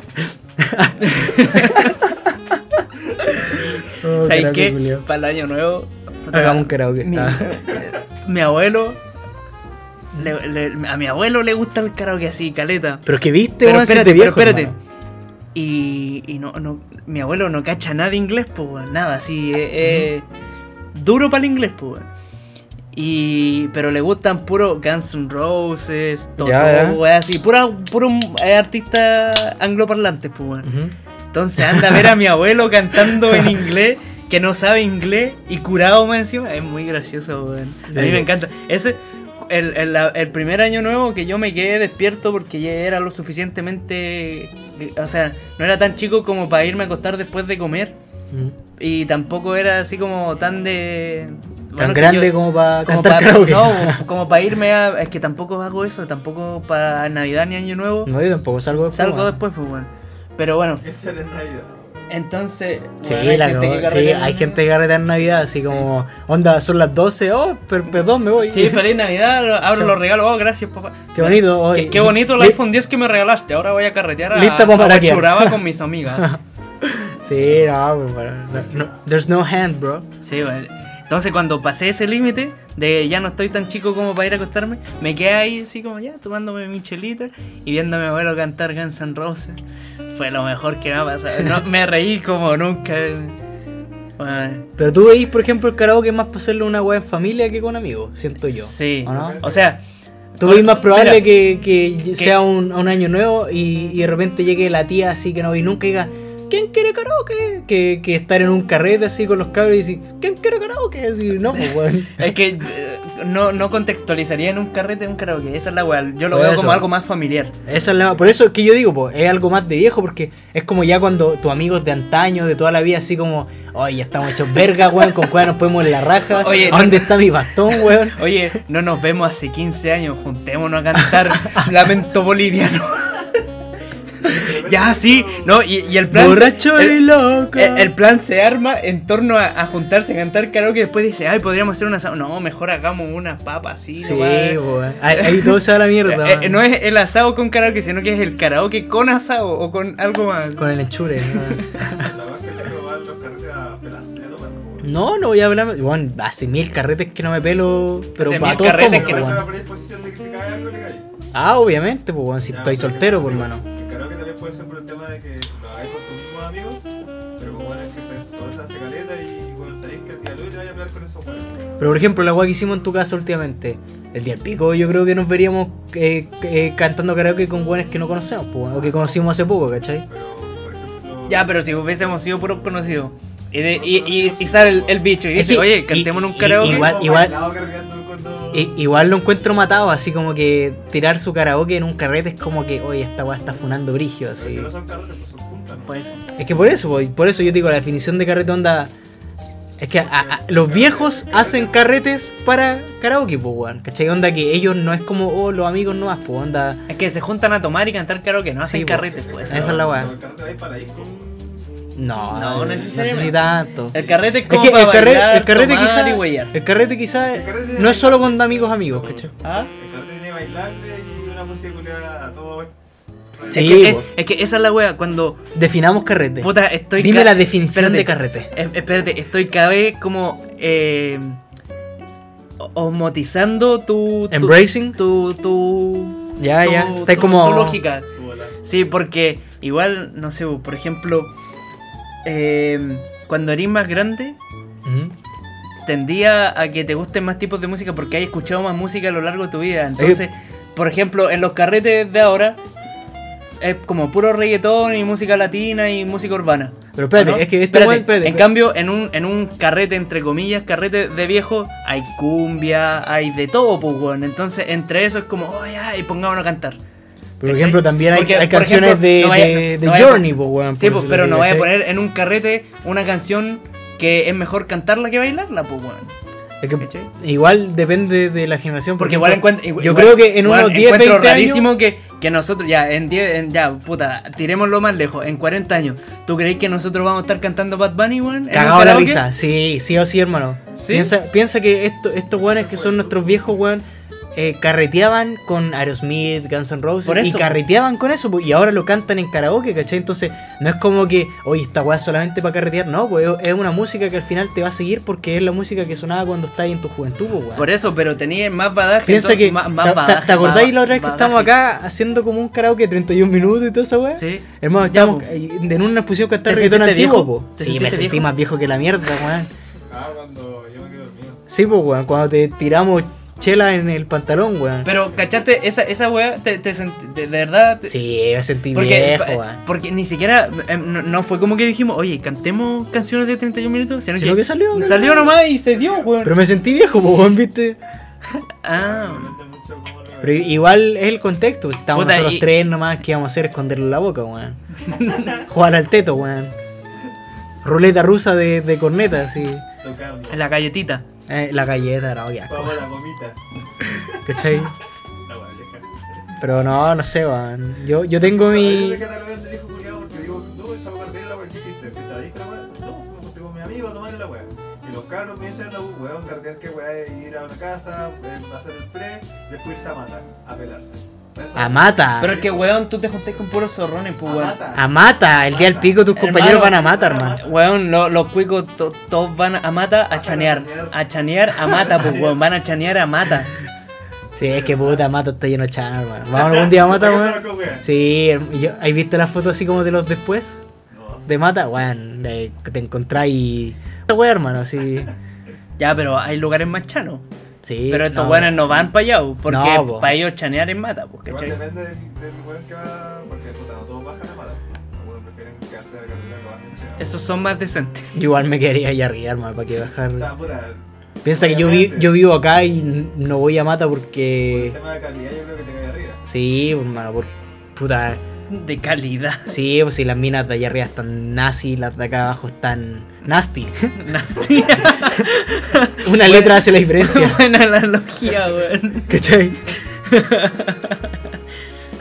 Oh, ¿Sabéis karaoke, qué? culiao. Para el año nuevo. puta, Hagamos un karaoke. Mi, Ah. mi abuelo. le- le- a mi abuelo le gusta el karaoke así, caleta. Pero es que viste, Pero Este weón, si es espérate, de pero viejo, espérate. hermano. Y, y no, no, mi abuelo no cacha nada de inglés, pues, weón, nada, así, eh, eh, duro para el inglés, pues, weón. Y, pero le gustan puro Guns N' Roses, Toto, Ya, ya. weón, así, pura, puro eh, artista angloparlante, pues, weón. Ujú. Entonces anda a ver a mi abuelo cantando en inglés, que no sabe inglés y curado más encima. Es muy gracioso, weón. A mí Sí. me encanta. Ese, el, el- la- el primer año nuevo que yo me quedé despierto porque ya era lo suficientemente. eh, O sea, no era tan chico como para irme a acostar después de comer. Ujú. Y tampoco era así como tan de. Tan bueno, que grande yo- como para como cantar pa- karaoke. [laughs] [laughs] No, como para irme a. Es que tampoco hago eso, tampoco para Navidad ni Año Nuevo. No, yo tampoco salgo después, Salgo weón. después, pues bueno. Pero bueno, Esa era en Navidad. entonces. Sí, bueno, hay la gente cagó. que Sí, carretea hay en- gente que carretea en Navidad, así como, onda, son las 12, oh, per- perdón, me voy. [laughs] Sí, feliz Navidad, lo- abro Sí. los regalos. Oh, gracias, papá. Qué bonito, hoy. Qué, qué bonito el Li- iPhone 10 que me regalaste. Ahora voy a carretear a, Lista pa' a maraquear. Huachuraba con mis [laughs] amigas. Sí, no, bro, bro, no, no, there's no hand, bro. Sí, bueno. Entonces, cuando pasé ese límite de ya no estoy tan chico como para ir a acostarme, me quedé ahí así como ya, tomándome mi chelita y viendo a mi abuelo cantar Guns N' Roses. Fue lo mejor que me ha pasado. No, me reí como nunca. Bueno, Pero tú veis, por ejemplo, el karaoke más para hacerlo una weá en familia que con amigos, siento yo. Sí. ¿O no? O sea, Tú veis más probable Mira, que, que sea un, un año nuevo y, y de repente llegue la tía así que no vi nunca y diga, ¿quién quiere karaoke? Que, que estar en un carrete así con los cabros y decir, ¿quién quiere karaoke? Así, no, pues, weón. Es que eh, no, no contextualizaría en un carrete un karaoke, esa es la weá. Yo lo Por veo eso. como algo más familiar. Esa es la- por eso es que yo digo, po, es algo más de viejo, porque es como ya cuando tus amigos de antaño, de toda la vida, así como, oye, ya estamos hechos verga, weón, con cuál nos podemos en la raja, [laughs] Oye, no- ¿dónde está mi bastón, weón? Oye, no nos vemos hace 15 años, juntémonos a cantar [laughs] Lamento Boliviano. [laughs] ya, sí, no, y, y el plan. Borracho el, y loco. el- el plan se arma en torno a, a juntarse a cantar karaoke. Después dice, ay, podríamos hacer una. asado". No, mejor hagamos una papa así. sí, nomás. weón. Ahí, ahí todo se va a la mierda. [laughs] Eh, eh, weón. no es el asado con karaoke, sino que es el karaoke con asado o con algo más. Con el enchure. weón. La más que le robaban los carretes a pelarse, a tomar, po. No, no voy a hablar. Bueno, hace mil carretes que no me pelo, pero Hace para mil todos pues, tomos, carretes que po, Pero con weón. la predisposición de que se cae algo, le cae. Ah, obviamente, pues, weón, si estoy soltero, por hermano. Creo que también puede ser por el tema de que lo hagáis con tus mismos amigos, pero como bueno, es que se todos hacen caleta y cuando salís que el día luego te vayas a hablar con esos weones. Pero por ejemplo, la weá que hicimos en tu casa últimamente, el día del pico, yo creo que nos veríamos eh, eh, cantando karaoke con weones que no conocemos, pues, o que conocimos hace poco, ¿cachai? Pero, por ejemplo, Ya, pero si hubiésemos sido puros conocidos. Y, de- y, y, y sale el, el bicho y dice, Es que- oye, cantémonos y- un karaoke. igual- hemos igual- bailado carreteando cuando- I- igual lo encuentro matado, así como que tirar su karaoke en un carrete es como que, oye, esta weá está funando brigio, Pero así. que no son carretes, pues son juntas, ¿no? Pues, Es que por eso, po, y por eso yo te digo, la definición de carrete onda. Es que a- a- los viejos hacen carretes para karaoke, pues, weón. ¿Cachai? Onda que ellos no es como, oh, los amigos no pues, onda. es que se juntan a tomar y cantar karaoke, no hacen Sí, po. carretes, pues. Esa es la weá. El carrete ahí para ir con- No, No, no, necesariamente. sé si tanto. El carrete es Es como que el para carrete, bailar, el carrete tomar quizá, y huellar. el carrete quizá El carrete no tiene- es solo con amigos amigos, ¿cachai? ¿Ah? El carrete tiene bailarle y una música culiada a todo. Sí, es, que, es, po. es que esa es la wea, cuando eh, Definamos carrete. puta estoy... Dime ca- la definición espérate, de carrete. eh, Espérate, estoy cada vez como... Eh, o- osmotizando tu... tu- Embracing. Tu... tu ya, tu- ya. Está tu- como tu lógica. Sí, porque igual, no sé, por ejemplo, eh, cuando eres más grande, Ujú. tendía a que te gusten más tipos de música porque hay escuchado más música a lo largo de tu vida. Entonces, por ejemplo, en los carretes de ahora es como puro reggaetón y música latina y música urbana. Pero espérate, ¿No? es que este Espérate, weón- espérate, en espérate. cambio, en un, en un carrete, entre comillas, carrete de viejo, hay cumbia, hay de todo, pues, weón. Entonces, entre eso es como, oh, ya, y pongámonos a cantar. Por ¿Cachai? ejemplo, también hay, Porque, hay por canciones ejemplo, de, no vaya- de, de no vaya- Journey, pues, weón. por Sí, pues, decirlo pero así, no vaya a ¿cachai? poner en un carrete una canción que es mejor cantarla que bailarla, pues, weón. Es que ¿Cachai? igual depende de la generación. por Porque igual ejemplo, encuentro. Yo creo que en unos 10, 20 encuentro años. rarísimo que, que nosotros, ya, en 10, en- ya, puta, tirémoslo más lejos, en 40 años. ¿Tú crees que nosotros vamos a estar cantando Bad Bunny, weón? en un Cagado la karaoke? risa, sí, sí o sí, hermano. ¿Sí? Piensa, piensa que esto- estos weones que son nuestros viejos weón eh, carreteaban con Aerosmith, Guns N' Roses Por y eso. carreteaban con eso po, y ahora lo cantan en karaoke, ¿cachai? Entonces no es como que, oye, esta weá es solamente para carretear, no, pues es una música que al final te va a seguir porque es la música que sonaba cuando estabas en tu juventud, po, weón. Por eso, pero tenía más badaje. Piensa entonces, que, más- ¿te- más te- badaje, ¿te acordáis más- la otra vez que badaje. estamos acá haciendo como un karaoke de 31 minutos y toda esa weá? Sí. Hermano, Ya, pues, estamos po. en una exposición que está ¿Te reggaetón sentiste antiguo, viejo? po. ¿Te Sí, me sentiste sentí viejo? más viejo que la mierda, weón. Ah, cuando yo me quedo dormido. Sí, pues, weón, cuando te tiramos chela en el pantalón, weón. Pero, ¿cachaste? Esa, esa wea, te, te sent- de, de verdad. te- Sí, me sentí Porque, viejo, eh, weón. porque ni siquiera eh, no, no fue como que dijimos, oye, cantemos canciones de 31 minutos, sino Sino que que salió, ¿no? salió nomás y se dio, weón. Pero me sentí viejo, pues, weón, viste. ah, Depende mucho cómo lo Pero veas. igual es el contexto, pues, si estábamos Puta, nosotros y- tres nomás, ¿qué íbamos a hacer? Esconderle la boca, weón. Jugar al teto, weón. Ruleta rusa de, de corneta, así. Tocarlo. la galletita. Eh, la galleta, no, ya. Vamos a la gomita. ¿Cachai? No, vale, deja. Pero no, no sé, weón. Yo, yo tengo No, mi. yo le catalogué al hijo culiao porque digo, no, el chavo cartera, la wea que hiciste, fuiste a la disco, la wea. No, me junté con mi amigo a tomar la wea. Y los cabros me dicen, la wea, weón, cartear que wea es ir a una casa, eh, hacer el pre, después irse a matar, a pelarse. Eso. A mata. Pero es que, weón, tú te juntés con puros zorrones, A pues, weón. mata. A mata. El día del Mata. pico tus compañeros Hermano, van a matar, hermano. Weón, lo- los cuicos to- todos van a mata a a chanear. chanear. A chanear a mata, pues, weón. Van a chanear a mata. Sí, es que puta, mata está lleno de chano, hermano. Vamos algún día a mata, Porque weón. estaba con wea. Sí, herm- yo, ¿has visto las fotos así como de los después? No. De mata, weón, de- que te encontrás y. Esta weá, hermano, sí. Ya, pero hay lugares más chanos. Sí. Pero estos no. weones no van para allá, pues, porque No, po. para ellos chanear es mata, pues, Igual ¿cachai? depende del, del weón que va, porque puta, no todos bajan a matar. Algunos prefieren quedarse a cartear, lo hacen chao. Esos son más decentes. [laughs] Yo igual me quedaría allá arriba, hermano, para que O sea, bajar. puta, Piensa que yo, vi- eh, obviamente. yo vivo acá y n- no voy a mata por el porque. tema de calidad yo creo que te cae arriba. Sí, hermano, por. Puta. De calidad. [laughs] Sí, pues si las minas de allá arriba están nazi, las de acá abajo están nasty. [laughs] Nasty. Una letra hace la diferencia, [laughs] [laughs] Buena analogía, weón. ¿cachai?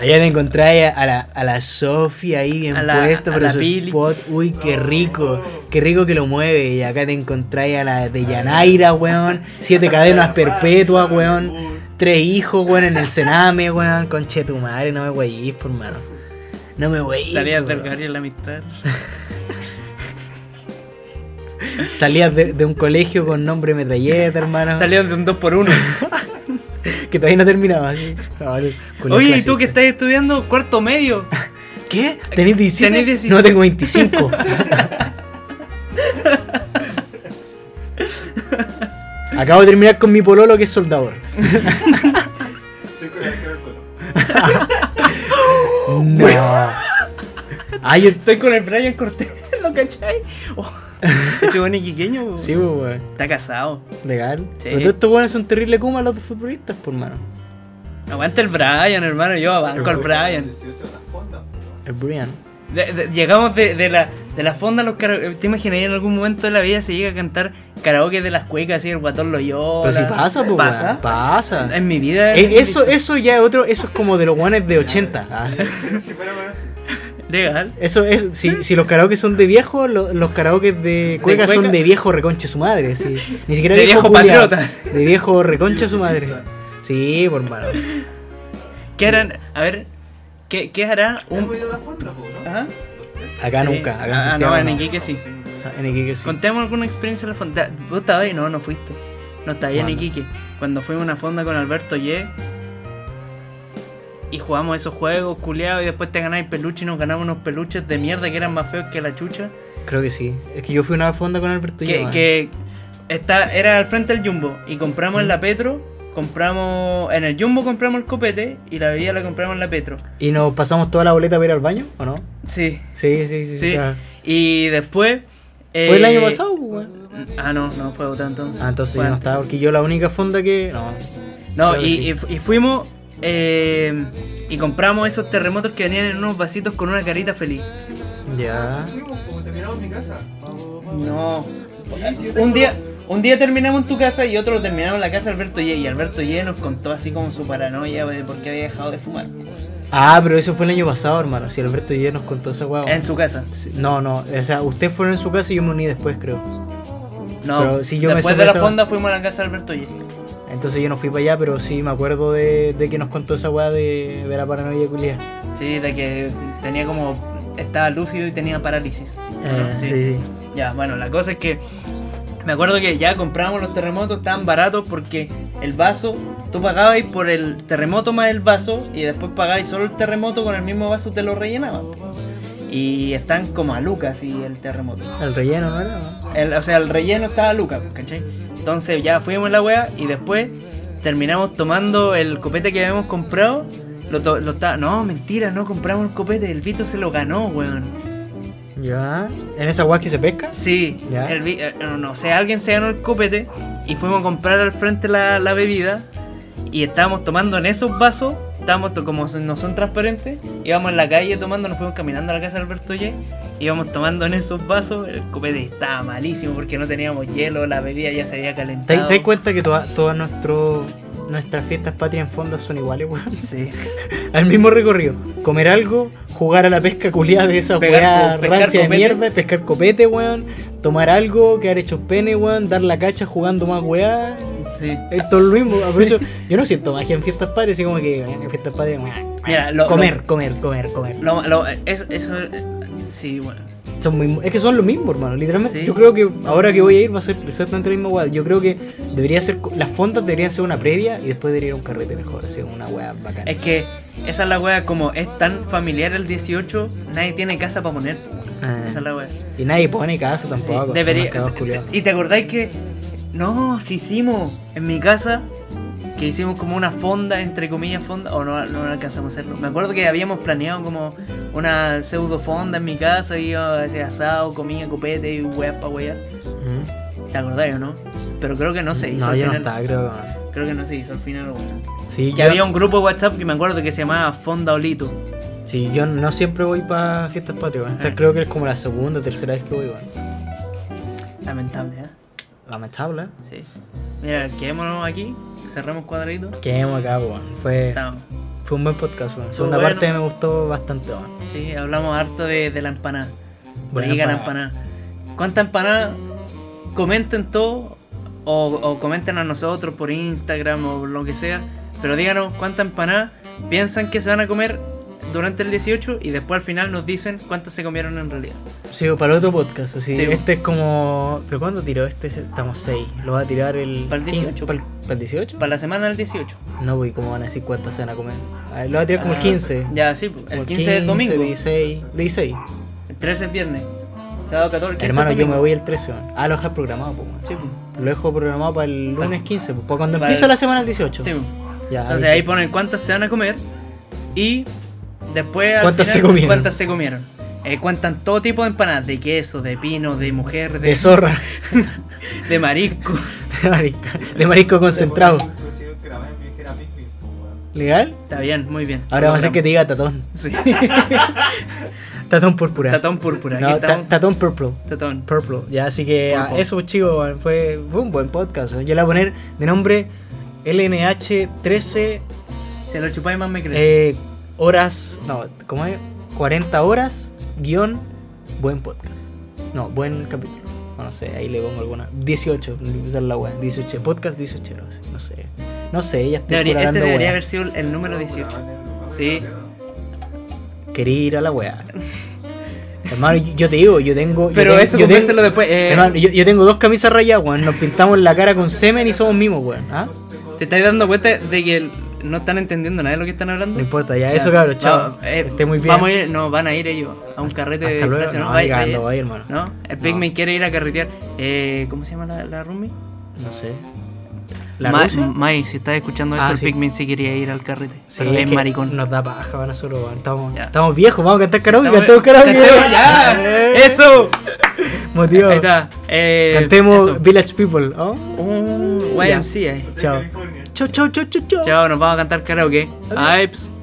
Allá te encontráis a la, a la Sofía ahí bien A la- puesta, a pero la su Pili. spot, uy, qué No. rico, qué rico que lo mueve. Y acá te encontráis a la de Yanaira, weón, siete cadenas perpetuas, weón, tres hijos, weón, en el cename, weón, conche tu madre, no me güeyís, por mano. No me güeyís. Tareas por del mano. Gabriel Amistad. Salías de, de un colegio con nombre metralleta, hermano, Salieron de [laughs] un 2x1. que todavía no terminaba. así. No, el culo Oye, ¿y tú clasista. que estás estudiando cuarto medio? ¿Qué? Eh, ¿Tenés 17? ¿Tenés 17? No, tengo [laughs] 25. Acabo de terminar con mi pololo que es soldador. Estoy con el cara al culo. [laughs] No. Ah, yo... Estoy con el Brian Cortés, [laughs] ¿lo cachai? Oh, ese buen iquiqueño [laughs] po. Sí, pues, weón. está casado. Legal. Sí. Pero todos estos weones son terrible kuma los futbolistas, pues, por mano. Aguanta el Brian, hermano. Yo banco al Brian. 18 a las fondas, po. El Brian. De- de- llegamos de, de la, de la fonda a los karaoke. ¿Te imaginas en algún momento de la vida se llega a cantar karaoke de las cuecas y el guatón lo yo? Pero si pasa, pues, ¿Pasa? weón. Pasa. En mi vida. Eh, eso, eso ya es otro, eso es como de los guanes de 80. ah. [laughs] Si fuera con eso. Legal. Eso es, si, si los karaoke son de viejo, lo- los karaoke de cueca cueca? son de viejo reconche su madre, sí. Ni siquiera De viejo culiao. patriota. De viejo reconche su madre. Sí, por malo. ¿Qué harán? A ver, ¿qué, qué hará Hemos un. ido a la fonda, po, ¿no? Ah. Ajá. Acá Sí. nunca, acá en Ah, Santiago no, en no. Iquique sí. O sea, en Iquique sí. Contemos alguna experiencia en la fonda. ¿Vos estabas ahí? No, no fuiste. No estabas ahí en ¿Cuándo? Iquique. Cuando fuimos a una fonda con Alberto Ye. Y jugamos esos juegos, culeados, y después te ganáis peluches y nos ganamos unos peluches de mierda que eran más feos que la chucha. Creo que sí. Es que yo fui a una fonda con Alberto y que yo, que está, era al frente del Jumbo. Y compramos en Mm. la Petro compramos. En el Jumbo compramos el copete y la bebida la compramos en la Petro. ¿Y nos pasamos toda la boleta para ir al baño o no? Sí, Sí, sí, sí. sí. claro. Y después. ¿Fue el eh, año pasado, pues, weón? Ah, no, no fue otra entonces. Ah, entonces Fue yo no antes. estaba, porque yo la única fonda que. No. No, Creo que y, sí. y fu- y fuimos eh, y compramos esos terremotos que venían en unos vasitos con una carita feliz. Ya. Sí, pues, terminamos en mi casa. No. Sí, sí, yo tengo- Un día, un día terminamos en tu casa y otro lo terminamos en la casa de Alberto Ye. Y Alberto Ye nos contó así como su paranoia de por qué había dejado de fumar. Ah, pero eso fue el año pasado, hermano. Si Alberto ya nos contó esa weón. En su casa. No, no. O sea, ustedes fueron en su casa y yo me uní después, creo. No. Pero si yo me Después supe de la eso- fonda fuimos a la casa de Alberto Ye. Entonces yo no fui para allá, pero sí me acuerdo de, de que nos contó esa weá de, de la paranoia culia. Sí, de que tenía como. Estaba lúcido y tenía parálisis. Eh, sí, sí. Ya, bueno, la cosa es que me acuerdo que ya compramos los terremotos tan baratos porque el vaso, tú pagabais por el terremoto más el vaso y después pagabais solo el terremoto con el mismo vaso te lo rellenaba. Y están como a lucas y el terremoto. El relleno, ¿no era? no? El- o sea, el relleno estaba a lucas, ¿cachai? Entonces ya fuimos a la wea y después terminamos tomando el copete que habíamos comprado. Lo to- lo ta- no, mentira, no compramos el copete, el Vito se lo ganó, weón. Ya. ¿En esa weá que se pesca? Sí, ¿Ya? el vi- eh, no, no, o sea, alguien se ganó el copete y fuimos a comprar al frente la, la bebida y estábamos tomando en esos vasos, estábamos to- como son- no son transparentes, íbamos en la calle tomando, nos fuimos caminando a la casa de Alberto Ye, íbamos tomando en esos vasos, el copete estaba malísimo porque no teníamos hielo, la bebida ya se había ¿Te, calentado. te das cuenta que toda- todas nuestro- nuestras fiestas patrias en fondas son iguales, weón? [laughs] Sí. Al mismo recorrido. Comer algo, jugar a la pesca culiada de esa Pegar weá co- pescar rancia de copete. mierda, pescar copete, weón. Tomar algo, quedar hechos pene, weón. Dar la cacha jugando más weá. Sí. Esto es lo [laughs] mismo. Por eso, yo no siento magia en fiestas patrias, así como que eh, en fiestas patrias. weá, Mira, lo- comer, comer, comer, comer. Lo- lo- es- eso, eh, sí, bueno. Son muy- es que son lo mismo, hermano. Literalmente, Sí. yo creo que ahora que voy a ir va a ser exactamente la misma weá. Yo creo que debería ser. co- Las fondas deberían ser una previa y después debería ir a un carrete mejor. Así como una weá bacana. Es que esa es la wea, como es tan familiar el 18, nadie tiene casa para poner. Ah. Esa es la wea. Y nadie pone casa Sí, tampoco. son debería- mascados culiados. y te acordáis que. No, si hicimos en mi casa. Que hicimos como una fonda, entre comillas, fonda. O no, no alcanzamos a hacerlo. Me acuerdo que habíamos planeado como una pseudo fonda en mi casa. Iba a hacer asado, comía copete y weas pa' wear. Mm. ¿Te acordáis o no? Pero creo que no se hizo. No, al yo no final. estaba, creo. Creo que no se hizo al final. weón. Sí, Que yo, había un grupo de WhatsApp que me acuerdo que se llamaba Fonda Olito. sí, yo no siempre voy para fiestas patrias. weón. Esta Ah. creo que es como la segunda, tercera vez que voy. weón. Lamentable, ¿eh? Lamentable. ¿eh? Sí. Mira, quedémonos aquí. Cerramos cuadradito. Quedemos acá, weón. Fue, Estamos. fue un buen podcast, weón. Estuvo Segunda bueno. parte me gustó bastante, weón. Sí, hablamos harto de, de la empanada. Buena Rica la empanada. empanada. ¿Cuánta empanada? Comenten todo o, o comenten a nosotros por Instagram o lo que sea. Pero díganos cuánta empanada piensan que se van a comer durante el 18 y después al final nos dicen cuántas se comieron en realidad. Sí, para otro podcast. Así, Sí, weón. este es como. ¿Pero cuándo tiró este? Estamos 6. Lo va a tirar el. Para el 18. ¿Para el 18? Para la semana del 18. No, voy, como van a decir cuántas se van a comer? A ver, lo va a tirar como el Ah, 15. Ya, sí, pues, Como el 15 es domingo. 16. 16. El 13 es viernes. Sábado 14. 15 es Hermano, yo domingo. me voy el 13, weón. Ah, lo dejar programado, pues, weón. Sí, pues, Lo dejo programado para el lunes 15, pues, para cuando Para empieza el- la semana el 18. sí, pues. Ya, Entonces ahí ponen cuántas se van a comer y después al ¿Cuántas final, se comieron? cuántas se comieron. Eh, cuentan todo tipo de empanadas, de queso, de pino, de mujer, De de, zorra, [laughs] de marisco. de marisco, de marisco concentrado. Pues, sí, que la vez me dijera Big Big, pues, weón. ¿Legal? Está bien, muy bien. Ahora vamos a hacer que te Logramos. diga tatón. Sí. [laughs] Tatón púrpura. Tatón púrpura. No, aquí ta- estamos. tatón purple. Tatón. Purple. Ya, así que ah, Purple. eso, chicos, weón, fue, fue un buen podcast. weón. Yo le voy a poner de nombre LNH13 Si lo chupáis más me crece. eh, horas. No, ¿cómo es? 40 horas guión buen podcast. No, buen capítulo. No, no sé, ahí le pongo alguna. 18, usar la web. 18, podcast 18, no sé. No sé, no sé ya estoy Debería- pura este hablando debería weá. haber sido el número 18. Sí. Quería ir a la wea. Hermano, yo- yo te digo, yo tengo. yo Pero tengo- eso yo tengo- compártelo después. eh, Hermano, yo, yo tengo dos camisas rayadas, weón. Nos pintamos la cara con semen y somos mimos, weón. ¿Ah? ¿Te estáis dando cuenta de que no están entendiendo nada de lo que están hablando? No importa, ya, Ya. eso cabros, chao. Vamos, eh, Que esté muy bien. Vamos a ir, no, van a ir ellos a un carrete de Hasta luego. disfraces, No, Va a ni ir- va a ir. cagando, va a ir, hermano. ¿No? El No. Pigman quiere ir a carretear. Eh, ¿Cómo se llama la, la roomie? No sé. ¿La Ma- rusa? Mike, si estás escuchando esto, Ah, el sí. Pikmin sí quería ir al carrete. Sí, pero es que maricón. Nos da paja, van a solo, weón. Estamos, Ya. estamos viejos, vamos a cantar karaoke, Estamos- cantemos karaoke. cantemos ya. Eh. [laughs] ¡Eso! Motivo. Ahí está. Eh, Cantemos eso. Village People. ¿oh? Uh, YMCA. Chao. Chau, chau, chau, chau, chau. Chao, nos vamos a cantar karaoke. Ips.